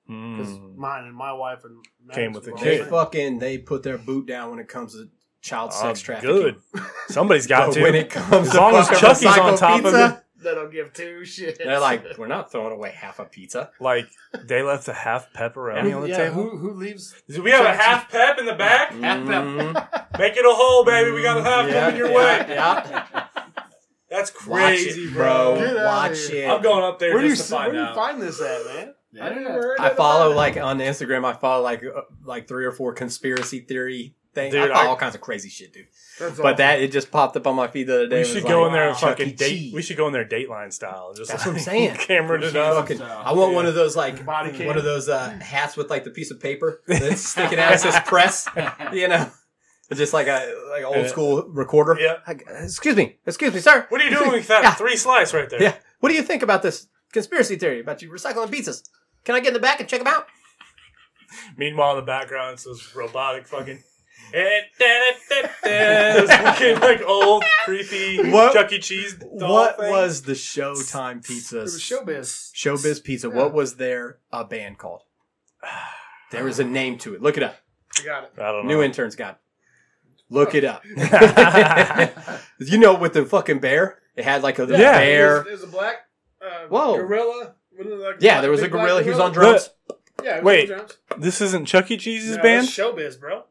S5: Because
S3: Mm.
S5: mine and my wife and Matt's
S3: Came with
S5: were
S3: the
S5: all
S2: They
S3: kid.
S5: same.
S2: fucking they put their boot down when it comes to child
S3: Oh,
S2: sex trafficking.
S3: Good. Somebody's got
S2: But
S3: to.
S2: when it comes
S3: As
S2: to
S3: long as
S2: fucking
S3: Chucky's on
S2: recycled
S3: top of
S2: pizza,
S5: They don't give two shits.
S2: They're like, We're not throwing away half a pizza.
S3: like they left a half pepperoni
S5: Who-
S3: on the
S5: yeah,
S3: table.
S5: who who leaves?
S3: Do we have a half pep in the back?
S2: Mhm.
S3: Make it a hole, baby. We got a half
S2: Yeah,
S3: coming your
S2: yeah,
S3: way.
S2: Yeah.
S3: That's
S2: Watch
S3: crazy,
S2: it,
S3: bro.
S5: Get
S2: bro.
S5: outta
S2: Watch
S5: here.
S2: it.
S3: I'm going up there
S5: Where do you
S3: just
S5: s-
S3: to
S5: where
S3: find
S5: do you
S3: out.
S5: find this at, man?
S4: I don't know.
S2: I follow like on Instagram. I follow like uh, like three or four conspiracy theory things. I
S3: Dude,
S2: follow
S3: I-
S2: all kinds of crazy shit, dude.
S5: That's
S2: But that it just popped up on my feed the other day.
S3: We
S2: It
S3: should
S2: was
S3: go
S2: like,
S3: in there and
S2: Chuck
S3: fucking
S2: E.
S3: date.
S2: Cheese.
S3: We should go in there Dateline style. Just
S2: That's
S3: like,
S2: what I'm saying.
S3: Cameron it up.
S2: Fucking- I want one of those like
S5: Body cam.
S2: one of those uh, hats with like the piece of paper that's sticking out. It says press, you know, It's just like a like old
S3: Yeah.
S2: school recorder.
S3: Yeah.
S2: Like, excuse me, excuse me, sir.
S3: What are you doing with that
S2: Yeah.
S3: three slice right there?
S2: Yeah. What do you think about this conspiracy theory about you recycling pizzas? Can I get in the back and check them out?
S3: Meanwhile, in the background, it's those robotic fucking. those fucking like old creepy
S2: What-
S3: Chuck E. Cheese. doll
S2: What
S3: thing.
S2: was the Showtime pizzas?
S5: it was showbiz.
S2: Showbiz Pizza. What was their uh, band called? There was a name to it. Look it up.
S5: I got it.
S3: I don't know.
S2: New interns got. it. Look it up. you know, with the fucking bear, it had like a
S3: Yeah.
S5: There's,
S2: bear.
S5: there's a black uh,
S2: Whoa.
S5: gorilla. Wasn't it like
S2: Yeah, there was a
S5: big black
S2: gorilla. He was on
S3: gorilla.
S2: drums.
S5: Yeah. it was
S9: Wait.
S5: Jim Jones.
S9: This isn't Chuck E. Cheese's
S5: No,
S9: band?
S5: that's Showbiz, bro.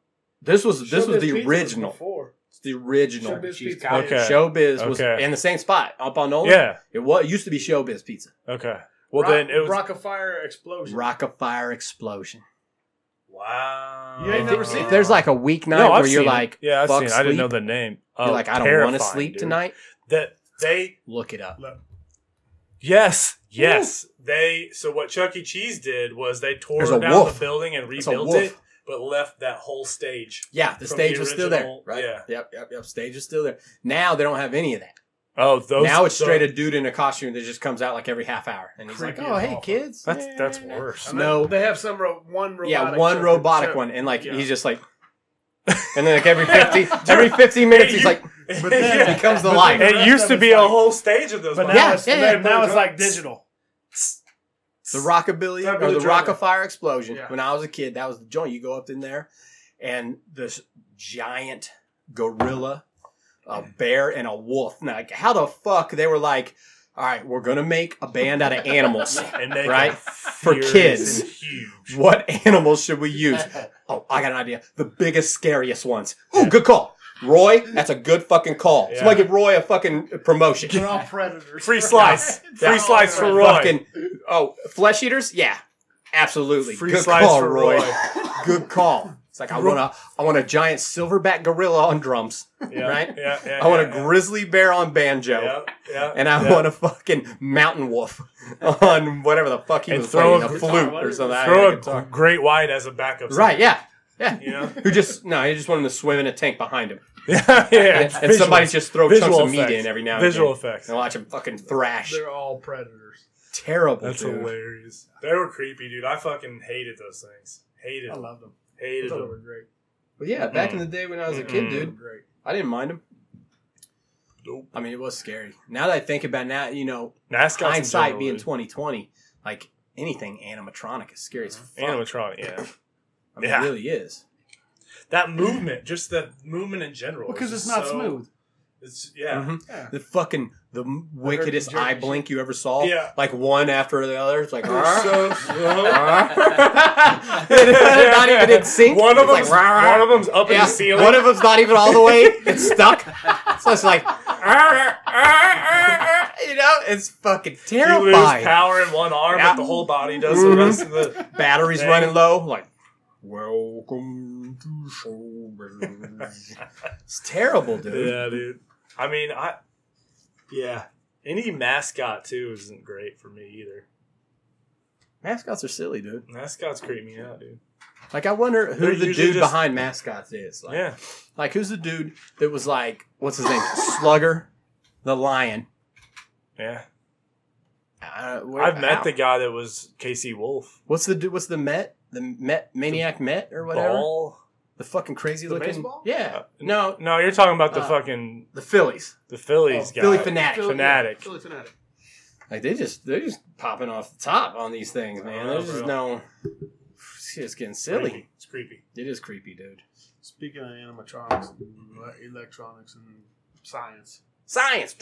S2: This was this was
S5: Showbiz
S2: the
S5: Pizza
S2: original.
S5: before.
S2: It's the original.
S5: Showbiz
S8: She's
S5: Pizza.
S8: got
S9: it. Okay.
S2: Showbiz was
S9: Okay.
S2: in the same spot up on Nolan.
S9: yeah.
S2: It was it used to be Showbiz Pizza.
S9: Okay. Well,
S5: Rock-
S9: then it was.
S5: Rock of Fire Explosion.
S2: Rock a fire explosion.
S3: Wow.
S5: You ain't
S2: If-
S5: never seen
S2: if
S5: it?
S2: there's like a weeknight
S9: Uh, no,
S2: where
S9: I've
S2: you're
S9: seen it.
S2: like,
S9: yeah, I've
S2: fuck
S9: seen. it. I didn't
S2: sleep.
S9: know the name. Oh,
S2: You're like, I don't want to
S9: terrifying,
S2: sleep
S9: dude.
S2: tonight.
S3: that they
S2: Look it up.
S9: Yes. Yes.
S3: they so what Chuck E. Cheese did was they tore
S2: There's a
S3: down
S2: wolf.
S3: the building and
S2: That's a
S3: rebuilt
S2: wolf.
S3: it, but left that whole stage.
S2: Yeah, the
S3: From
S2: stage
S3: the
S2: was still there.
S3: original-
S2: Right.
S3: yeah.
S2: Yep. Yep. Yep. Stage is still there. Now they don't have any of that.
S9: Oh, those.
S2: now it's
S3: so-
S2: straight a dude in a costume that just comes out like every half hour, and he's like,
S3: Creepy
S2: "Oh,
S3: as
S2: hey
S3: all
S2: kids."
S9: that's that's
S2: Yeah.
S9: worse.
S5: And
S2: No.
S5: then They have some ro- one robotic.
S2: Yeah, one
S5: show-
S2: robotic
S5: show-
S2: one, and like
S5: yeah.
S2: he's just like, and then like every fifty every fifteen minutes
S3: Hey,
S2: he's
S3: you-
S2: like,
S3: But
S2: it becomes the
S5: But
S2: light.
S5: then-
S9: It used to be a
S3: the
S9: whole.
S3: whole stage of those.
S5: But now,
S2: Yeah,
S5: it's,
S2: yeah,
S5: now-
S2: yeah.
S5: now it's like digital.
S2: the rockabilly
S3: That'd be
S2: or
S3: the
S2: the
S3: drummer.
S2: rock of fire explosion.
S5: Yeah.
S2: When I was a kid, that was the joint. You go up in there, and this giant gorilla, a bear, and a wolf. Now, like, how the fuck they were like, all right, we're gonna make a band out of animals.
S9: And they
S2: Right? For kids. what animals should we use? Oh, I got an idea. The biggest, scariest ones. Ooh, good call. Roy, that's a good fucking call. Somebody give Roy a fucking promotion.
S5: They're all predators.
S9: Free slice.
S5: Yeah.
S9: Free slice for Roy.
S2: Fucking, oh, flesh eaters? Yeah, absolutely.
S9: Free
S2: Good
S9: slice
S2: call,
S9: for
S2: Roy.
S9: Roy.
S2: Good call. It's like I want a, I want a giant silverback gorilla on drums.
S9: Yeah,
S2: Right?
S9: Yeah. yeah
S2: I want
S9: yeah,
S2: a grizzly bear on banjo,
S3: Yeah, yeah.
S2: and I
S9: Yeah.
S2: want a fucking mountain wolf on whatever the fuck he
S9: And
S2: was
S9: throw
S2: playing, a
S9: a-
S2: flute or something.
S9: yeah.
S2: I
S9: Throw
S2: had
S9: a
S2: a guitar.
S9: great white.
S3: White as a backup. singer.
S2: Right? Yeah. Yeah.
S3: You know.
S2: Who just no? He just wanted to swim in a tank behind him,
S9: yeah.
S2: and,
S9: yeah.
S2: and somebody just throw chunks
S9: visual
S2: of meat
S9: effects.
S2: in every now and
S9: Visual
S2: then,
S9: effects.
S2: and watch him fucking thrash.
S5: They're all predators.
S2: Terrible.
S9: That's
S2: dude.
S9: hilarious.
S3: They were creepy, dude. I fucking hated those things. Hated
S5: I
S3: them.
S5: love them. I
S3: Hated
S5: thought they were
S3: them.
S5: great.
S2: But yeah,
S9: Hmm.
S2: back in the day when I was a kid,
S9: Mm.
S5: They were
S2: dude,
S5: great.
S2: I didn't mind him.
S3: Nope.
S2: I mean, it was scary. Now that I think about now, you know,
S9: Mascots in
S2: hindsight
S9: general,
S2: being
S9: dude.
S2: twenty twenty, like anything animatronic is scary as fuck.
S9: animatronic. Yeah.
S2: I mean,
S9: Yeah.
S2: it really is.
S3: That movement, just that movement in general.
S5: Because
S3: is
S5: it's
S3: just
S5: not
S3: so-
S5: smooth.
S3: It's yeah.
S2: Mhm.
S5: Yeah.
S2: The fucking the wickedest
S5: jerk
S2: eye
S5: shit.
S2: blink you ever saw.
S3: Yeah.
S2: Like one after the other. It's like "Arr,
S3: So slow.
S2: arr." not even in sync.
S3: One of
S2: It's
S3: them's
S2: like, "Rah, rah."
S3: one of them's up in
S2: Yeah,
S3: the ceiling.
S2: One of them's not even all the way. It's stuck. so it's like, "Arr, arr, arr," you know, it's fucking
S3: you lose
S2: terrifying.
S3: power in one arm,
S2: Yeah.
S3: but the whole body does
S2: Mhm.
S3: the rest of the.
S2: Battery's
S3: Dang.
S2: running low. Like, welcome to showbiz. it's terrible, dude.
S3: Yeah, dude. I mean, I. Yeah, any mascot too isn't great for me either.
S2: Mascots are silly, dude.
S3: Mascots creep me out, dude.
S2: Like, I wonder who
S3: They're
S2: the
S3: usually
S2: dude
S3: just-
S2: behind mascots is. Like,
S3: Yeah,
S2: like, who's the dude that was like, what's his name? Slugger, the lion.
S9: Yeah.
S2: Uh, where-
S9: I've met
S2: ow.
S9: the guy that was Casey Wolf.
S2: What's the dude? What's the Met? The Met maniac Met or whatever.
S9: Ball.
S2: The fucking crazy
S5: The
S2: looking.
S5: baseball?
S2: Yeah.
S9: No, no, you're talking about the
S2: Uh,
S9: fucking
S2: The Phillies.
S9: the Phillies guy.
S2: Oh, Philly fanatic.
S5: Oh. Philly-
S9: Fanatic.
S5: yeah, Philly fanatic.
S2: Like they just they're just popping off the top on these things, man.
S3: know,
S2: There's just
S3: bro.
S2: no. It's just getting silly.
S3: Creepy. It's creepy.
S2: It is creepy, dude.
S5: Speaking of animatronics, and le- electronics, and science,
S2: Science.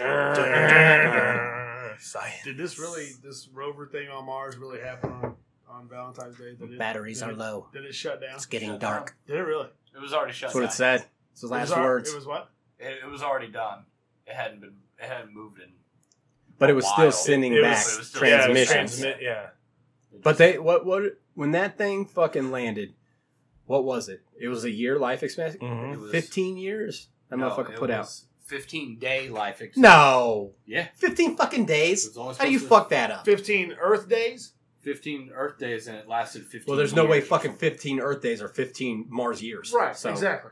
S3: Science.
S5: did this really this rover thing on Mars really happen on, on Valentine's Day? Did it-
S2: Batteries
S5: did
S2: are
S5: it-
S2: low.
S5: Did it shut down?
S2: It's getting dark.
S5: Did it really?
S4: It was already shut
S2: That's what it
S4: down.
S2: said. It's the
S5: It was
S2: last
S5: our-
S2: words.
S5: It was what?
S4: It, it was already done. It hadn't been. It hadn't moved in.
S2: but it was still
S4: wild.
S2: sending
S3: It was-
S2: back
S4: it was still-
S3: Yeah,
S2: transmissions.
S3: transmit. Yeah,
S2: But they what what when that thing fucking landed, what was it? It was a year life expectancy.
S3: Mm-hmm.
S9: Mhm.
S4: It was-
S2: Fifteen years that
S4: no,
S2: motherfucker
S4: it
S2: put out.
S4: was Fifteen day life. Ex-
S2: No.
S4: Yeah.
S2: Fifteen fucking
S4: It
S2: days.
S4: was only
S2: How do you
S4: supposed
S2: fuck that up?
S5: Fifteen Earth days.
S4: to- Fifteen Earth days, and it lasted fifteen.
S2: Well, there's no way
S4: years.
S2: fucking 15 Earth days are 15 Mars years. So
S5: Exactly.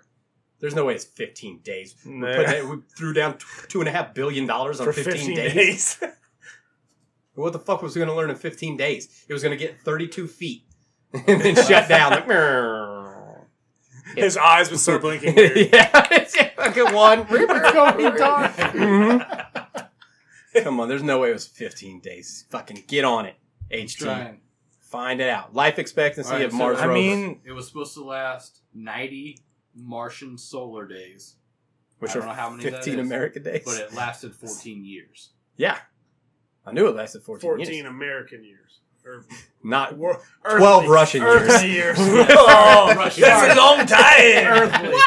S2: there's no way it's 15 days.
S9: Nah.
S2: Put that- we threw down t- two and a half billion dollars on
S9: for
S2: 15,
S9: 15
S2: days.
S9: days.
S2: What the fuck was we going to learn in 15 days? It was going to get 32 feet and then shut down. Like, "Meow."
S3: his eyes would start blinking. Weird.
S2: yeah, it's fucking one.
S5: It's going dark.
S2: Mhm. Come on, there's no way it was 15 days. Fucking get on it, HT.
S4: Trying.
S2: Find it out. Life expectancy
S4: All right,
S2: of
S4: so
S2: Mars
S9: I
S2: rover.
S9: mean,
S4: It was supposed to last ninety Martian solar days,
S2: which
S4: I don't
S2: are
S4: know how many that
S2: 15
S4: is,
S2: American days.
S4: but it lasted fourteen years.
S2: Yeah. I knew it lasted 14,
S5: Fourteen
S2: years.
S5: American years.
S2: Not
S3: Wor-
S2: 12 Russian years.
S9: Earth years.
S7: Oh,
S3: Russian.
S9: That's a long time.
S3: Earthly years.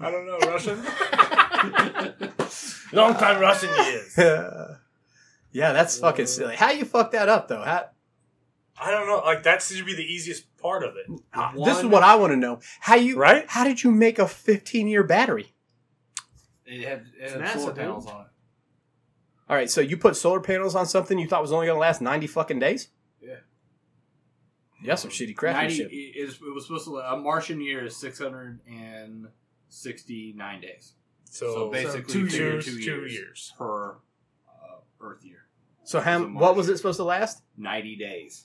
S3: I don't know Russian.
S9: long time Russian years.
S2: yeah, that's fucking silly. How you fuck that up though? How,
S3: I don't know. Like that should be the easiest part of it.
S2: uh, this is what I want to know. How you
S9: Right?
S2: How did you make a 15 year battery?
S4: It had, it
S5: NASA,
S4: had solar
S5: dude.
S4: panels on it.
S2: All right, so you put solar panels on something you thought was only going to last 90 fucking days?
S4: Yeah.
S2: Yeah, some shitty crappy
S4: 90,
S2: shit.
S4: it, is- it was supposed to a Martian year is 669 days
S9: So,
S4: So
S9: so
S4: basically
S9: two
S4: figure
S9: years.
S4: two
S9: Two
S4: years.
S9: years.
S4: per uh, Earth year.
S2: So how
S4: It's a
S2: what was
S4: Martian.
S2: it supposed to last?
S4: 90 days.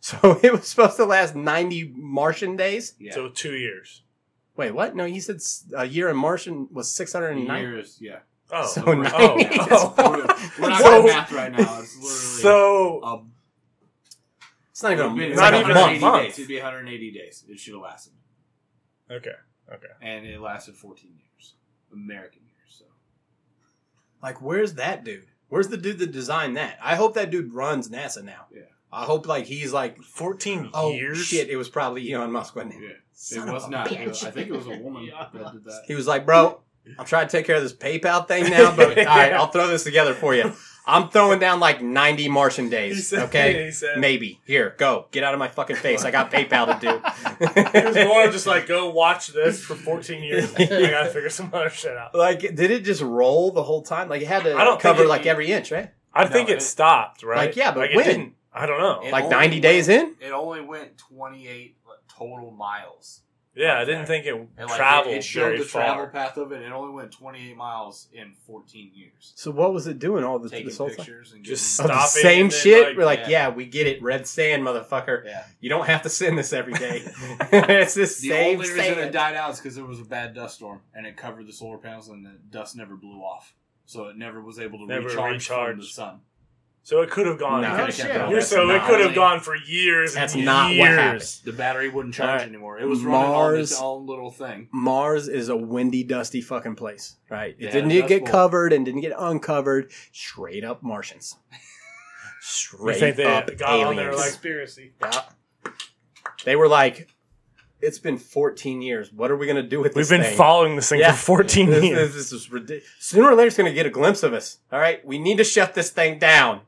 S2: So it was supposed to last 90 Martian days?
S4: Yeah.
S9: So two years.
S2: Wait, what? No, you said s- a year in Martian was 609.
S4: years, yeah.
S9: Oh.
S2: So
S9: oh,
S2: 90 is-
S9: oh.
S4: We're not
S9: So-
S4: doing math right now. It's literally
S9: so
S4: a
S2: It's not even a,
S4: It'd been-
S2: it's
S9: not
S2: like a
S9: even a
S2: month.
S9: month.
S4: Days. It'd be 180 days. It should have lasted,
S9: okay.
S4: and it lasted 14 years, American years. So
S2: Like, where's that dude? Where's the dude that designed that? I hope that dude runs NASA now.
S4: Yeah.
S2: I hope like he's like,
S9: Fourteen
S2: oh
S9: years.
S2: shit, it was probably Elon Musk wasn't it?
S4: yeah,
S2: Son
S4: it
S2: of
S4: was
S2: a
S4: not.
S2: bitch.
S4: It was- I think it was a woman that did that.
S2: He was like, bro, I'm trying to take care of this PayPal thing now, but all right, I'll throw this together for you. I'm throwing down like 90 Martian days, okay?
S3: He said.
S2: Maybe. Here, go. Get out of my fucking face. I got PayPal
S3: He was
S2: to
S3: more just like go watch this for 14 years. I gotta figure some other shit out.
S2: do. like, did it just roll the whole time? Like, it had to
S9: I don't think
S2: cover
S9: it-
S2: like every inch, right?
S9: I think
S4: No,
S9: it,
S4: it-
S9: stopped. Right.
S2: Like, yeah, but
S9: it
S2: when?
S9: didn't. I don't know.
S4: It
S2: like
S4: only
S2: 90 days
S4: went-
S2: in?
S4: It only went 28 total miles.
S9: yeah, I didn't think it
S4: And, like,
S9: traveled
S4: It, it showed
S9: very
S4: the
S9: far.
S4: travel path of it. It only went 28 miles in 14 years.
S2: So, what was it doing all this,
S4: Taking
S2: this whole time?
S4: pictures and
S9: Just
S2: Of
S4: getting,
S9: stop
S2: the
S9: it
S2: same
S9: and then,
S2: shit?
S9: like,
S2: We're like, yeah.
S4: yeah.
S2: we get it. Red sand, motherfucker.
S4: yeah.
S2: You don't have to send this every day. it's the
S4: The
S2: same
S4: only reason it
S2: sand.
S4: died out is because there was a bad dust storm and it covered the solar panels and the dust never blew off, so it never was able to
S9: Never
S4: recharge from the
S9: recharged.
S4: sun.
S9: So it could have gone.
S2: No,
S5: Oh,
S4: Could've kept
S5: shit.
S4: going.
S9: You're
S2: That's
S9: so it
S2: not
S9: could have
S2: what-
S9: gone for years.
S2: That's
S9: and
S2: not what
S9: years.
S2: happened.
S4: The battery wouldn't charge
S2: Alright.
S4: anymore. It was running on its
S2: Mars-
S4: own little thing.
S2: Mars is a windy, dusty fucking place, right? It
S4: Yeah,
S2: didn't get
S4: dust bowl.
S2: covered and didn't get uncovered. Straight up Martians. Straight
S9: You think they
S2: up
S9: got on
S2: aliens.
S9: there like-
S5: Conspiracy.
S2: Yeah. They were like, "It's been 14 years. What are we gonna do with
S9: We've
S2: this
S9: been
S2: thing?
S9: following this thing
S2: Yeah.
S9: for 14
S2: this,
S9: years.
S2: this, this is ridiculous. Sooner or later, it's gonna get a glimpse of us. All right, we need to shut this thing down."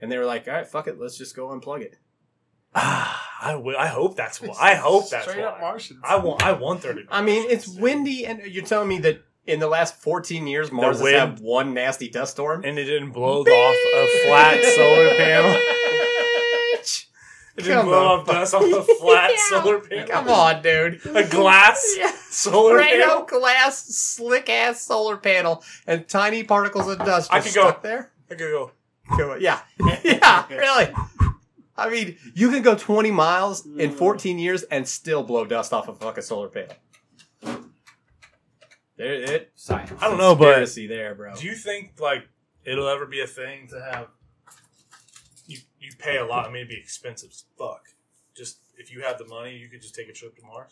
S2: And they were like, "All right, fuck it. Let's just go unplug it."
S9: Ah, I will. I hope that's why. I hope that's
S5: Straight up
S9: why.
S5: Martians.
S9: I want. I want there to. Be
S2: I mean, it's windy, and you're telling me that in the last 14 years, Mars has
S9: wind-
S2: had one nasty dust storm.
S9: and it didn't blow off a flat solar panel.
S2: Bitch!
S9: It didn't
S2: Come
S9: blow
S2: on,
S9: off dust off a flat
S2: Yeah.
S9: solar panel.
S2: Come on, dude.
S9: A glass
S2: Yeah.
S9: solar
S2: Rhino
S9: panel.
S2: glass, slick ass solar panel, and tiny particles of dust
S9: I
S2: just
S9: could go-
S2: stuck there.
S9: I could go.
S2: Go- Yeah, yeah, really. I mean, you can go 20 miles in
S9: Mm.
S2: 14 years and still blow dust off a fucking solar panel. There, it.
S4: Science.
S9: I don't know, but
S2: conspiracy there, bro.
S3: Do you think like it'll ever be a thing to have you you pay a lot? I mean, it'd be expensive as fuck. Just if you had the money, you could just take a trip to Mars.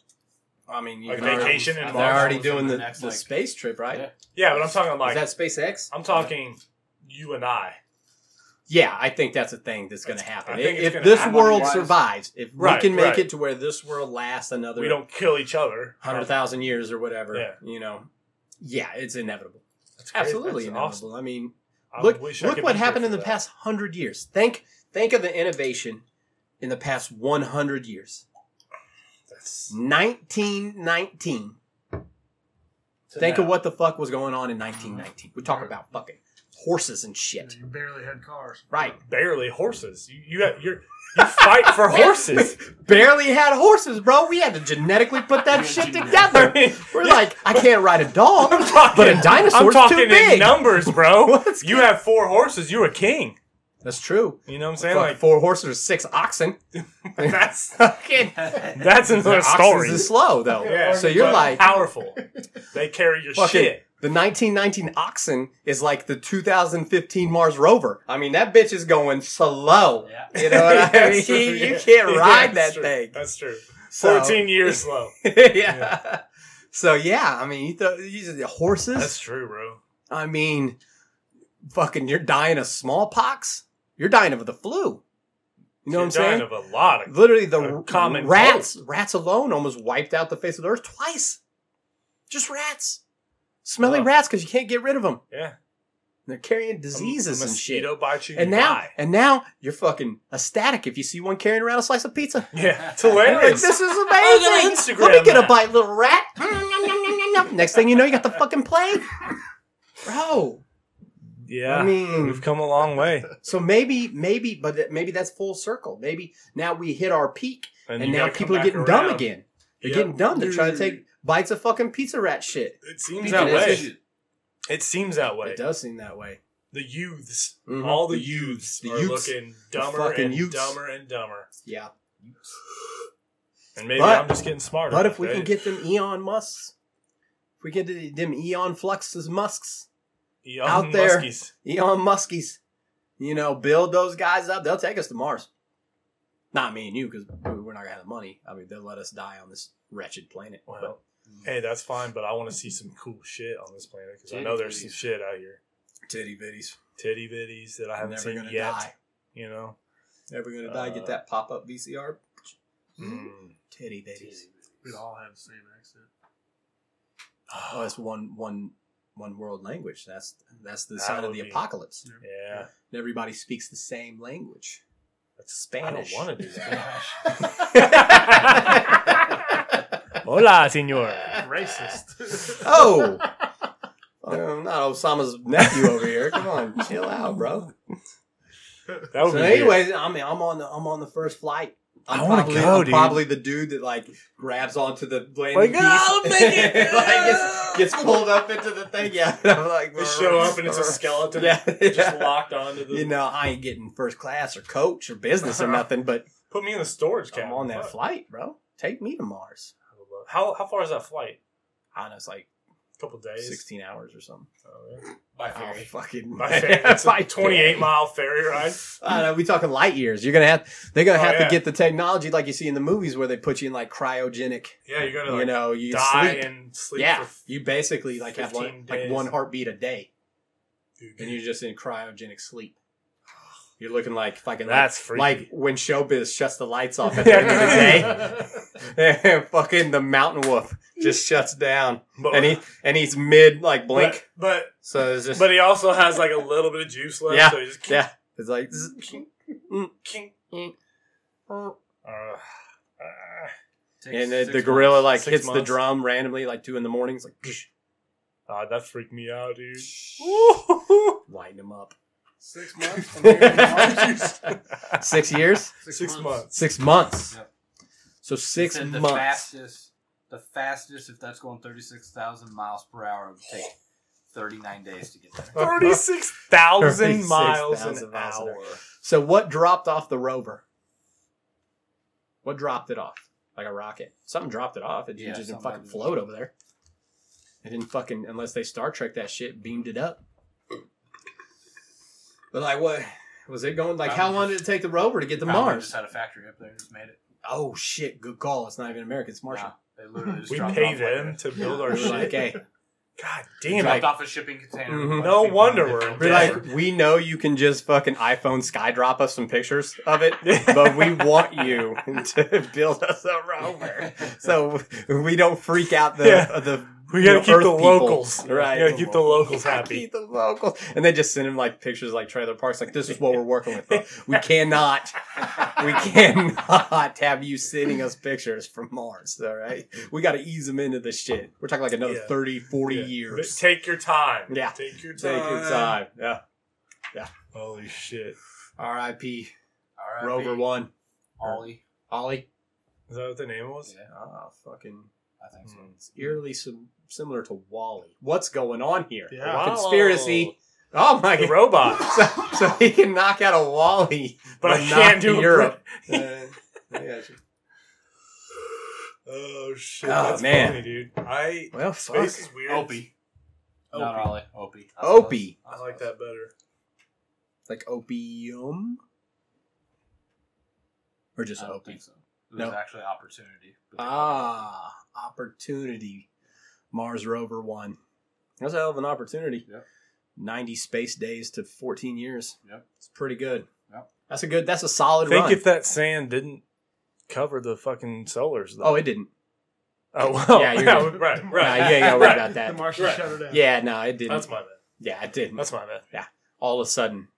S2: I mean, you
S3: Like
S2: can already-
S3: vacation in
S2: they're
S3: Mars.
S2: already
S4: was in
S2: doing
S4: the
S2: the,
S4: next,
S2: the
S4: like-
S2: space trip, right?
S4: Yeah.
S9: yeah, but I'm talking like
S2: Is that SpaceX?
S9: I'm talking you and I.
S2: Yeah, I think that's a thing that's going to
S9: That's-
S2: happen.
S9: I think it's
S2: If, if
S9: gonna
S2: this
S9: happen.
S2: world
S4: Otherwise-
S2: survives, if
S9: Right,
S2: we can make
S9: right.
S2: it to where this world lasts another
S9: We don't kill each other.
S2: hundred thousand years or whatever,
S9: Yeah.
S2: you know, yeah, it's inevitable.
S9: That's crazy.
S2: Absolutely
S9: That's
S2: inevitable.
S9: awesome.
S2: I mean,
S9: I
S2: look,
S9: wish I
S2: look
S9: could
S2: what
S9: be there
S2: happened
S9: for
S2: in the
S9: that.
S2: past hundred years. Think, think of the innovation in the past one hundred years.
S9: That's-
S2: Nineteen nineteen. Think of what the fuck was going on in nineteen nineteen. We talk about fucking horses and shit,
S5: You barely had cars.
S2: right?
S9: barely horses. You you got you're you fight for horses.
S2: barely had horses, bro. We had to genetically put that shit together.
S9: I mean,
S2: We're like, I can't ride a dog,
S9: I'm talking,
S2: but a dinosaur's
S9: I'm talking
S2: too big.
S9: in numbers, bro.
S2: Let's
S9: you have four horses. You're a king.
S2: That's true.
S9: You know what I'm
S2: Fuck,
S9: saying? Like
S2: four horses or six oxen.
S9: that's
S2: Fucking
S9: that's another
S2: oxen
S9: story.
S2: is slow though.
S9: Yeah.
S2: So you're
S9: But
S2: like
S9: powerful. They carry your
S2: fucking.
S9: shit.
S2: The 1919 oxen is like the 2015 Mars rover. I mean, that bitch is going slow. You know what I mean?
S9: That's true,
S2: you
S9: yeah.
S2: can't
S9: Yeah,
S2: ride
S9: that's
S2: that
S9: true.
S2: thing.
S9: That's true.
S2: So-
S9: 14 years slow.
S2: yeah. So yeah, I mean, you throw these are the horses.
S9: That's true, bro.
S2: I mean, fucking, you're dying of smallpox. You're dying of the flu. You know what I'm
S3: You're dying
S2: saying?
S3: Of a lot of
S2: Literally, the
S3: A
S2: r-
S3: common
S2: rats, rats alone almost wiped out the face of the earth twice. Just rats, smelly
S3: Wow.
S2: rats, because you can't get rid of them.
S3: yeah
S2: They're carrying diseases and shit.
S3: Mosquito bites you,
S2: And
S3: you
S2: now,
S3: die.
S2: and now you're fucking ecstatic if you see one carrying around a slice of pizza.
S3: yeah, it's
S2: You're like,
S3: hilarious.
S2: this is
S3: gotta
S2: amazing.
S3: Instagram
S2: Let me get a
S3: that.
S2: bite, little rat. Next thing you know, you got the fucking plague, bro.
S3: yeah,
S2: I mean,
S3: we've come a long way,
S2: So maybe, maybe, but that- maybe that's full circle. Maybe now we hit our peak, and,
S3: you
S2: now
S3: gotta come
S2: people are
S3: back
S2: getting
S3: around.
S2: dumb again. They're
S10: Yep.
S2: getting dumb. They're trying to take bites of fucking pizza rat shit.
S3: It seems
S2: Speaking
S3: that
S2: of
S3: way.
S2: shit.
S3: It seems that way.
S2: It does seem that way.
S3: The youths,
S2: Mhm.
S3: all the youths,
S2: The
S3: are
S2: youths.
S3: looking
S2: The
S3: dumber
S2: fucking
S3: and
S2: youths.
S3: dumber and dumber.
S2: Yeah,
S3: And maybe
S2: But-
S3: I'm just getting smarter.
S2: but if we can
S3: Right?
S2: get them Eon Musks, if we get the- them Eon Fluxes Musks,
S3: Young
S2: out there-
S3: muskies.
S2: Eon Muskies, you know, build those guys up. They'll take us to Mars. Not me and you, because we're not gonna have the money. I mean, they'll let us die on this wretched planet.
S3: Well, hey, that's fine, but I want to see some cool shit on this planet because I
S11: Titty
S3: know there's some
S11: bitties.
S3: shit out here.
S2: titty bitties.
S3: Titty bitties that I
S2: I'm
S3: haven't
S2: never
S3: seen
S2: gonna
S3: yet.
S2: die.
S3: You know,
S2: Never gonna die. Get that pop up VCR.
S3: Mm.
S2: Titty bitties.
S5: We'd all have the same accent.
S2: Oh, that's one one one world language. That's that's the
S3: That
S2: sign of
S3: would
S2: the
S3: be-
S2: apocalypse.
S3: yeah.
S2: And everybody speaks the same language. That's
S3: I don't
S2: Spanish.
S3: want to do that.
S2: Hola, senor.
S5: Racist.
S2: Oh. I'm not Osama's nephew over here. Come on, chill out, bro.
S3: That
S2: So,
S3: would be weird.
S2: anyways, I mean, I'm on the I'm on the first flight. I'm
S3: I wanna
S2: probably,
S3: go,
S2: I'm
S3: dude.
S2: probably the dude that like grabs onto the landing
S3: Like,
S2: piece,
S3: "I'll make it!"
S2: like gets, gets pulled up into the thing. Yeah, and I'm like,
S3: They show up and it's a skeleton
S2: Yeah,
S3: just
S2: yeah.
S3: locked onto the.
S2: You know, I ain't getting first class or coach or business or nothing, but
S3: Put me in the storage cabin.
S2: I'm on that
S3: Fuck.
S2: flight, bro. Take me to Mars.
S3: How how far is that flight?
S2: I know it's like
S3: A couple days.
S2: 16 hours or something.
S3: Oh, yeah.
S4: By
S2: Oh,
S4: fairy.
S2: fucking
S3: By ferry. It's
S2: By
S3: a 28 mile ferry ride.
S2: I don't know, we talking light years. You're gonna have they're gonna
S3: Oh,
S2: have
S3: yeah.
S2: to get the technology like you see in the movies where they put you in like cryogenic.
S3: Yeah, you gotta
S2: You
S3: like
S2: know, you
S3: die
S2: sleep.
S3: and sleep
S2: yeah,
S3: for
S2: you basically like have one,
S3: 15
S2: like
S3: days.
S2: one heartbeat a day,
S3: Dude,
S2: and you're just in cryogenic sleep. You're looking like fucking
S3: That's
S2: like,
S3: freaky.
S2: like when showbiz shuts the lights off at the end of the day, and fucking the mountain wolf just shuts down,
S3: But-
S2: and he and he's mid like blink,
S3: But,
S2: so it's
S3: but
S2: just
S3: but he also has like a little bit of juice left,
S2: Yeah.
S3: so he just
S2: yeah, it's like mm.
S3: Uh, uh,
S2: and
S4: Takes
S2: the, the
S4: six
S2: gorilla
S4: months.
S2: like
S3: Six
S2: hits the
S3: months.
S2: drum randomly like two in the morning. It's like
S3: God, that freaked me out, dude.
S2: lighten him up.
S5: Six months from here to Mars.
S2: Six years,
S3: Six, months.
S2: six months.
S4: Yep.
S2: So six
S4: Said
S2: months.
S4: The fastest, the fastest, if that's going thirty-six thousand miles per hour, it would take thirty-nine days to get there.
S3: 36,000 miles
S2: 36,000
S3: an
S2: miles an
S3: hour.
S2: So what dropped off the rover? What dropped it off? Like a rocket. Something dropped it off. It
S4: Yeah,
S2: just didn't
S4: something
S2: fucking
S4: did.
S2: float over there. It didn't fucking unless they Star Trek that shit, beamed it up. But like what was it going like how
S4: Probably
S2: long did
S4: just-
S2: it take the rover to get to
S4: Probably
S2: Mars?
S4: Just had a factory up there and just made it.
S2: Oh shit, good call. It's not even American, it's Martian.
S4: Nah, they literally just
S3: We
S4: dropped
S3: pay
S4: off like
S3: them
S4: a-
S3: to
S5: Oh,
S3: build
S2: We
S3: our
S2: were
S3: oh, shit.
S2: like, hey,
S3: God
S4: dropped
S3: damn
S2: like-
S3: it.
S4: off a shipping container.
S2: Mhm.
S4: Like,
S3: No
S4: they
S3: wonder
S4: wanted
S3: we're
S4: to
S3: in
S2: we're
S4: build
S3: Denver.
S4: it.
S2: like, we know you can just fucking iPhone skydrop us some pictures of it, but we want you to build us a rover. so we don't freak out the
S3: Yeah.
S2: the
S3: We gotta
S2: you know,
S3: keep
S2: Earth
S3: the
S2: people.
S3: locals.
S2: right.
S3: We gotta keep the locals happy.
S2: Keep the locals, and they just send him like pictures like trailer parks. Like this is what we're working with. Bro. We cannot, we cannot have you sending us pictures from Mars. All right, we got to ease them into this shit. We're talking like another
S3: Yeah.
S2: thirty, forty 30, 40
S3: Yeah. But
S2: years.
S3: take your time.
S2: Yeah.
S3: Take your time.
S2: Take your time. Yeah.
S3: Holy shit.
S2: R.I.P.
S4: All right,
S2: Rover
S4: Pete.
S2: One.
S4: Ollie.
S2: Ollie.
S3: Is that what the name was?
S4: Yeah,
S2: Ah, fucking.
S4: I think so.
S3: Mm-hmm.
S2: It's eerily sim- similar to Wally. What's going on here?
S5: Yeah.
S2: A Conspiracy. Oh my
S3: The
S2: god.
S3: robot.
S2: So, so he can knock out a Wally,
S3: But
S2: not
S3: I can't do a
S2: Europe.
S3: Oh shit.
S2: Oh,
S3: that's
S2: man.
S3: funny, dude. I
S2: well, fuck.
S3: space is weird.
S4: Opie. Not
S3: Opie.
S4: Ollie. Opie.
S2: Opie.
S3: I like that better.
S2: Like opium, or just
S4: I don't
S2: opium?
S4: think so. It was
S2: No.
S4: actually opportunity. but they called
S2: Ah, opportunity. Mars rover one. That's a hell of an opportunity.
S4: Yep.
S2: Ninety space days to fourteen years.
S4: Yep.
S2: it's pretty good.
S4: Yep.
S2: That's a good. That's a solid
S9: Think
S2: run.
S9: if that sand didn't cover the fucking solars, though.
S2: oh, it didn't.
S9: oh well.
S2: Yeah, you're
S9: right, right.
S2: Nah, you ain't gotta worry about
S5: The
S2: that.
S5: Martian
S9: Right.
S5: shut her down.
S2: Yeah, no, it didn't.
S9: That's my bad.
S2: yeah, it didn't.
S9: That's my bad.
S2: All of a sudden,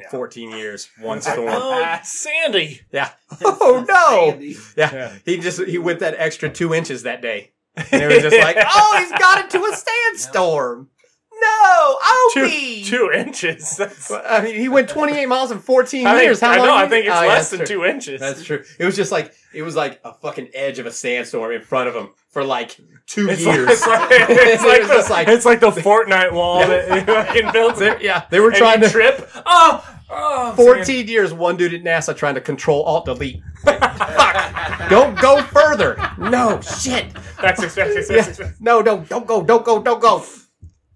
S9: Yeah.
S2: 14 years, one storm.
S7: Oh, Sandy.
S2: oh no!
S8: Sandy.
S2: Yeah, he just he went that extra two inches that day, and it was just like, oh, he's got into a sandstorm. No, Opie.
S9: two, two inches. That's,
S2: Well, I mean, he went 28 miles in 14
S9: I,
S2: years.
S9: think, I
S2: How
S9: know.
S2: long?
S9: I think it's
S2: Oh, yeah,
S9: less than
S2: that's true.
S9: two inches.
S2: That's true. It was just like it was like a fucking edge of a sandstorm in front of him for like two
S9: it's like,
S2: years.
S9: it's like,
S2: It's
S9: it's like
S2: just
S9: the,
S2: like-
S9: it's like the Fortnite wall that you fucking built.
S2: They're- yeah, they were trying
S9: and you
S2: to
S9: trip. Oh, oh,
S2: 14 years, one dude at NASA trying to control alt delete. Fuck! Don't go further. No shit.
S9: That's expected.
S2: Yeah. No, no, don't go, don't go, don't go.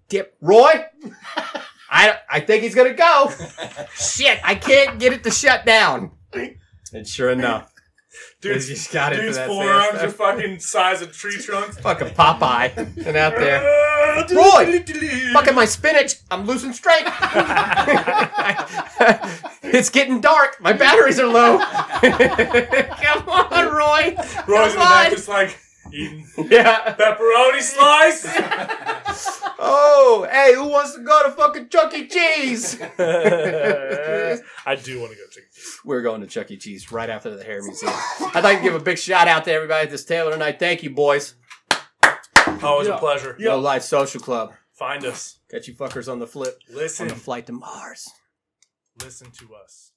S2: Dip, Roy. I I think he's gonna go. shit, I can't get it to shut down. And sure enough, dude,
S3: Dude's,
S2: just got into
S3: dude's
S2: that
S3: forearms are
S2: sandstorm.
S3: fucking size of tree trunks.
S2: fucking Popeye and out there. Roy, fucking my spinach. I'm losing strength. it's getting dark. My batteries are low. Come on, Roy.
S3: Roy's in the
S2: Come on.
S3: back just like eating
S2: Yeah.
S3: pepperoni slice.
S2: Oh, hey, who wants to go to fucking Chuck E. Cheese?
S9: I do want to go chicken.
S2: We're going to Chuck E. Cheese right after the hair museum. I'd like to give a big shout out to everybody at this table tonight. Thank you, boys.
S3: Always
S2: Yeah.
S3: a pleasure.
S2: No Life Social Club.
S3: Find us.
S2: Catch you fuckers on the flip on
S3: Listen.
S2: the flight to Mars.
S3: Listen to us.